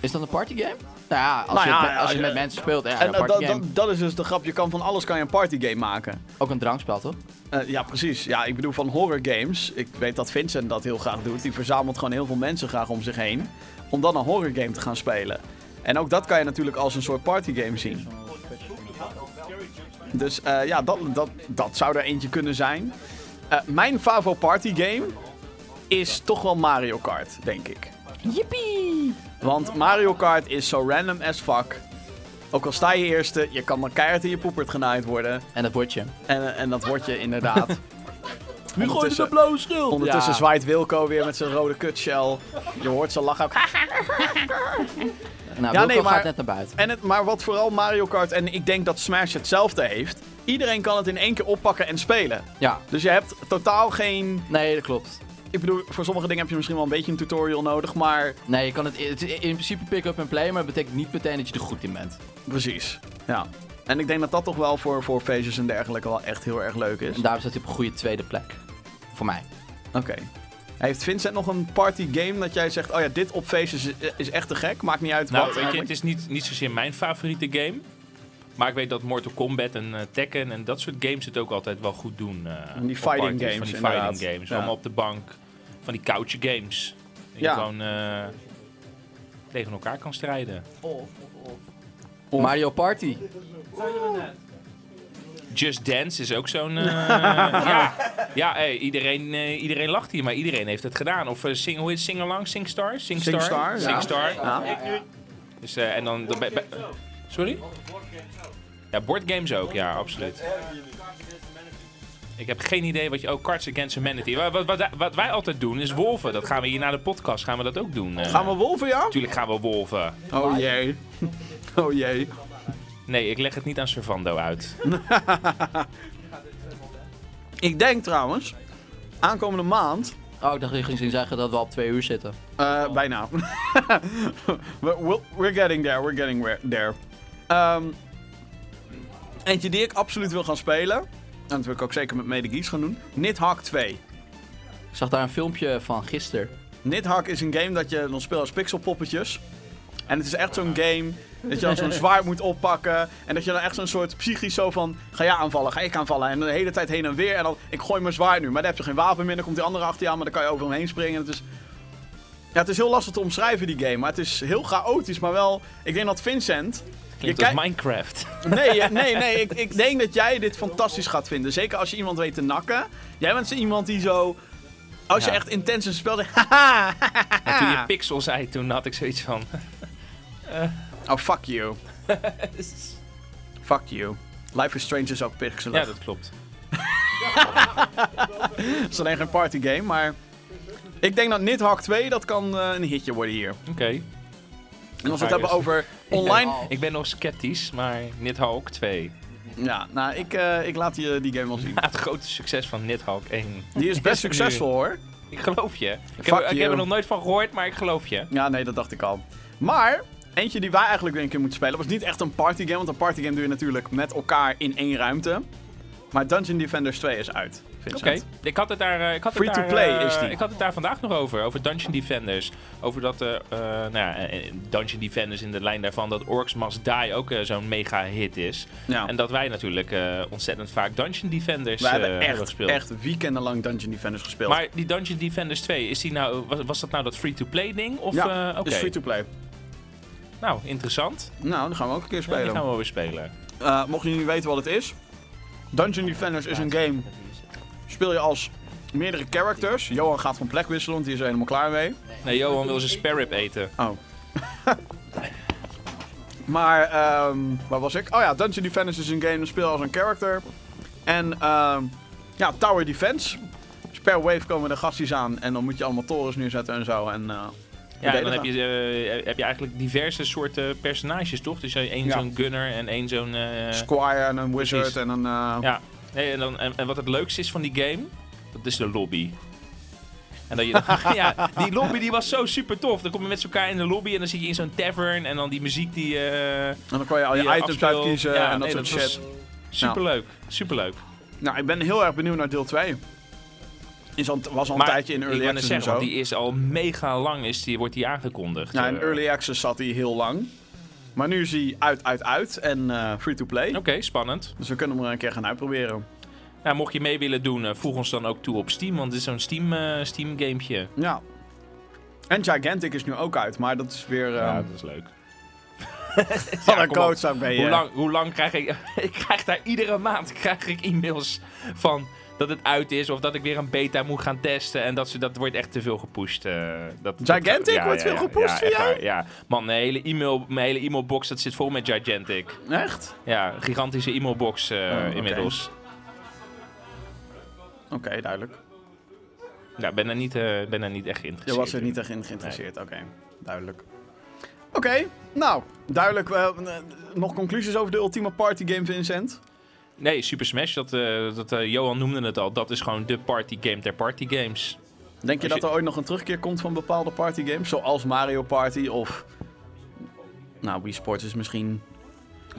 Speaker 2: Is dat een partygame? Nou ja, als
Speaker 1: Nou
Speaker 2: je,
Speaker 1: ja,
Speaker 2: het met- als
Speaker 1: ja,
Speaker 2: je
Speaker 1: ja.
Speaker 2: met mensen speelt, ja,
Speaker 1: En eh,
Speaker 2: een
Speaker 1: dat, dat,
Speaker 2: partygame.
Speaker 1: dat- dat is dus de grap, je kan van alles kan je een partygame maken.
Speaker 2: Ook een drankspel, toch?
Speaker 1: Eh, ja, precies. Ja, ik bedoel van horror games. Ik weet dat Vincent dat heel graag doet. Die verzamelt gewoon heel veel mensen graag om zich heen. Om dan een horror game te gaan spelen. En ook dat kan je natuurlijk als een soort partygame zien. Dus eh, ja, dat, dat, dat zou er eentje kunnen zijn. Eh, mijn favo partygame is toch wel Mario Kart, denk ik.
Speaker 8: Jippie!
Speaker 1: Want Mario Kart is zo random as fuck. Ook al sta je eerste, je kan dan keihard in je poepert genaaid worden.
Speaker 2: En dat wordt je.
Speaker 1: En, eh, en dat word je inderdaad.
Speaker 2: Nu gooi je
Speaker 1: Ondertussen-
Speaker 2: de blauwe schild.
Speaker 1: Ondertussen
Speaker 2: Ja.
Speaker 1: zwaait Wilco weer met zijn rode kutshell. Je hoort ze lachen. ook.
Speaker 2: Nou,
Speaker 1: Ja,
Speaker 2: Wilco
Speaker 1: nee, maar-
Speaker 2: gaat net naar buiten.
Speaker 1: En het, maar wat vooral Mario Kart en ik denk dat Smash hetzelfde heeft. Iedereen kan het in één keer oppakken en spelen.
Speaker 2: Ja,
Speaker 1: Dus je hebt totaal geen.
Speaker 2: nee, dat klopt.
Speaker 1: Ik bedoel, voor sommige dingen heb je misschien wel een beetje een tutorial nodig, maar
Speaker 2: Nee, je kan het, het is in principe pick-up en play, maar dat betekent niet meteen dat je er goed in bent.
Speaker 1: precies. Ja. En ik denk dat dat toch wel voor, voor feestjes en dergelijke wel echt heel erg leuk is.
Speaker 2: En daarom staat hij op een goede tweede plek. Voor mij.
Speaker 1: Oké. Heeft Vincent nog een party game dat jij zegt: oh ja, dit op feestjes is, is echt te gek? Maakt niet uit
Speaker 7: Nou,
Speaker 1: wat.
Speaker 7: weet je,
Speaker 1: eigenlijk.
Speaker 7: het is niet, niet zozeer mijn favoriete game. Maar ik weet dat Mortal Kombat en eh, Tekken en dat soort games het ook altijd wel goed doen. eh,
Speaker 1: Van die fighting
Speaker 7: op parties,
Speaker 1: games,
Speaker 7: Van die
Speaker 1: inderdaad.
Speaker 7: fighting games.
Speaker 1: Ja.
Speaker 7: Allemaal op de bank. Van die couch games. Die
Speaker 1: Ja.
Speaker 7: je gewoon eh, tegen elkaar kan strijden.
Speaker 2: Mario Party.
Speaker 7: Just Dance is ook zo'n... eh, ja, ja hey, iedereen, eh, iedereen lacht hier, maar iedereen heeft het gedaan. Of eh, sing, hoe heet het? Sing Along? Sing Star? Sing Star.
Speaker 1: SingStar, ja. Ja.
Speaker 7: Dus, eh, en dan... dan bij- bij- sorry? Ja, boardgames ook, ja, absoluut. Ik heb geen idee wat je... ook Cards Against Humanity. Wa- Wat, wat, wat wij altijd doen is wolven. Dat gaan we hier na de podcast gaan we dat ook doen. eh.
Speaker 1: Gaan we wolven, ja?
Speaker 7: Natuurlijk gaan we wolven.
Speaker 1: Oh jee. Oh jee.
Speaker 7: Nee, ik leg het niet aan Servando uit.
Speaker 1: Ik denk trouwens, aankomende maand
Speaker 2: Oh, ik dacht dat je ging zeggen dat we op twee uur zitten.
Speaker 1: Eh, Bijna. we, we'll- we're getting there, we're getting where- there. Ehm, eentje die ik absoluut wil gaan spelen. En dat wil ik ook zeker met Medegeeks gaan doen. Nidhogg 2.
Speaker 2: Ik zag daar een filmpje van gisteren.
Speaker 1: Nidhogg is een game dat je dan speelt als pixelpoppetjes. En het is echt zo'n game dat je dan zo'n zwaard moet oppakken. En dat je dan echt zo'n soort psychisch zo van... Ga jij aanvallen, ga ik aanvallen. En de hele tijd heen en weer. En dan, ik gooi mijn zwaard nu. Maar dan heb je geen wapen meer. Dan komt die andere achter je aan. Maar dan kan je over hem heen springen. Het is, ja, het is heel lastig te omschrijven, die game. Maar het is heel chaotisch. Maar wel... Ik denk dat Vincent... Je
Speaker 7: Klinkt als
Speaker 1: kijkt-
Speaker 7: Minecraft.
Speaker 1: Nee, je- nee, nee. Ik, ik denk dat jij dit fantastisch gaat vinden. Zeker als je iemand weet te nakken. Jij bent zo iemand die zo... Als je
Speaker 7: Ja.
Speaker 1: echt intens een spel... denkt, Haha, Ah.
Speaker 7: En toen je pixel zei, toen had ik zoiets van...
Speaker 1: Oh, fuck you. fuck you. Life is Strange is ook
Speaker 7: Ja,
Speaker 1: pixelig.
Speaker 7: dat klopt.
Speaker 1: Het is alleen geen partygame, maar... Ik denk dat Nidhogg 2, dat kan eh, een hitje worden hier.
Speaker 7: Oké.
Speaker 1: En als we
Speaker 7: Waar
Speaker 1: het hebben
Speaker 7: is-
Speaker 1: over online...
Speaker 7: Ik ben nog sceptisch, maar Nidhogg 2.
Speaker 1: Ja, nou, ik, eh, ik laat die, die game wel zien.
Speaker 7: Na het grote succes van Nidhogg 1.
Speaker 1: Die is best succesvol, hoor.
Speaker 7: Ik geloof je. Ik
Speaker 1: Fuck
Speaker 7: heb, ik heb
Speaker 1: you.
Speaker 7: er nog nooit van gehoord, maar ik geloof je.
Speaker 1: Ja, nee, dat dacht ik al. Maar, eentje die wij eigenlijk weer een keer moeten spelen... was niet echt een partygame, want een partygame doe je natuurlijk met elkaar in één ruimte. Maar Dungeon Defenders 2 is uit, Vincent.
Speaker 7: Oké, ik had het daar... eh, ik had
Speaker 1: Free
Speaker 7: het
Speaker 1: to
Speaker 7: daar,
Speaker 1: play
Speaker 7: eh,
Speaker 1: is die.
Speaker 7: Ik had het daar vandaag nog over, over Dungeon Defenders. Over dat, eh, eh, nou ja, eh, Dungeon Defenders in de lijn daarvan, dat Orcs Must Die ook eh, zo'n mega hit is.
Speaker 1: Ja.
Speaker 7: En dat wij natuurlijk eh, ontzettend vaak Dungeon Defenders
Speaker 1: We
Speaker 7: eh,
Speaker 1: hebben
Speaker 7: hebben
Speaker 1: echt,
Speaker 7: gespeeld.
Speaker 1: echt weekenden lang Dungeon Defenders gespeeld.
Speaker 7: Maar die Dungeon Defenders 2, is die nou, was, was dat nou dat free-to-play ding? Of,
Speaker 1: ja,
Speaker 7: eh, oké.
Speaker 1: is free-to-play.
Speaker 7: Nou, interessant.
Speaker 1: Nou, dan gaan we ook een keer
Speaker 7: Ja, die
Speaker 1: spelen.
Speaker 7: gaan we weer spelen.
Speaker 1: Eh, mocht je niet weten wat het is. Dungeon Defenders is een game. Speel je als meerdere characters. Johan gaat van plek wisselen, want die is er helemaal klaar mee. Oh.
Speaker 7: Nee, Johan wil zijn spare rib eten.
Speaker 1: Maar, ehm, waar was ik? Oh ja, Dungeon Defenders is een game. Dan speel je als een character. En, ehm, ja, Tower Defense. Dus per wave komen de gasties aan. En dan moet je allemaal torens neerzetten en zo. En, eh,
Speaker 7: Ja, en
Speaker 1: verdedigen.
Speaker 7: dan heb je, eh, heb je eigenlijk diverse soorten personages, toch? Dus één
Speaker 1: Ja.
Speaker 7: zo'n gunner en één zo'n... eh,
Speaker 1: Squire en een wizard
Speaker 7: precies.
Speaker 1: en een... eh,
Speaker 7: ja. Nee, en, dan, en, en wat het leukste is van die game, dat is de lobby. En dat je dan- ja, die lobby die was zo super tof. Dan kom je met elkaar in de lobby en dan zit je in zo'n tavern en dan die muziek die... eh,
Speaker 1: En dan kan je al je
Speaker 7: die je
Speaker 1: items
Speaker 7: afspeelt.
Speaker 1: uitkiezen
Speaker 7: Ja,
Speaker 1: en dat
Speaker 7: nee,
Speaker 1: soort
Speaker 7: was
Speaker 1: shit.
Speaker 7: Superleuk, superleuk.
Speaker 1: Nou, ik ben heel erg benieuwd naar deel 2. Is al, was al een
Speaker 7: Maar
Speaker 1: tijdje in
Speaker 7: ik
Speaker 1: Early
Speaker 7: wou net
Speaker 1: Access en
Speaker 7: zeggen,
Speaker 1: zo.
Speaker 7: want die is al mega lang, is die, wordt die aangekondigd.
Speaker 1: Ja, Nou, in
Speaker 7: Eh,
Speaker 1: Early Access zat hij heel lang. Maar nu is hij uit, uit, uit en eh, free-to-play.
Speaker 7: Oké, spannend.
Speaker 1: Dus we kunnen hem er een keer gaan uitproberen.
Speaker 7: Ja, mocht je mee willen doen, eh, voeg ons dan ook toe op Steam, want dit is zo'n Steam, eh Steam gamepje.
Speaker 1: Ja. En Gigantic is nu ook uit, maar dat is weer... eh
Speaker 7: Ja, dat is leuk.
Speaker 1: wat
Speaker 7: Ehm, Ja,
Speaker 1: een
Speaker 7: kom op.
Speaker 1: klootzak ben je.
Speaker 7: Hoe lang, hoe lang krijg ik... ik krijg daar iedere maand krijg ik e-mails van dat het uit is of dat ik weer een beta moet gaan testen. En dat, ze, dat wordt echt te veel gepusht. eh, dat,
Speaker 1: Gigantic
Speaker 7: dat-
Speaker 1: wordt veel gepusht
Speaker 7: ja,
Speaker 1: voor
Speaker 7: echt
Speaker 1: jou?
Speaker 7: waar, Ja, man, mijn hele, e-mail, mijn hele e-mailbox dat zit vol met Gigantic.
Speaker 1: eh, Echt?
Speaker 7: Ja, gigantische e-mailbox eh,
Speaker 1: Oh, oké.
Speaker 7: inmiddels.
Speaker 1: Oké, duidelijk.
Speaker 7: Ja, ik ben daar niet, eh, ben daar niet echt
Speaker 1: Je
Speaker 7: geïnteresseerd
Speaker 1: was er
Speaker 7: in.
Speaker 1: niet echt in geïnteresseerd. Oké, duidelijk. Oké, nou, duidelijk. eh, eh, nog conclusies over de Ultima Party Game, Vincent?
Speaker 7: Nee, Super Smash, dat, eh, dat, eh, Johan noemde het al. Dat is gewoon de party game ter party games.
Speaker 1: Denk je
Speaker 7: Als
Speaker 1: dat er ooit nog een terugkeer komt van bepaalde partygames? Zoals Mario Party of... Nou, Wii Sports is misschien...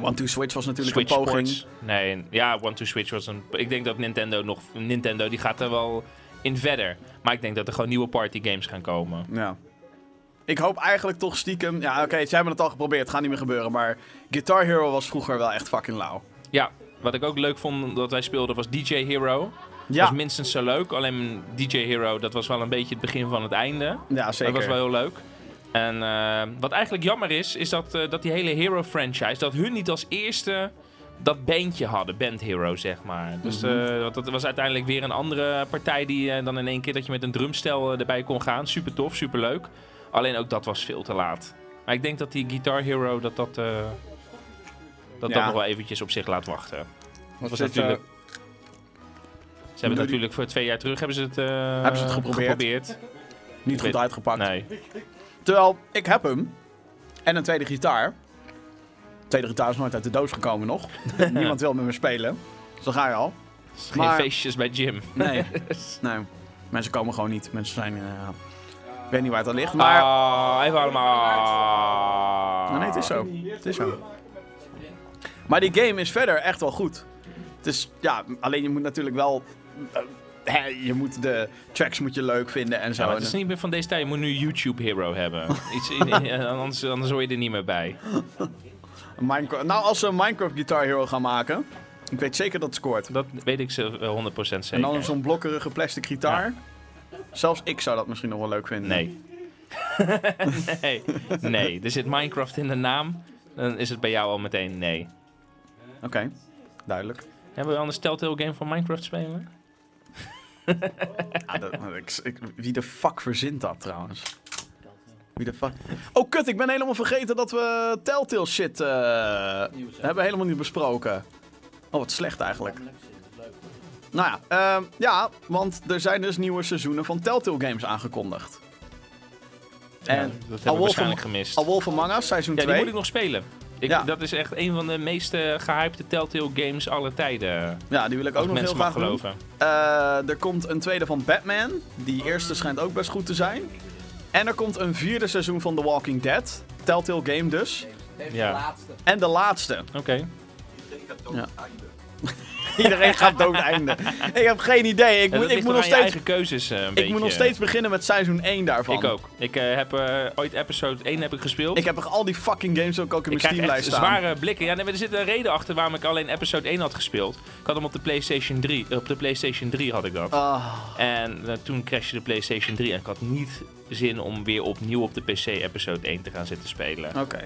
Speaker 1: One Two Switch was natuurlijk
Speaker 7: Switch
Speaker 1: een poging.
Speaker 7: Sports. Nee, ja, One to Switch was een... Ik denk dat Nintendo nog... Nintendo die gaat er wel in verder. Maar ik denk dat er gewoon nieuwe party games gaan komen.
Speaker 1: Ja. Ik hoop eigenlijk toch stiekem... Ja, oké, zij hebben het al geprobeerd. Het gaat niet meer gebeuren. Maar Guitar Hero was vroeger wel echt fucking lauw.
Speaker 7: Ja, wat ik ook leuk vond dat wij speelden was DJ Hero.
Speaker 1: Ja,
Speaker 7: was minstens zo leuk. Alleen DJ Hero, dat was wel een beetje het begin van het einde.
Speaker 1: ja zeker.
Speaker 7: Dat was wel heel leuk. En eh, wat eigenlijk jammer is, is dat, eh, dat die hele Hero franchise, dat hun niet als eerste dat bandje hadden, Band Hero zeg maar. Dus
Speaker 1: Mhm.
Speaker 7: eh, want dat was uiteindelijk weer een andere partij die eh, dan in één keer dat je met een drumstel eh, erbij kon gaan. Super tof, super leuk. Alleen ook dat was veel te laat. Maar ik denk dat die Guitar Hero dat dat, eh, dat,
Speaker 1: Ja.
Speaker 7: dat nog wel eventjes op zich laat wachten.
Speaker 1: Want
Speaker 7: was
Speaker 1: dit,
Speaker 7: natuurlijk-
Speaker 1: eh,
Speaker 7: Ze hebben natuurlijk voor twee jaar terug hebben ze het, eh,
Speaker 1: Hebben ze het geprobeerd? niet goed
Speaker 7: weet-
Speaker 1: uitgepakt.
Speaker 7: Nee.
Speaker 1: Terwijl, ik heb hem. En een tweede gitaar. Tweede gitaar is nooit uit de doos gekomen nog. Niemand wil met me spelen. Dus dan ga je al.
Speaker 7: Geen
Speaker 1: Maar-
Speaker 7: feestjes bij Jim.
Speaker 1: Nee. nee. Mensen komen gewoon niet. Mensen zijn... eh, ja. ik weet niet waar het aan ligt, maar...
Speaker 7: Ah, even allemaal.
Speaker 1: Maar nee, het is zo. Het is zo. Maar die game is verder echt wel goed. Het is, ja, alleen je moet natuurlijk wel... eh, hè, je moet de tracks moet je leuk vinden en zo.
Speaker 7: Ja, maar
Speaker 1: En-
Speaker 7: het is niet meer van deze tijd. Je moet nu YouTube Hero hebben. Iets in, in- anders, anders hoor je er niet meer bij.
Speaker 1: Minecraft. Nou, als ze een Minecraft Guitar Hero gaan maken, ik weet zeker dat het scoort.
Speaker 7: Dat weet ik ze wel 100% zeker.
Speaker 1: En dan zo'n blokkerige plastic gitaar. Zelfs ik zou dat misschien nog wel leuk vinden.
Speaker 7: Nee. nee. Nee, er zit Minecraft in de naam. Dan is het bij jou al meteen nee.
Speaker 1: Oké, duidelijk.
Speaker 7: Hebben we anders Telltale game van Minecraft spelen?
Speaker 1: Ja, Ah, dat- ik, ik- wie de fuck verzint dat trouwens? Wie de fuck? Oh kut, ik ben helemaal vergeten dat we Telltale shit eh, hebben we helemaal niet besproken. Oh, wat slecht eigenlijk. Nou ja, ehm, ja, want er zijn dus nieuwe seizoenen van Telltale games aangekondigd.
Speaker 7: Ja,
Speaker 1: En
Speaker 7: dat
Speaker 1: A
Speaker 7: hebben we
Speaker 1: Wolf
Speaker 7: waarschijnlijk
Speaker 1: Am-
Speaker 7: gemist.
Speaker 1: A Wolf Among Us, seizoen
Speaker 7: Ja,
Speaker 1: 2.
Speaker 7: die moet ik nog spelen. Ik,
Speaker 1: Ja.
Speaker 7: Dat is echt een van de meest eh, gehypte Telltale games aller tijden.
Speaker 1: Ja, die wil ik
Speaker 7: Als
Speaker 1: ook nog heel
Speaker 7: mensen
Speaker 1: graag
Speaker 7: mag
Speaker 1: geloven.
Speaker 7: geloven.
Speaker 1: Eh, er komt een tweede van Batman. Die eerste schijnt ook best goed te zijn. En er komt een vierde seizoen van The Walking Dead. Telltale Game dus.
Speaker 7: Ja,
Speaker 1: En de laatste.
Speaker 7: oké.
Speaker 1: Iedereen gaat dood einde. Ik heb geen idee. Ik
Speaker 7: Ja,
Speaker 1: moet,
Speaker 7: dat
Speaker 1: ik
Speaker 7: ligt
Speaker 1: moet, nog,
Speaker 7: toch aan je
Speaker 1: steeds,
Speaker 7: eigen keuzes eh, een
Speaker 1: ik moet nog steeds beginnen met seizoen 1 daarvan.
Speaker 7: Ik ook. Ik eh, heb eh, ooit episode 1 heb ik gespeeld.
Speaker 1: Ik heb er al die fucking games ook, ook in
Speaker 7: Ik
Speaker 1: mijn
Speaker 7: krijg echt
Speaker 1: Steamlijst staan.
Speaker 7: zware blikken. Ja, nee, maar er zit een reden achter waarom ik alleen episode 1 had gespeeld. Ik had hem op de PlayStation 3. Op de PlayStation 3 had ik dat.
Speaker 1: Ah,
Speaker 7: En eh, toen crashte de PlayStation 3 en ik had niet zin om weer opnieuw op de PC episode 1 te gaan zitten spelen.
Speaker 1: Oké.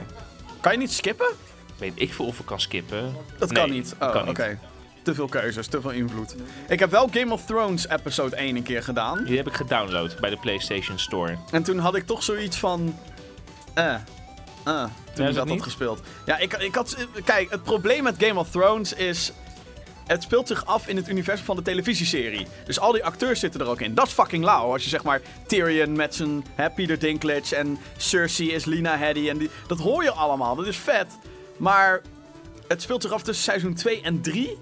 Speaker 1: Kan je niet skippen?
Speaker 7: Weet ik veel of ik kan skippen.
Speaker 1: Dat
Speaker 7: Nee,
Speaker 1: kan niet. Oh,
Speaker 7: kan
Speaker 1: oké.
Speaker 7: niet.
Speaker 1: Te veel keuzes, te veel invloed. Ik heb wel Game of Thrones episode 1 een keer gedaan.
Speaker 7: Die heb ik gedownload bij de PlayStation Store.
Speaker 1: En toen had ik toch zoiets van. Eh. Eh. Toen
Speaker 7: Ja,
Speaker 1: ik
Speaker 7: is
Speaker 1: dat
Speaker 7: het
Speaker 1: had
Speaker 7: niet?
Speaker 1: gespeeld. Ja, ik, ik had. Kijk, het probleem met Game of Thrones is. Het speelt zich af in het universum van de televisieserie. Dus al die acteurs zitten er ook in. Dat is fucking lauw. Als je zeg maar Tyrion met zijn hè, Peter Dinklage en Cersei is Lina Headey. En die, dat hoor je allemaal. Dat is vet. Maar het speelt zich af tussen seizoen 2 en 3.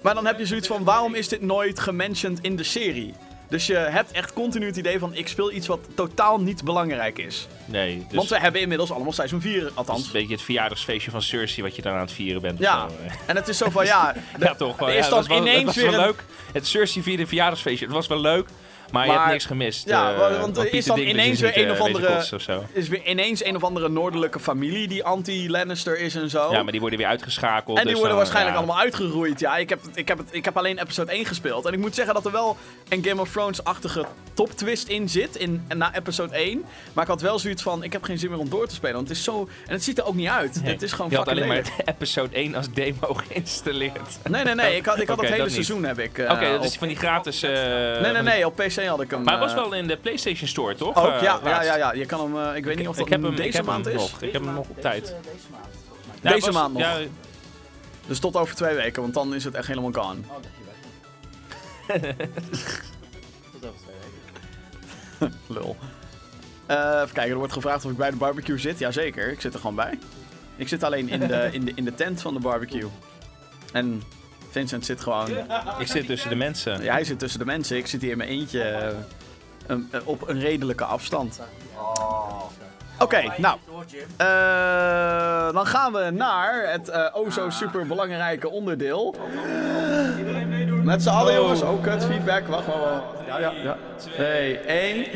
Speaker 1: Maar dan heb je zoiets van, waarom is dit nooit gementiond in de serie? Dus je hebt echt continu het idee van, ik speel iets wat totaal niet belangrijk is.
Speaker 7: Nee, dus
Speaker 1: Want
Speaker 7: dat
Speaker 1: we hebben inmiddels allemaal seizoen 4,
Speaker 7: is een
Speaker 1: althans.
Speaker 7: beetje het verjaardagsfeestje van Cersei wat je dan aan het vieren bent. of
Speaker 1: Ja,
Speaker 7: zo, eh.
Speaker 1: en het is zo van, ja... de-
Speaker 7: ja, toch wel.
Speaker 1: is
Speaker 7: Ja,
Speaker 1: dan
Speaker 7: dat was wel-
Speaker 1: ineens
Speaker 7: dat was
Speaker 1: weer
Speaker 7: wel
Speaker 1: een-
Speaker 7: leuk. Het Cersei vierde verjaardagsfeestje. Het was wel leuk, maar, je
Speaker 1: Maar-
Speaker 7: hebt niks gemist.
Speaker 1: ja,
Speaker 7: eh,
Speaker 1: want er is
Speaker 7: Pieter
Speaker 1: dan
Speaker 7: Dinklage
Speaker 1: ineens
Speaker 7: is
Speaker 1: weer
Speaker 7: niet,
Speaker 1: een
Speaker 7: eh,
Speaker 1: of
Speaker 7: weet ik
Speaker 1: andere- Oh.
Speaker 7: wat, of zo.
Speaker 1: is weer ineens een of andere noordelijke familie die anti-Lannister is en zo.
Speaker 7: Ja, maar die worden weer uitgeschakeld.
Speaker 1: en die
Speaker 7: dus
Speaker 1: worden
Speaker 7: dan,
Speaker 1: waarschijnlijk
Speaker 7: ja.
Speaker 1: allemaal uitgeroeid. Ja, ik heb, het- ik, heb het, ik heb alleen episode 1 gespeeld. En ik moet zeggen dat er wel een Game of Thrones-achtige toptwist in zit. In, na episode 1. Maar ik had wel zoiets van: ik heb geen zin meer om door te spelen. Want het is zo. En het ziet er ook niet uit.
Speaker 7: Nee,
Speaker 1: Het is gewoon
Speaker 7: Je had
Speaker 1: fucking
Speaker 7: alleen maar
Speaker 1: lelijk.
Speaker 7: het episode 1 als demo geïnstalleerd.
Speaker 1: Nee, nee, nee. Ik had, ik had
Speaker 7: Oké,
Speaker 1: het hele
Speaker 7: dat niet.
Speaker 1: seizoen heb ik. eh,
Speaker 7: Oké, dat is
Speaker 1: op-
Speaker 7: van die gratis. eh,
Speaker 1: Nee, nee,
Speaker 7: van die-
Speaker 1: nee. Op PC had ik hem.
Speaker 7: Maar het was
Speaker 1: eh,
Speaker 7: wel in de PlayStation Store, toch?
Speaker 1: Ook, ja,
Speaker 7: Eh,
Speaker 1: ja,
Speaker 7: laatst.
Speaker 1: ja, ja. Je kan hem. eh, ik weet niet of dat
Speaker 7: Ik heb hem,
Speaker 1: deze
Speaker 7: ik heb
Speaker 1: maand
Speaker 7: hem
Speaker 1: is.
Speaker 7: nog. Ik heb hem nog op tijd. Nou,
Speaker 1: Deze
Speaker 7: het was-
Speaker 1: maand nog.
Speaker 7: Ja,
Speaker 1: Dus tot over twee weken, want dan is het echt helemaal gone.
Speaker 2: Oh, Tot over twee weken.
Speaker 1: Lul. Eh, even kijken, er wordt gevraagd of ik bij de barbecue zit. Jazeker, ik zit er gewoon bij. Ik zit alleen in de, in de, in de tent van de barbecue. En Vincent zit gewoon...
Speaker 7: ik zit tussen de mensen.
Speaker 1: Ja, hij zit tussen de mensen. Ik zit hier in mijn eentje eh, een- eh, op een redelijke afstand. Oké, nou. eh, dan gaan we naar het eh oh zo super belangrijke onderdeel. Met z'n allen jongens. Oh, kut, feedback. Wacht, wacht, wacht. Ja, ja, ja. Twee, één.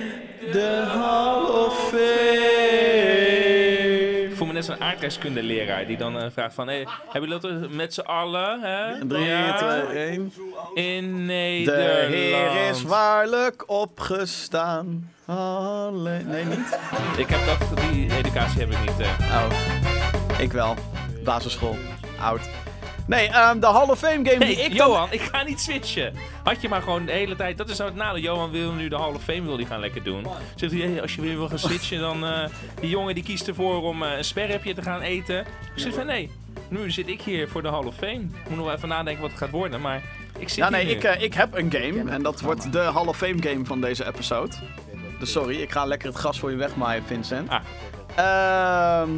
Speaker 1: De Hall of Fame.
Speaker 7: Ik voel me net zo'n aardrijkskundeleraar die dan eh, vraagt van... Hey, hebben jullie dat eh, met z'n allen? Hè?
Speaker 1: Drie,
Speaker 7: Ja,
Speaker 1: twee, één.
Speaker 7: In
Speaker 1: De
Speaker 7: Nederland.
Speaker 1: Heer is waarlijk opgestaan. Alle... Nee, niet.
Speaker 7: Ik heb dat, die educatie heb ik niet. eh.
Speaker 1: Oh, ik wel. Basisschool. Oud. Nee, ehm, de Hall of Fame game die
Speaker 7: Hey,
Speaker 1: ik dan...
Speaker 7: Johan, ik ga niet switchen. Had je maar gewoon de hele tijd. Dat is nou het nadeel. Johan wil nu de Hall of Fame wil die gaan lekker doen. Zegt hij, hey, als je weer wil gaan switchen, dan eh, die jongen die kiest ervoor om eh, een sperrepje te gaan eten. Ik zeg van nee, nu zit ik hier voor de Hall of Fame. Ik moet nog wel even nadenken wat het gaat worden, maar ik zit
Speaker 1: Ja, nee,
Speaker 7: hier nu.
Speaker 1: ik, eh, ik heb een game. En dat wordt de Hall of Fame game van deze episode. Dus sorry, ik ga lekker het gas voor je wegmaaien, Vincent.
Speaker 7: Ah.
Speaker 1: Ehm,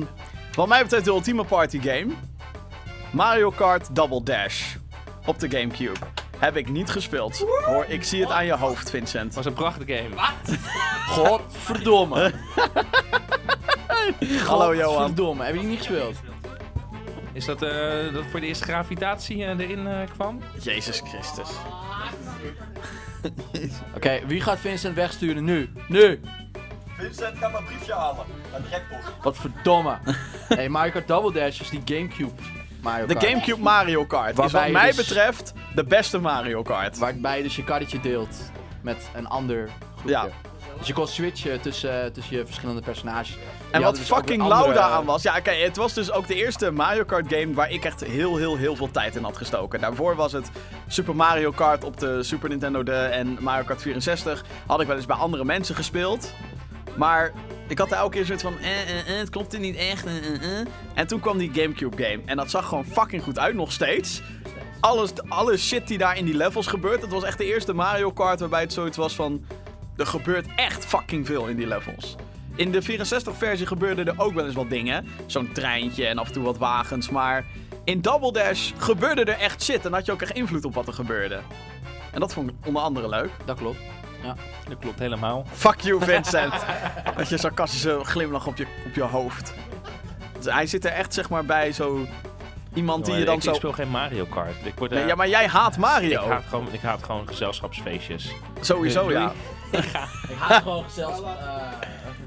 Speaker 1: wat mij betreft de ultieme party game. Mario Kart Double Dash. Op de Gamecube. heb ik niet gespeeld. Hoor, ik zie het aan je hoofd, Vincent.
Speaker 7: was een prachtige game.
Speaker 2: Godverdomme.
Speaker 1: Hallo Johan.
Speaker 2: Godverdomme. Heb je die niet gespeeld?
Speaker 7: Is dat eh, dat voor de eerste gravitatie eh, erin eh, kwam?
Speaker 1: Jezus Christus.
Speaker 2: Oké, wie gaat Vincent wegsturen nu? Nu!
Speaker 10: Vincent, ga maar een briefje halen. Een rekbocht.
Speaker 2: Wat verdomme. hey, Mario Kart Double Dash is die Gamecube Mario
Speaker 1: De
Speaker 2: Kart.
Speaker 1: Gamecube Mario Kart is
Speaker 2: Waarbij
Speaker 1: wat mij
Speaker 2: dus-
Speaker 1: betreft de beste Mario Kart.
Speaker 2: Waarbij je dus je karretje deelt met een ander groepje.
Speaker 1: Ja.
Speaker 2: Dus je kon switchen tussen, eh, tussen je verschillende personages.
Speaker 1: En wat
Speaker 2: dus
Speaker 1: fucking lauw
Speaker 2: lauda
Speaker 1: daaraan was. Ja, kijk, het was dus ook de eerste Mario Kart game waar ik echt heel, heel, heel veel tijd in had gestoken. Daarvoor was het Super Mario Kart op de Super Nintendo de en Mario Kart 64. Had ik wel eens bij andere mensen gespeeld. Maar ik had daar elke keer zoiets van, eh, eh, eh, het klopt hier niet echt, eh, eh, eh. En toen kwam die Gamecube game en dat zag gewoon fucking goed uit nog steeds. Alles, alle shit die daar in die levels gebeurt, het was echt de eerste Mario Kart waarbij het zoiets was van... Er gebeurt echt fucking veel in die levels. In de 64-versie gebeurden er ook wel eens wat dingen. Zo'n treintje en af en toe wat wagens. Maar in Double Dash gebeurde er echt shit. En had je ook echt invloed op wat er gebeurde. En dat vond ik onder andere leuk.
Speaker 2: Dat klopt.
Speaker 7: Dat klopt helemaal.
Speaker 1: Fuck you, Vincent. Met je sarcastische glimlach op je, op je hoofd. Dus hij zit er echt, zeg maar, bij zo... Iemand die je
Speaker 7: ik,
Speaker 1: dan
Speaker 7: Eh, Oh, ik
Speaker 1: zo...
Speaker 7: speel geen Mario Kart. Ik word, eh,
Speaker 1: Nee, ja, maar jij haat
Speaker 7: ik,
Speaker 1: Mario.
Speaker 7: haat gewoon, ik haat gewoon gezelschapsfeestjes.
Speaker 1: Sowieso, ja.
Speaker 2: Ik haat gewoon gezellig.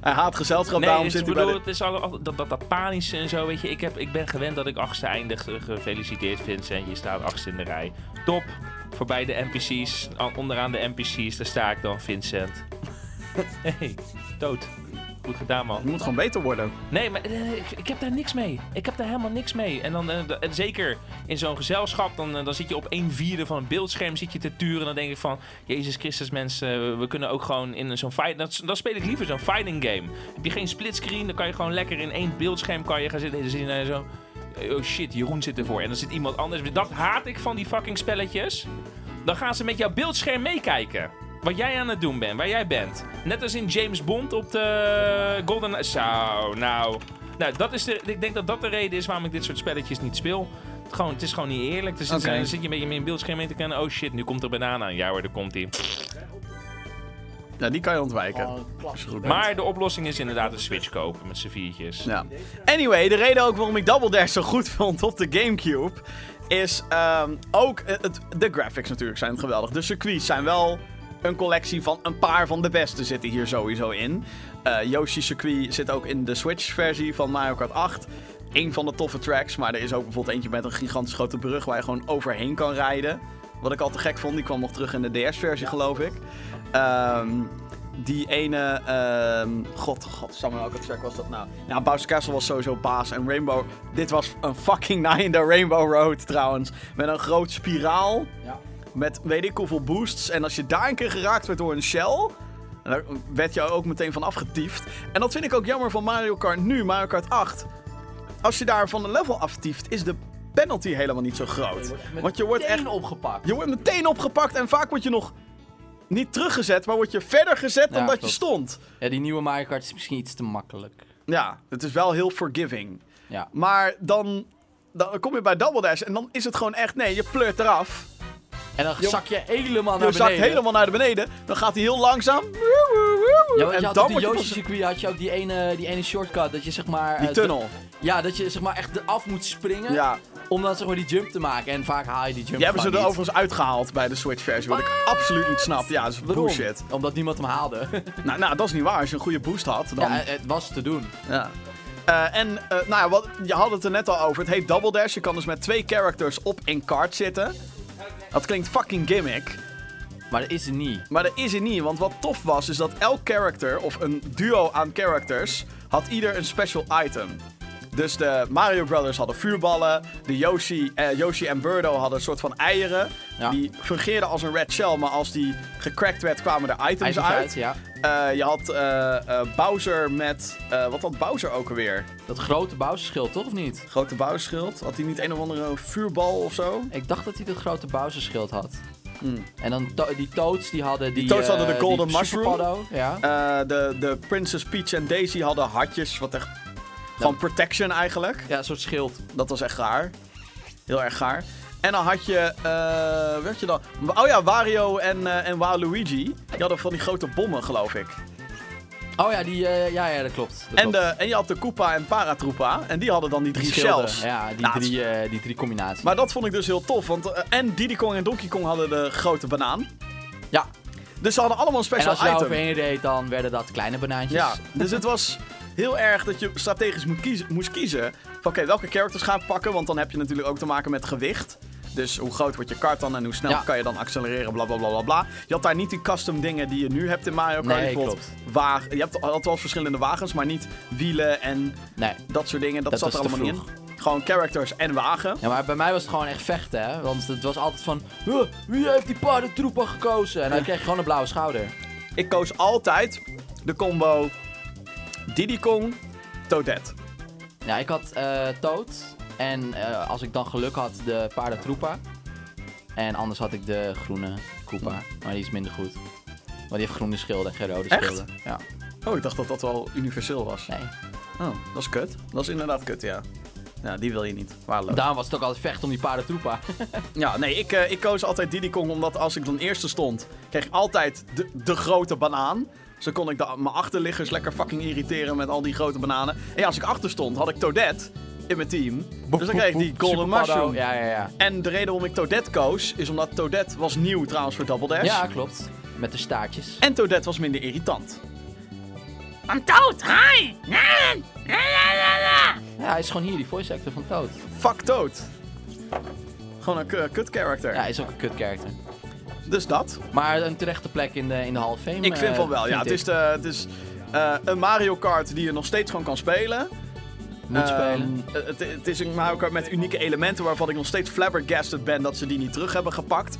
Speaker 1: Hij haat gezelschap,
Speaker 7: Nee,
Speaker 1: daarom
Speaker 7: dus
Speaker 1: zit
Speaker 7: ik
Speaker 1: hij bij
Speaker 7: bedoel,
Speaker 1: de...
Speaker 7: het is al, al- dat, dat, dat panische en zo, weet je. Ik, heb, ik ben gewend dat ik achtste eindig. Eh, Gefeliciteerd, Vincent. Je staat achtste in de rij. Top. Voorbij de NPC's. a- Onderaan de NPC's. Daar sta ik dan, Vincent. hey, dood. Goed gedaan, man.
Speaker 1: Het moet gewoon beter worden.
Speaker 7: Nee, maar eh, ik, ik heb daar niks mee. Ik heb daar helemaal niks mee. En dan eh, d- en zeker in zo'n gezelschap, dan, eh, dan zit je op een vierde van een beeldscherm zit je te turen. En dan denk ik van, Jezus Christus mensen, eh, we kunnen ook gewoon in zo'n fight... Dan, dan speel ik liever zo'n fighting game. Heb je geen splitscreen, dan kan je gewoon lekker in één beeldscherm kan je gaan zitten. En dan zit je daar zo, eh, oh shit, Jeroen zit ervoor. En dan zit iemand anders. Dat haat ik van die fucking spelletjes. Dan gaan ze met jouw beeldscherm meekijken. Wat jij aan het doen bent, waar jij bent. Net als in James Bond op de Golden... Zo, nou... Nou, dat is de, ik denk dat dat de reden is waarom ik dit soort spelletjes niet speel. Het, gewoon, het is gewoon niet eerlijk. Dus
Speaker 1: Oké.
Speaker 7: dan zit je een beetje meer in beeldscherm mee te kennen. Oh shit, nu komt er banaan aan. Ja hoor, daar komt hij.
Speaker 1: Ja, die kan je ontwijken. Als je goed bent.
Speaker 7: Oh, Maar de oplossing is inderdaad een Switch kopen met z'n viertjes.
Speaker 1: Ja. Anyway, de reden ook waarom ik Double Dash zo goed vond op de Gamecube... is ehm, ook... eh, het- de graphics natuurlijk zijn geweldig. De circuits zijn wel een collectie van een paar van de beste zitten hier sowieso in. Eh Yoshi Circuit zit ook in de Switch-versie van Mario Kart 8. Eén van de toffe tracks, maar er is ook bijvoorbeeld eentje met een gigantisch grote brug... waar je gewoon overheen kan rijden. Wat ik al te gek vond, die kwam nog terug in de DS-versie, geloof ik. Ehm, die ene, ehm, god, god, Samuel, welke track was dat nou? Nou, Bowser Castle was sowieso baas en Rainbow, dit was een fucking night in the Rainbow Road trouwens. Met een groot spiraal,
Speaker 2: Ja.
Speaker 1: met weet ik hoeveel boosts. En als je daar een keer geraakt werd door een shell, daar werd je ook meteen van afgetiefd. En dat vind ik ook jammer van Mario Kart nu, Mario Kart 8. Als je daar van een level aftieft, is de penalty helemaal niet zo groot. Want je wordt echt
Speaker 2: opgepakt.
Speaker 1: je wordt meteen opgepakt en vaak word je nog niet teruggezet, maar word je verder gezet dan
Speaker 2: Ja,
Speaker 1: dat
Speaker 2: klopt.
Speaker 1: je stond.
Speaker 2: Ja, die nieuwe Mario Kart is misschien iets te makkelijk.
Speaker 1: Ja, het is wel heel forgiving.
Speaker 2: Ja.
Speaker 1: Maar dan, dan kom je bij Double Dash en dan is het gewoon echt, nee, je pleurt eraf.
Speaker 2: En dan
Speaker 1: Jo-
Speaker 2: zak je helemaal naar
Speaker 1: Je
Speaker 2: beneden.
Speaker 1: zakt helemaal naar de beneden. Dan gaat hij heel langzaam.
Speaker 2: Ja, want je
Speaker 1: en
Speaker 2: had
Speaker 1: dan
Speaker 2: op die
Speaker 1: word je
Speaker 2: Yoshi
Speaker 1: pas-
Speaker 2: circuit had je ook die ene, die ene shortcut. Dat je zeg maar... eh,
Speaker 1: Die tunnel.
Speaker 2: dat- ja, dat je zeg maar echt eraf moet springen.
Speaker 1: Ja.
Speaker 2: Om dan zeg maar die jump te maken. En vaak haal je die jump
Speaker 1: Die hebben ze er
Speaker 2: gewoon niet.
Speaker 1: overigens uitgehaald bij de Switch-versie. Wat ik absoluut niet snap. Ja, dat is
Speaker 2: Ah. Waarom?
Speaker 1: bullshit.
Speaker 2: Omdat niemand hem haalde.
Speaker 1: Nou, nou, dat is niet waar. Als je een goede boost had, dan...
Speaker 2: Ja, eh. het was te doen.
Speaker 1: Ja. Eh, en, eh, nou ja, wat, je had het er net al over. Het heet Double Dash. Je kan dus met twee characters op een kart zitten. Dat klinkt fucking gimmick.
Speaker 2: Maar dat is het niet.
Speaker 1: Maar dat is het niet. Want wat tof was, is dat elk character, of een duo aan characters, had ieder een special item. Dus de Mario Brothers hadden vuurballen. De Yoshi, eh, Yoshi en Birdo hadden een soort van eieren.
Speaker 2: Ja.
Speaker 1: Die fungeerden als een red shell, maar als die gecrackt werd, kwamen er
Speaker 2: Hij
Speaker 1: items
Speaker 2: is
Speaker 1: uit.
Speaker 2: uit, ja.
Speaker 1: Eh, je had eh, eh, Bowser met... eh, wat had Bowser ook alweer?
Speaker 2: Dat grote Bowser-schild, toch of niet?
Speaker 1: Grote bouwschild. Had hij niet een of andere vuurbal of zo?
Speaker 2: Ik dacht dat hij dat grote Bowser-schild had.
Speaker 1: Hmm.
Speaker 2: En dan to- die Toads, die hadden die...
Speaker 1: Toads hadden de
Speaker 2: eh,
Speaker 1: Golden
Speaker 2: die
Speaker 1: Mushroom.
Speaker 2: superpaddo, Ja.
Speaker 1: Eh, de, de Princess Peach en Daisy hadden hartjes. Wat echt. Van protection eigenlijk.
Speaker 2: ja, een soort schild.
Speaker 1: Dat was echt gaar. Heel erg gaar. En dan had je, eh werd je dan? Oh ja, Wario en, eh, en Waluigi. Die hadden van die grote bommen, geloof ik.
Speaker 2: Oh ja, die, eh, ja, ja, dat klopt. Dat
Speaker 1: En,
Speaker 2: klopt.
Speaker 1: de, en je had de Koopa en Paratroopa. En die hadden dan die drie
Speaker 2: schilden.
Speaker 1: shells.
Speaker 2: Ja, die,
Speaker 1: Nou, het is-
Speaker 2: drie, eh, die drie combinaties.
Speaker 1: Maar dat vond ik dus heel tof. Want eh, en Diddy Kong en Donkey Kong hadden de grote banaan.
Speaker 2: Ja.
Speaker 1: Dus ze hadden allemaal een
Speaker 2: en
Speaker 1: special
Speaker 2: als je nou daar
Speaker 1: item.
Speaker 2: overheen reed, dan werden dat kleine banaantjes.
Speaker 1: Ja, dus het was heel erg dat je strategisch moet kiezen, moest kiezen. Van oké, welke characters ga ik pakken? Want dan heb je natuurlijk ook te maken met gewicht. Dus hoe groot wordt je kart dan en hoe snel
Speaker 2: Ja.
Speaker 1: kan je dan accelereren, bla bla bla bla bla. Je had daar niet die custom dingen die je nu hebt in Mario Kart.
Speaker 2: Nee,
Speaker 1: Bijvoorbeeld wa- je hebt had wel verschillende wagens, maar niet wielen en
Speaker 2: Nee.
Speaker 1: dat soort dingen. Dat,
Speaker 2: Dat
Speaker 1: zat er
Speaker 2: was te
Speaker 1: allemaal niet in. Gewoon characters en wagen.
Speaker 2: Ja, maar bij mij was het gewoon echt vechten, hè. Want het was altijd van, "Huh, wie heeft die paardentroepen gekozen? En dan kreeg je gewoon een blauwe schouder.
Speaker 1: Ik koos altijd de combo Diddy Kong, Toadette.
Speaker 2: Ja, ik had eh Toad. En eh, als ik dan geluk had, de paardentroepa. En anders had ik de groene Koopa. Maar die is minder goed. Want die heeft groene schilden en geen rode
Speaker 1: Echt?
Speaker 2: schilden. Ja.
Speaker 1: Oh, ik dacht dat dat wel universeel was.
Speaker 2: Nee.
Speaker 1: Oh, dat is kut. Dat is inderdaad kut, ja. Ja, die wil je niet. Waardeloos.
Speaker 2: Daarom was het ook altijd vechten om die paardentroepa.
Speaker 1: ja, nee, ik, eh, ik koos altijd Diddy Kong omdat als ik dan eerste stond, kreeg ik altijd de, de grote banaan. Zo kon ik de, mijn achterliggers lekker fucking irriteren met al die grote bananen. En ja, als ik achter stond, had ik Toadette in mijn team. Dus dan kreeg ik die Golden
Speaker 2: Super Paddo.
Speaker 1: Mushroom.
Speaker 2: Ja, ja, ja.
Speaker 1: En de reden waarom ik Toadette koos, is omdat Toadette was nieuw trouwens voor Double Dash.
Speaker 2: Ja, klopt. Met de staartjes.
Speaker 1: En Toadette was minder irritant.
Speaker 2: Ja, hij is gewoon hier, die voice actor van Toad.
Speaker 1: Fuck Toad. Gewoon een k- kut character.
Speaker 2: Ja, hij is ook een kut character.
Speaker 1: Dus dat.
Speaker 2: Maar een terechte plek in de, in de Hall of Fame.
Speaker 1: Ik vind
Speaker 2: eh,
Speaker 1: van wel, ja. Het
Speaker 2: ik.
Speaker 1: is, de, het is eh, een Mario Kart die je nog steeds gewoon kan spelen.
Speaker 2: Moet spelen.
Speaker 1: Ehm, het, het is een Mario Kart met unieke elementen waarvan ik nog steeds flabbergasted ben dat ze die niet terug hebben gepakt.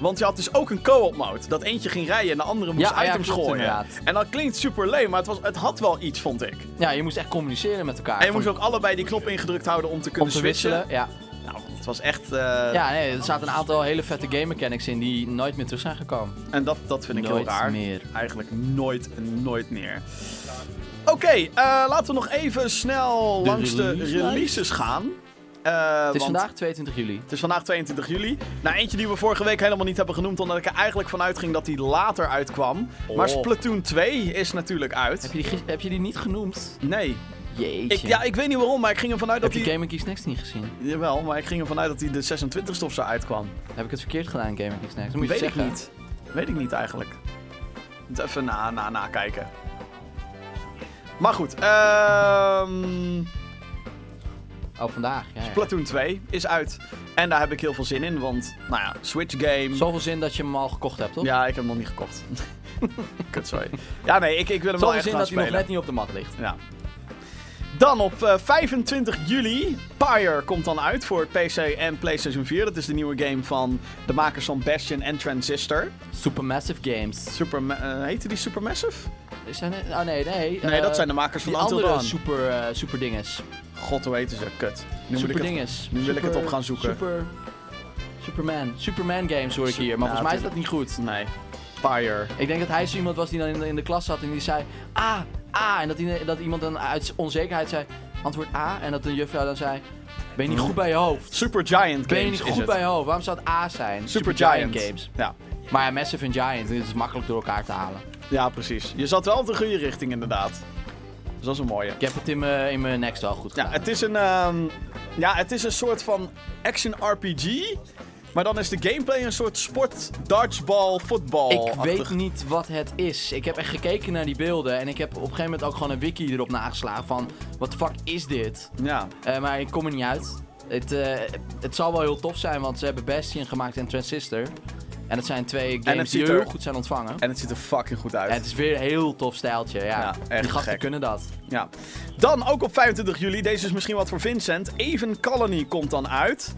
Speaker 1: Want je had dus ook een co-op mode. Dat eentje ging rijden en de andere moest
Speaker 2: Ja, ja,
Speaker 1: items
Speaker 2: klopt,
Speaker 1: gooien.
Speaker 2: inderdaad.
Speaker 1: En dat klinkt super lame, maar het, was, het had wel iets, vond ik.
Speaker 2: Ja, je moest echt communiceren met elkaar.
Speaker 1: En je
Speaker 2: Van-
Speaker 1: moest ook allebei die knop ingedrukt houden om te
Speaker 2: om
Speaker 1: kunnen
Speaker 2: te
Speaker 1: switchen.
Speaker 2: wisselen. Ja.
Speaker 1: Nou, het was echt... eh,
Speaker 2: ja, nee, er zaten een aantal hele vette game mechanics in die nooit meer terug zijn gekomen.
Speaker 1: En dat, dat vind ik
Speaker 2: nooit
Speaker 1: heel raar.
Speaker 2: meer.
Speaker 1: Eigenlijk nooit, nooit meer. Oké, eh, laten we nog even snel langs de
Speaker 2: release-lijst?
Speaker 1: releases gaan. Eh,
Speaker 2: Het is
Speaker 1: want
Speaker 2: vandaag 22 juli.
Speaker 1: Het is vandaag 22 juli. Nou, eentje die we vorige week helemaal niet hebben genoemd, omdat ik er eigenlijk vanuit ging dat die later uitkwam. Maar Splatoon 2 is natuurlijk
Speaker 2: Oh. Heb
Speaker 1: uit.
Speaker 2: je die, gis- heb je die niet genoemd?
Speaker 1: Nee.
Speaker 2: Jeetje.
Speaker 1: Ik, ja, ik weet niet waarom, maar ik ging ervan uit
Speaker 2: heb
Speaker 1: dat
Speaker 2: je
Speaker 1: die...
Speaker 2: Game Geeks Next niet gezien?
Speaker 1: Jawel, maar ik ging ervan uit dat die de 26e of zo uitkwam.
Speaker 2: Heb ik het verkeerd gedaan, Game Geeks Next? Dan moet je
Speaker 1: Weet
Speaker 2: het
Speaker 1: ik
Speaker 2: zeggen.
Speaker 1: niet. Weet ik niet eigenlijk. Moet Even na, na, na kijken. Maar goed, ehm
Speaker 2: Oh, vandaag. Ja, ja.
Speaker 1: Platoon 2 is uit. En daar heb ik heel veel zin in, want, nou ja, Switch game.
Speaker 2: Zoveel zin dat je hem al gekocht hebt, toch?
Speaker 1: Ja, ik heb hem nog niet gekocht. Kut, sorry. Ja, nee, ik, ik wil hem wel
Speaker 2: Zoveel
Speaker 1: echt
Speaker 2: zin
Speaker 1: gaan
Speaker 2: dat hij nog
Speaker 1: spelen.
Speaker 2: net niet op de mat ligt.
Speaker 1: Ja. Dan op eh, 25 juli, Pyre komt dan uit voor PC en PlayStation 4. Dat is de nieuwe game van de makers van Bastion en Transistor.
Speaker 2: Supermassive Games.
Speaker 1: Super, eh, heette die Supermassive?
Speaker 2: Zijn er- oh nee, nee.
Speaker 1: Nee,
Speaker 2: eh,
Speaker 1: dat zijn de makers van
Speaker 2: die
Speaker 1: Until
Speaker 2: andere
Speaker 1: Dawn.
Speaker 2: super, eh, super dinges.
Speaker 1: God, hoe heten ze? Kut. Nu moet
Speaker 2: super
Speaker 1: ik het...
Speaker 2: dinges.
Speaker 1: nu wil ik het op gaan zoeken.
Speaker 2: Super, Superman. Superman games hoor ik hier, maar
Speaker 1: Ja,
Speaker 2: volgens mij is dat niet goed.
Speaker 1: Nee. Pyre.
Speaker 2: Ik denk dat hij zo iemand was die dan in de, in de klas zat en die zei ah, ah. En dat, die, dat iemand dan uit onzekerheid zei antwoord A. En dat een juffrouw dan zei, ben je niet goed bij je hoofd?
Speaker 1: Super Giant
Speaker 2: Ben
Speaker 1: Hmm.
Speaker 2: je
Speaker 1: Games
Speaker 2: niet
Speaker 1: is
Speaker 2: goed
Speaker 1: het.
Speaker 2: bij je hoofd? Waarom zou het A zijn?
Speaker 1: Super
Speaker 2: Supergiant
Speaker 1: Giant
Speaker 2: Games.
Speaker 1: Ja.
Speaker 2: Maar ja, Massive en Giant, dit is makkelijk door elkaar te halen.
Speaker 1: ja, precies. Je zat wel op de goede richting, inderdaad. Dus dat is een mooie.
Speaker 2: Ik heb het in mijn in mijn next al goed
Speaker 1: Ja,
Speaker 2: gedaan.
Speaker 1: het is een, ehm, ja, het is een soort van action RPG. Maar dan is de gameplay een soort sport, dodgeball, voetbal.
Speaker 2: Ik weet niet wat het is. Ik heb echt gekeken naar die beelden en ik heb op een gegeven moment ook gewoon een wiki erop nageslagen van wat de fuck is dit?
Speaker 1: Ja,
Speaker 2: Eh, maar ik kom er niet uit. Het, eh, het zal wel heel tof zijn, want ze hebben Bastion gemaakt en Transistor. En het zijn twee
Speaker 1: het
Speaker 2: games die
Speaker 1: ziet er-
Speaker 2: heel goed zijn ontvangen.
Speaker 1: en het ziet er fucking goed uit.
Speaker 2: En het is weer een heel tof stijltje, ja.
Speaker 1: Ja, echt
Speaker 2: die gasten
Speaker 1: gek.
Speaker 2: kunnen dat.
Speaker 1: Ja. Dan ook op 25 juli, deze is misschien wat voor Vincent. Even Colony komt dan uit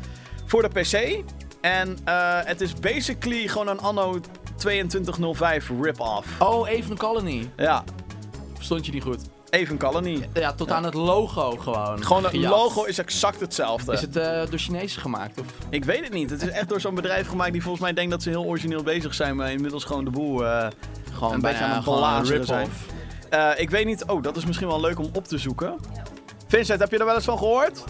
Speaker 1: voor de PC. En eh, het is basically gewoon een anno 2205 rip-off.
Speaker 2: Oh, even Colony.
Speaker 1: Ja,
Speaker 2: Verstond je niet goed?
Speaker 1: Even Colony.
Speaker 2: Ja, tot aan het logo gewoon.
Speaker 1: Gewoon het
Speaker 2: gejat.
Speaker 1: logo is exact hetzelfde.
Speaker 2: Is het eh, door Chinezen gemaakt? Of?
Speaker 1: Ik weet het niet. Het is echt door zo'n bedrijf gemaakt die volgens mij denkt dat ze heel origineel bezig zijn, maar inmiddels gewoon de boel. eh,
Speaker 2: Gewoon
Speaker 1: Een beetje aan het
Speaker 2: gewoon
Speaker 1: blazen
Speaker 2: rip-off.
Speaker 1: zijn. eh, ik weet niet. Oh, dat is misschien wel leuk om op te zoeken. Vincent, heb je er wel eens van gehoord?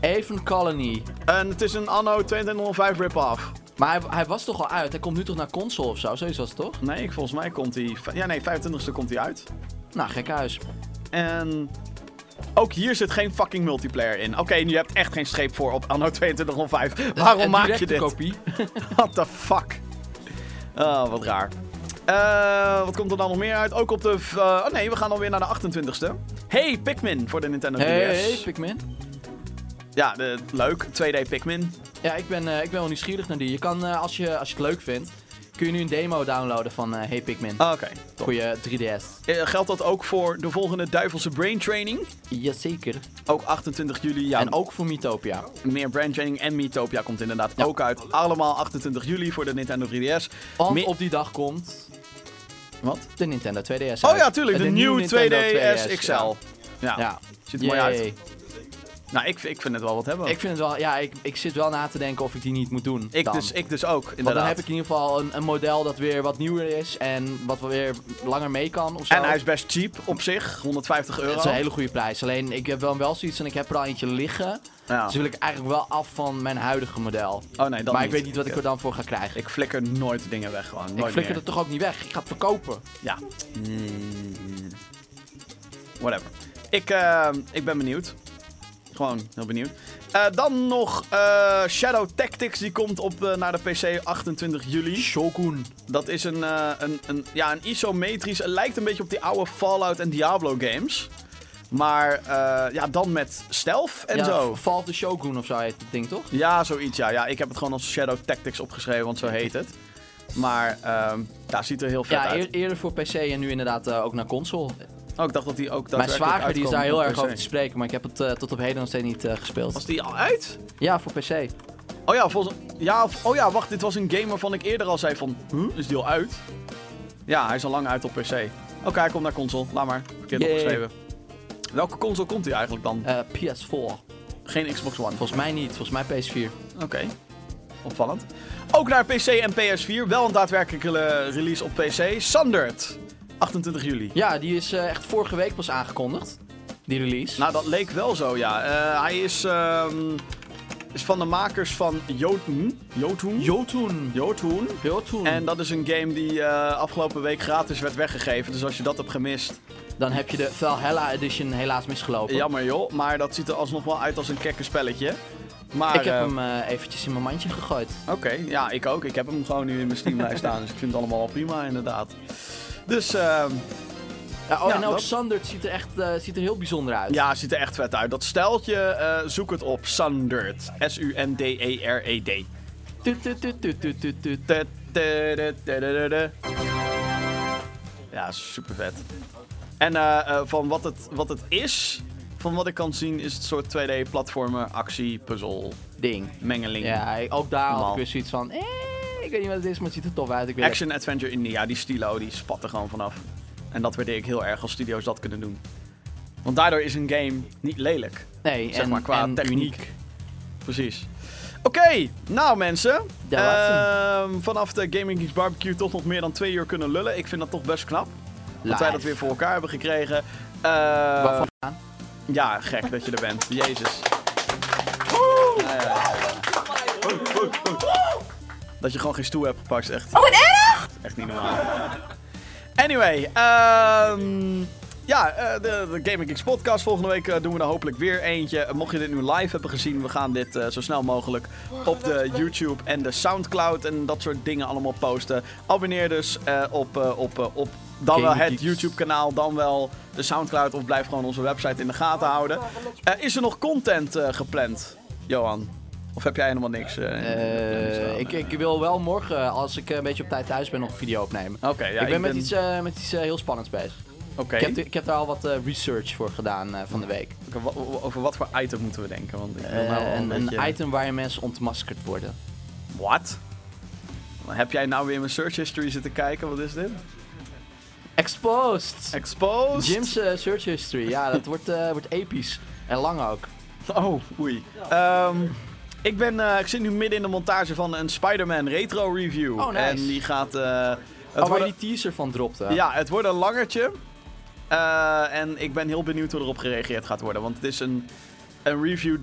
Speaker 2: Even Colony.
Speaker 1: En het is een anno 2205 rip-off.
Speaker 2: Maar hij, hij was toch al uit? Hij komt nu toch naar console of zo? Zoiets was het toch?
Speaker 1: Nee, ik- volgens mij komt hij... Ja, nee, 25e komt hij uit.
Speaker 2: Nou, gek huis.
Speaker 1: En ook hier zit geen fucking multiplayer in. Oké, nu heb je echt geen scheep voor op anno 2205. Waarom
Speaker 2: Een
Speaker 1: maak je
Speaker 2: directe
Speaker 1: dit?
Speaker 2: kopie.
Speaker 1: What the fuck? Oh, wat raar. Eh, wat komt er dan nog meer uit? Ook op de... v- eh, oh nee, we gaan alweer naar de 28e. Hey, Pikmin voor de Nintendo DS.
Speaker 2: Hey, hey, Pikmin.
Speaker 1: Ja, de, leuk. 2D Pikmin.
Speaker 2: Ja, ik ben, eh, ik ben wel nieuwsgierig naar die. Je kan, eh, als, je, als je het leuk vindt, kun je nu een demo downloaden van eh, Hey Pikmin.
Speaker 1: Ah, Oké.
Speaker 2: voor je 3DS.
Speaker 1: Eh, Geldt dat ook voor de volgende Duivelse Brain Training?
Speaker 2: Jazeker.
Speaker 1: Ook 28 juli. Ja,
Speaker 2: En ook voor Mythopia.
Speaker 1: meer Brain Training en Metopia komt inderdaad ook uit. Allemaal 28 juli voor de Nintendo 3DS.
Speaker 2: Want
Speaker 1: Me-
Speaker 2: op die dag komt
Speaker 1: Wat?
Speaker 2: de Nintendo 2DS
Speaker 1: Oh
Speaker 2: uit.
Speaker 1: ja, tuurlijk. De,
Speaker 2: Eh, nieuwe
Speaker 1: nieuwe
Speaker 2: Nintendo
Speaker 1: 2DS, XL.
Speaker 2: Ja.
Speaker 1: Ja.
Speaker 2: Ja.
Speaker 1: Ziet er mooi
Speaker 2: Yay.
Speaker 1: uit. Nou, ik, ik vind het wel wat hebben.
Speaker 2: Ik vind het wel, ja, ik, ik zit wel na te denken of ik die niet moet doen.
Speaker 1: ik,
Speaker 2: dan.
Speaker 1: dus, ik dus ook, inderdaad.
Speaker 2: Want dan heb ik in ieder geval een, een model dat weer wat nieuwer is en wat wel weer langer mee kan of zo.
Speaker 1: En hij is best cheap op zich, 150 euro.
Speaker 2: Dat is een hele goede prijs. Alleen ik heb wel, wel zoiets en ik heb er al eentje liggen.
Speaker 1: Ja.
Speaker 2: Dus wil ik eigenlijk wel af van mijn huidige model.
Speaker 1: Oh nee, dat
Speaker 2: maar ik weet niet wat ik er dan voor ga krijgen. Ik,
Speaker 1: Ik flikker nooit dingen weg gewoon. Nooit
Speaker 2: flikker
Speaker 1: meer.
Speaker 2: het toch ook niet weg. Ik ga het verkopen.
Speaker 1: Ja. Hmm. Whatever. Ik, eh, ik ben benieuwd. Gewoon heel benieuwd. Eh, dan nog eh, Shadow Tactics. Die komt op eh, naar de PC 28 juli.
Speaker 2: Shogun.
Speaker 1: Dat is een, eh, een, een, ja, een isometrisch. Het lijkt een beetje op die oude Fallout en Diablo games. Maar eh, ja, dan met stealth en
Speaker 2: ja,
Speaker 1: zo.
Speaker 2: Fall of the Shogun of zo heet het ding toch?
Speaker 1: Ja, zoiets ja. ja. Ik heb het gewoon als Shadow Tactics opgeschreven, want zo heet het. Maar ehm ja, ziet er heel vet
Speaker 2: Ja,
Speaker 1: uit.
Speaker 2: eer- eerder voor PC en nu inderdaad eh, ook naar console.
Speaker 1: Oh, ik dacht dat die ook
Speaker 2: Mijn
Speaker 1: daadwerkelijk
Speaker 2: zwager die is
Speaker 1: uitkwam
Speaker 2: daar heel
Speaker 1: op
Speaker 2: erg
Speaker 1: PC.
Speaker 2: over te spreken, maar ik heb het eh, tot op heden nog steeds niet eh, gespeeld.
Speaker 1: Was die al uit?
Speaker 2: Ja, voor PC.
Speaker 1: Oh ja, volgens... ja, of- oh ja, wacht, dit was een game waarvan ik eerder al zei van... Huh, is die al uit? Ja, hij is al lang uit op PC. Oké, hij komt naar console. Laat maar. Verkeerd
Speaker 2: Yay.
Speaker 1: opgeschreven. Welke console komt hij eigenlijk dan?
Speaker 2: Eh, PS4.
Speaker 1: Geen Xbox One.
Speaker 2: Volgens mij niet, volgens mij PS4.
Speaker 1: Oké. Opvallend. Ook naar PC en PS4. Wel een daadwerkelijke eh, release op PC. Sandert. 28 juli.
Speaker 2: Ja, die is eh, echt vorige week pas aangekondigd. Die release.
Speaker 1: Nou, dat leek wel zo, ja. Eh, hij is, ehm, is van de makers van Jotun. Jotun?
Speaker 2: Jotun.
Speaker 1: Jotun.
Speaker 2: Jotun.
Speaker 1: En
Speaker 2: En
Speaker 1: dat is een game die eh, afgelopen week gratis werd weggegeven. Dus als je dat hebt gemist,
Speaker 2: dan heb je de Valhalla Edition helaas misgelopen.
Speaker 1: jammer joh. Maar dat ziet er alsnog wel uit als een kekke spelletje. Maar,
Speaker 2: ik heb
Speaker 1: eh,
Speaker 2: hem eh, eventjes in mijn mandje gegooid.
Speaker 1: Oké, ja, ik ook. Ik heb hem gewoon nu in mijn Steam-lijst staan. Dus ik vind het allemaal wel prima, inderdaad. Dus, ehm,
Speaker 2: Ja, oh,
Speaker 1: Ja,
Speaker 2: en ook
Speaker 1: dat-
Speaker 2: Sandert ziet er echt eh, ziet er heel bijzonder uit.
Speaker 1: ja, ziet er echt vet uit. Dat steltje, eh, zoek het op. Sundert. E S-U-N-D-E-R-E-D.
Speaker 2: Tut, tut, tut, tut, tut, tut, tut.
Speaker 1: Te- te- de- te- de- de- de. Ja, super vet. En eh, eh, van wat het, wat het is, van wat ik kan zien, is het soort 2D platformen, actie, puzzel,
Speaker 2: Ding.
Speaker 1: mengeling.
Speaker 2: Ja, ik- ook daar had
Speaker 1: Normaal.
Speaker 2: ik weer zoiets van... Eh, ik weet niet wat het is, maar het ziet er tof uit. Ik wil
Speaker 1: Action Adventure India, die stilo, die spat er gewoon vanaf. En dat waardeer ik heel erg als studio's dat kunnen doen. Want daardoor is een game niet lelijk.
Speaker 2: het- Nee,
Speaker 1: zeg
Speaker 2: en,
Speaker 1: maar qua
Speaker 2: en
Speaker 1: techniek.
Speaker 2: uniek.
Speaker 1: Precies. Oké, nou mensen.
Speaker 2: Ja, laat
Speaker 1: Ehm, vanaf de Gaming Geeks Barbecue toch nog meer dan twee uur kunnen lullen. Ik vind dat toch best knap. Dat wij dat
Speaker 2: Live.
Speaker 1: weer voor elkaar hebben gekregen. Eh,
Speaker 2: Waarvan-
Speaker 1: ja, gek dat je er bent. Jezus. Ja, ja, ja, ja. Dat je gewoon geen stoel hebt gepakt, is echt. Oh, wat erg! Echt niet normaal. Anyway, ehm, ja, eh, de, de Gaming Geeks podcast. Volgende week eh, doen we er hopelijk weer eentje. Eh, Mocht je dit nu live hebben gezien, we gaan dit eh, zo snel mogelijk op de YouTube en de Soundcloud en dat soort dingen allemaal posten. Abonneer dus eh, op, eh, op, eh, op dan
Speaker 2: Gaming
Speaker 1: wel het
Speaker 2: Geeks.
Speaker 1: YouTube-kanaal, dan wel de Soundcloud of blijf gewoon onze website in de gaten houden. Eh, is er nog content eh, gepland, Johan? Of heb jij helemaal niks? eh, in-
Speaker 2: Eh, ik, ik wil wel morgen, als ik eh, een beetje op tijd thuis ben, nog een video opnemen.
Speaker 1: Oké, ja,
Speaker 2: ik ben met iets, eh, met iets eh, heel spannends bezig.
Speaker 1: Oké.
Speaker 2: Ik, heb, ik heb daar al wat eh, research voor gedaan eh, van de week.
Speaker 1: Oké, wa- wa- Over wat voor item moeten we denken? Want ik wil
Speaker 2: Eh,
Speaker 1: nou al een,
Speaker 2: een, een
Speaker 1: beetje...
Speaker 2: item waarin mensen ontmaskerd worden.
Speaker 1: What? Heb jij nou weer mijn search history zitten kijken? Wat is dit?
Speaker 2: Exposed!
Speaker 1: Exposed?
Speaker 2: Jim's eh, search history, ja, dat wordt, eh, wordt episch. En lang ook.
Speaker 1: Oh, oei. Ehm, ik, ben, eh, ik zit nu midden in de montage van een Spider-Man retro review.
Speaker 2: Oh, nice.
Speaker 1: En die gaat... eh, het
Speaker 2: Oh, waar
Speaker 1: wordt-
Speaker 2: je die teaser van dropte.
Speaker 1: Ja, het wordt een langertje. Eh, en ik ben heel benieuwd hoe erop gereageerd gaat worden. Want het is een, een review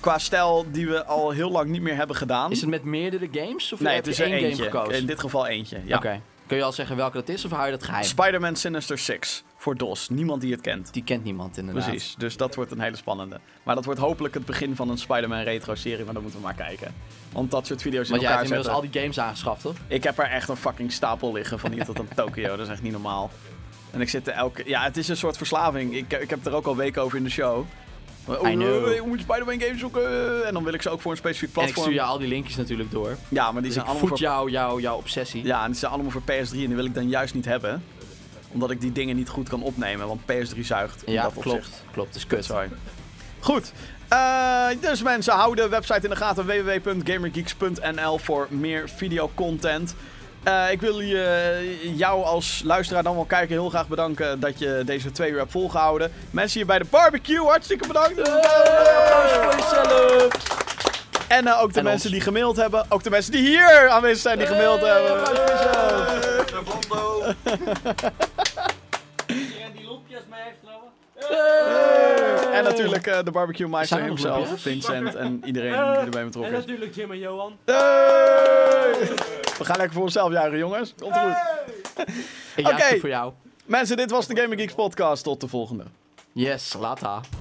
Speaker 1: qua stijl die we al heel lang niet meer hebben gedaan.
Speaker 2: Is het met meerdere games? Of
Speaker 1: nee,
Speaker 2: heb
Speaker 1: het is
Speaker 2: je
Speaker 1: er
Speaker 2: één
Speaker 1: eentje.
Speaker 2: game gekozen?
Speaker 1: In dit geval eentje. Ja.
Speaker 2: Oké. Kun je al zeggen welke dat is of hou je dat geheim?
Speaker 1: Spider-Man Sinister 6 voor DOS. Niemand die het kent.
Speaker 2: Die kent niemand inderdaad.
Speaker 1: Precies, dus dat wordt een hele spannende. Maar dat wordt hopelijk het begin van een Spider-Man retro-serie, maar dan moeten we maar kijken. Want dat soort video's in
Speaker 2: Want jij hebt
Speaker 1: elkaar
Speaker 2: inmiddels
Speaker 1: zetten...
Speaker 2: al die games aangeschaft, toch?
Speaker 1: Ik heb er echt een fucking stapel liggen van hier tot aan Tokio. Dat is echt niet normaal. En ik zit er elke... Ja, het is een soort verslaving. Ik, ik heb het er ook al weken over in de show. Oh,
Speaker 2: I know.
Speaker 1: Ik moet Spider-Man games zoeken. En dan wil ik ze ook voor een specifiek
Speaker 2: En ik
Speaker 1: platform.
Speaker 2: stuur je al die linkjes natuurlijk door.
Speaker 1: Ja, maar die
Speaker 2: Dus ik
Speaker 1: zijn allemaal
Speaker 2: voed
Speaker 1: voor...
Speaker 2: jou, jou, jouw obsessie.
Speaker 1: Ja, en die zijn allemaal voor PS3 en die wil ik dan juist niet hebben. Omdat ik die dingen niet goed kan opnemen, want PS3 zuigt. in
Speaker 2: Ja,
Speaker 1: dat opzicht.
Speaker 2: klopt. Klopt, is kut.
Speaker 1: Sorry. Goed. Eh, dus mensen, hou de website in de gaten www.gamergeeks.nl voor meer videocontent. Eh, ik wil je, jou als luisteraar dan wel kijken heel graag bedanken dat je deze twee uur hebt volgehouden. Mensen hier bij de barbecue, hartstikke bedankt. Applaus voor jezelf. En eh, ook de
Speaker 2: En
Speaker 1: mensen
Speaker 2: ons.
Speaker 1: die gemaild hebben. Ook de mensen die hier aanwezig zijn die gemaild hebben.
Speaker 10: Eh,
Speaker 4: Iedereen die loepjes mee heeft genomen.
Speaker 1: En natuurlijk eh, de barbecue master
Speaker 2: Zijn er nog
Speaker 1: himself,
Speaker 2: lampjes?
Speaker 1: Vincent en iedereen die erbij betrokken is.
Speaker 4: natuurlijk Jim en Johan.
Speaker 1: Hey! We gaan lekker voor onszelf juichen, jongens. Komt goed.
Speaker 2: Ik juich
Speaker 1: Oké.
Speaker 2: het voor jou.
Speaker 1: Mensen, dit was de Gaming Geeks podcast. Tot de volgende.
Speaker 2: Yes, later.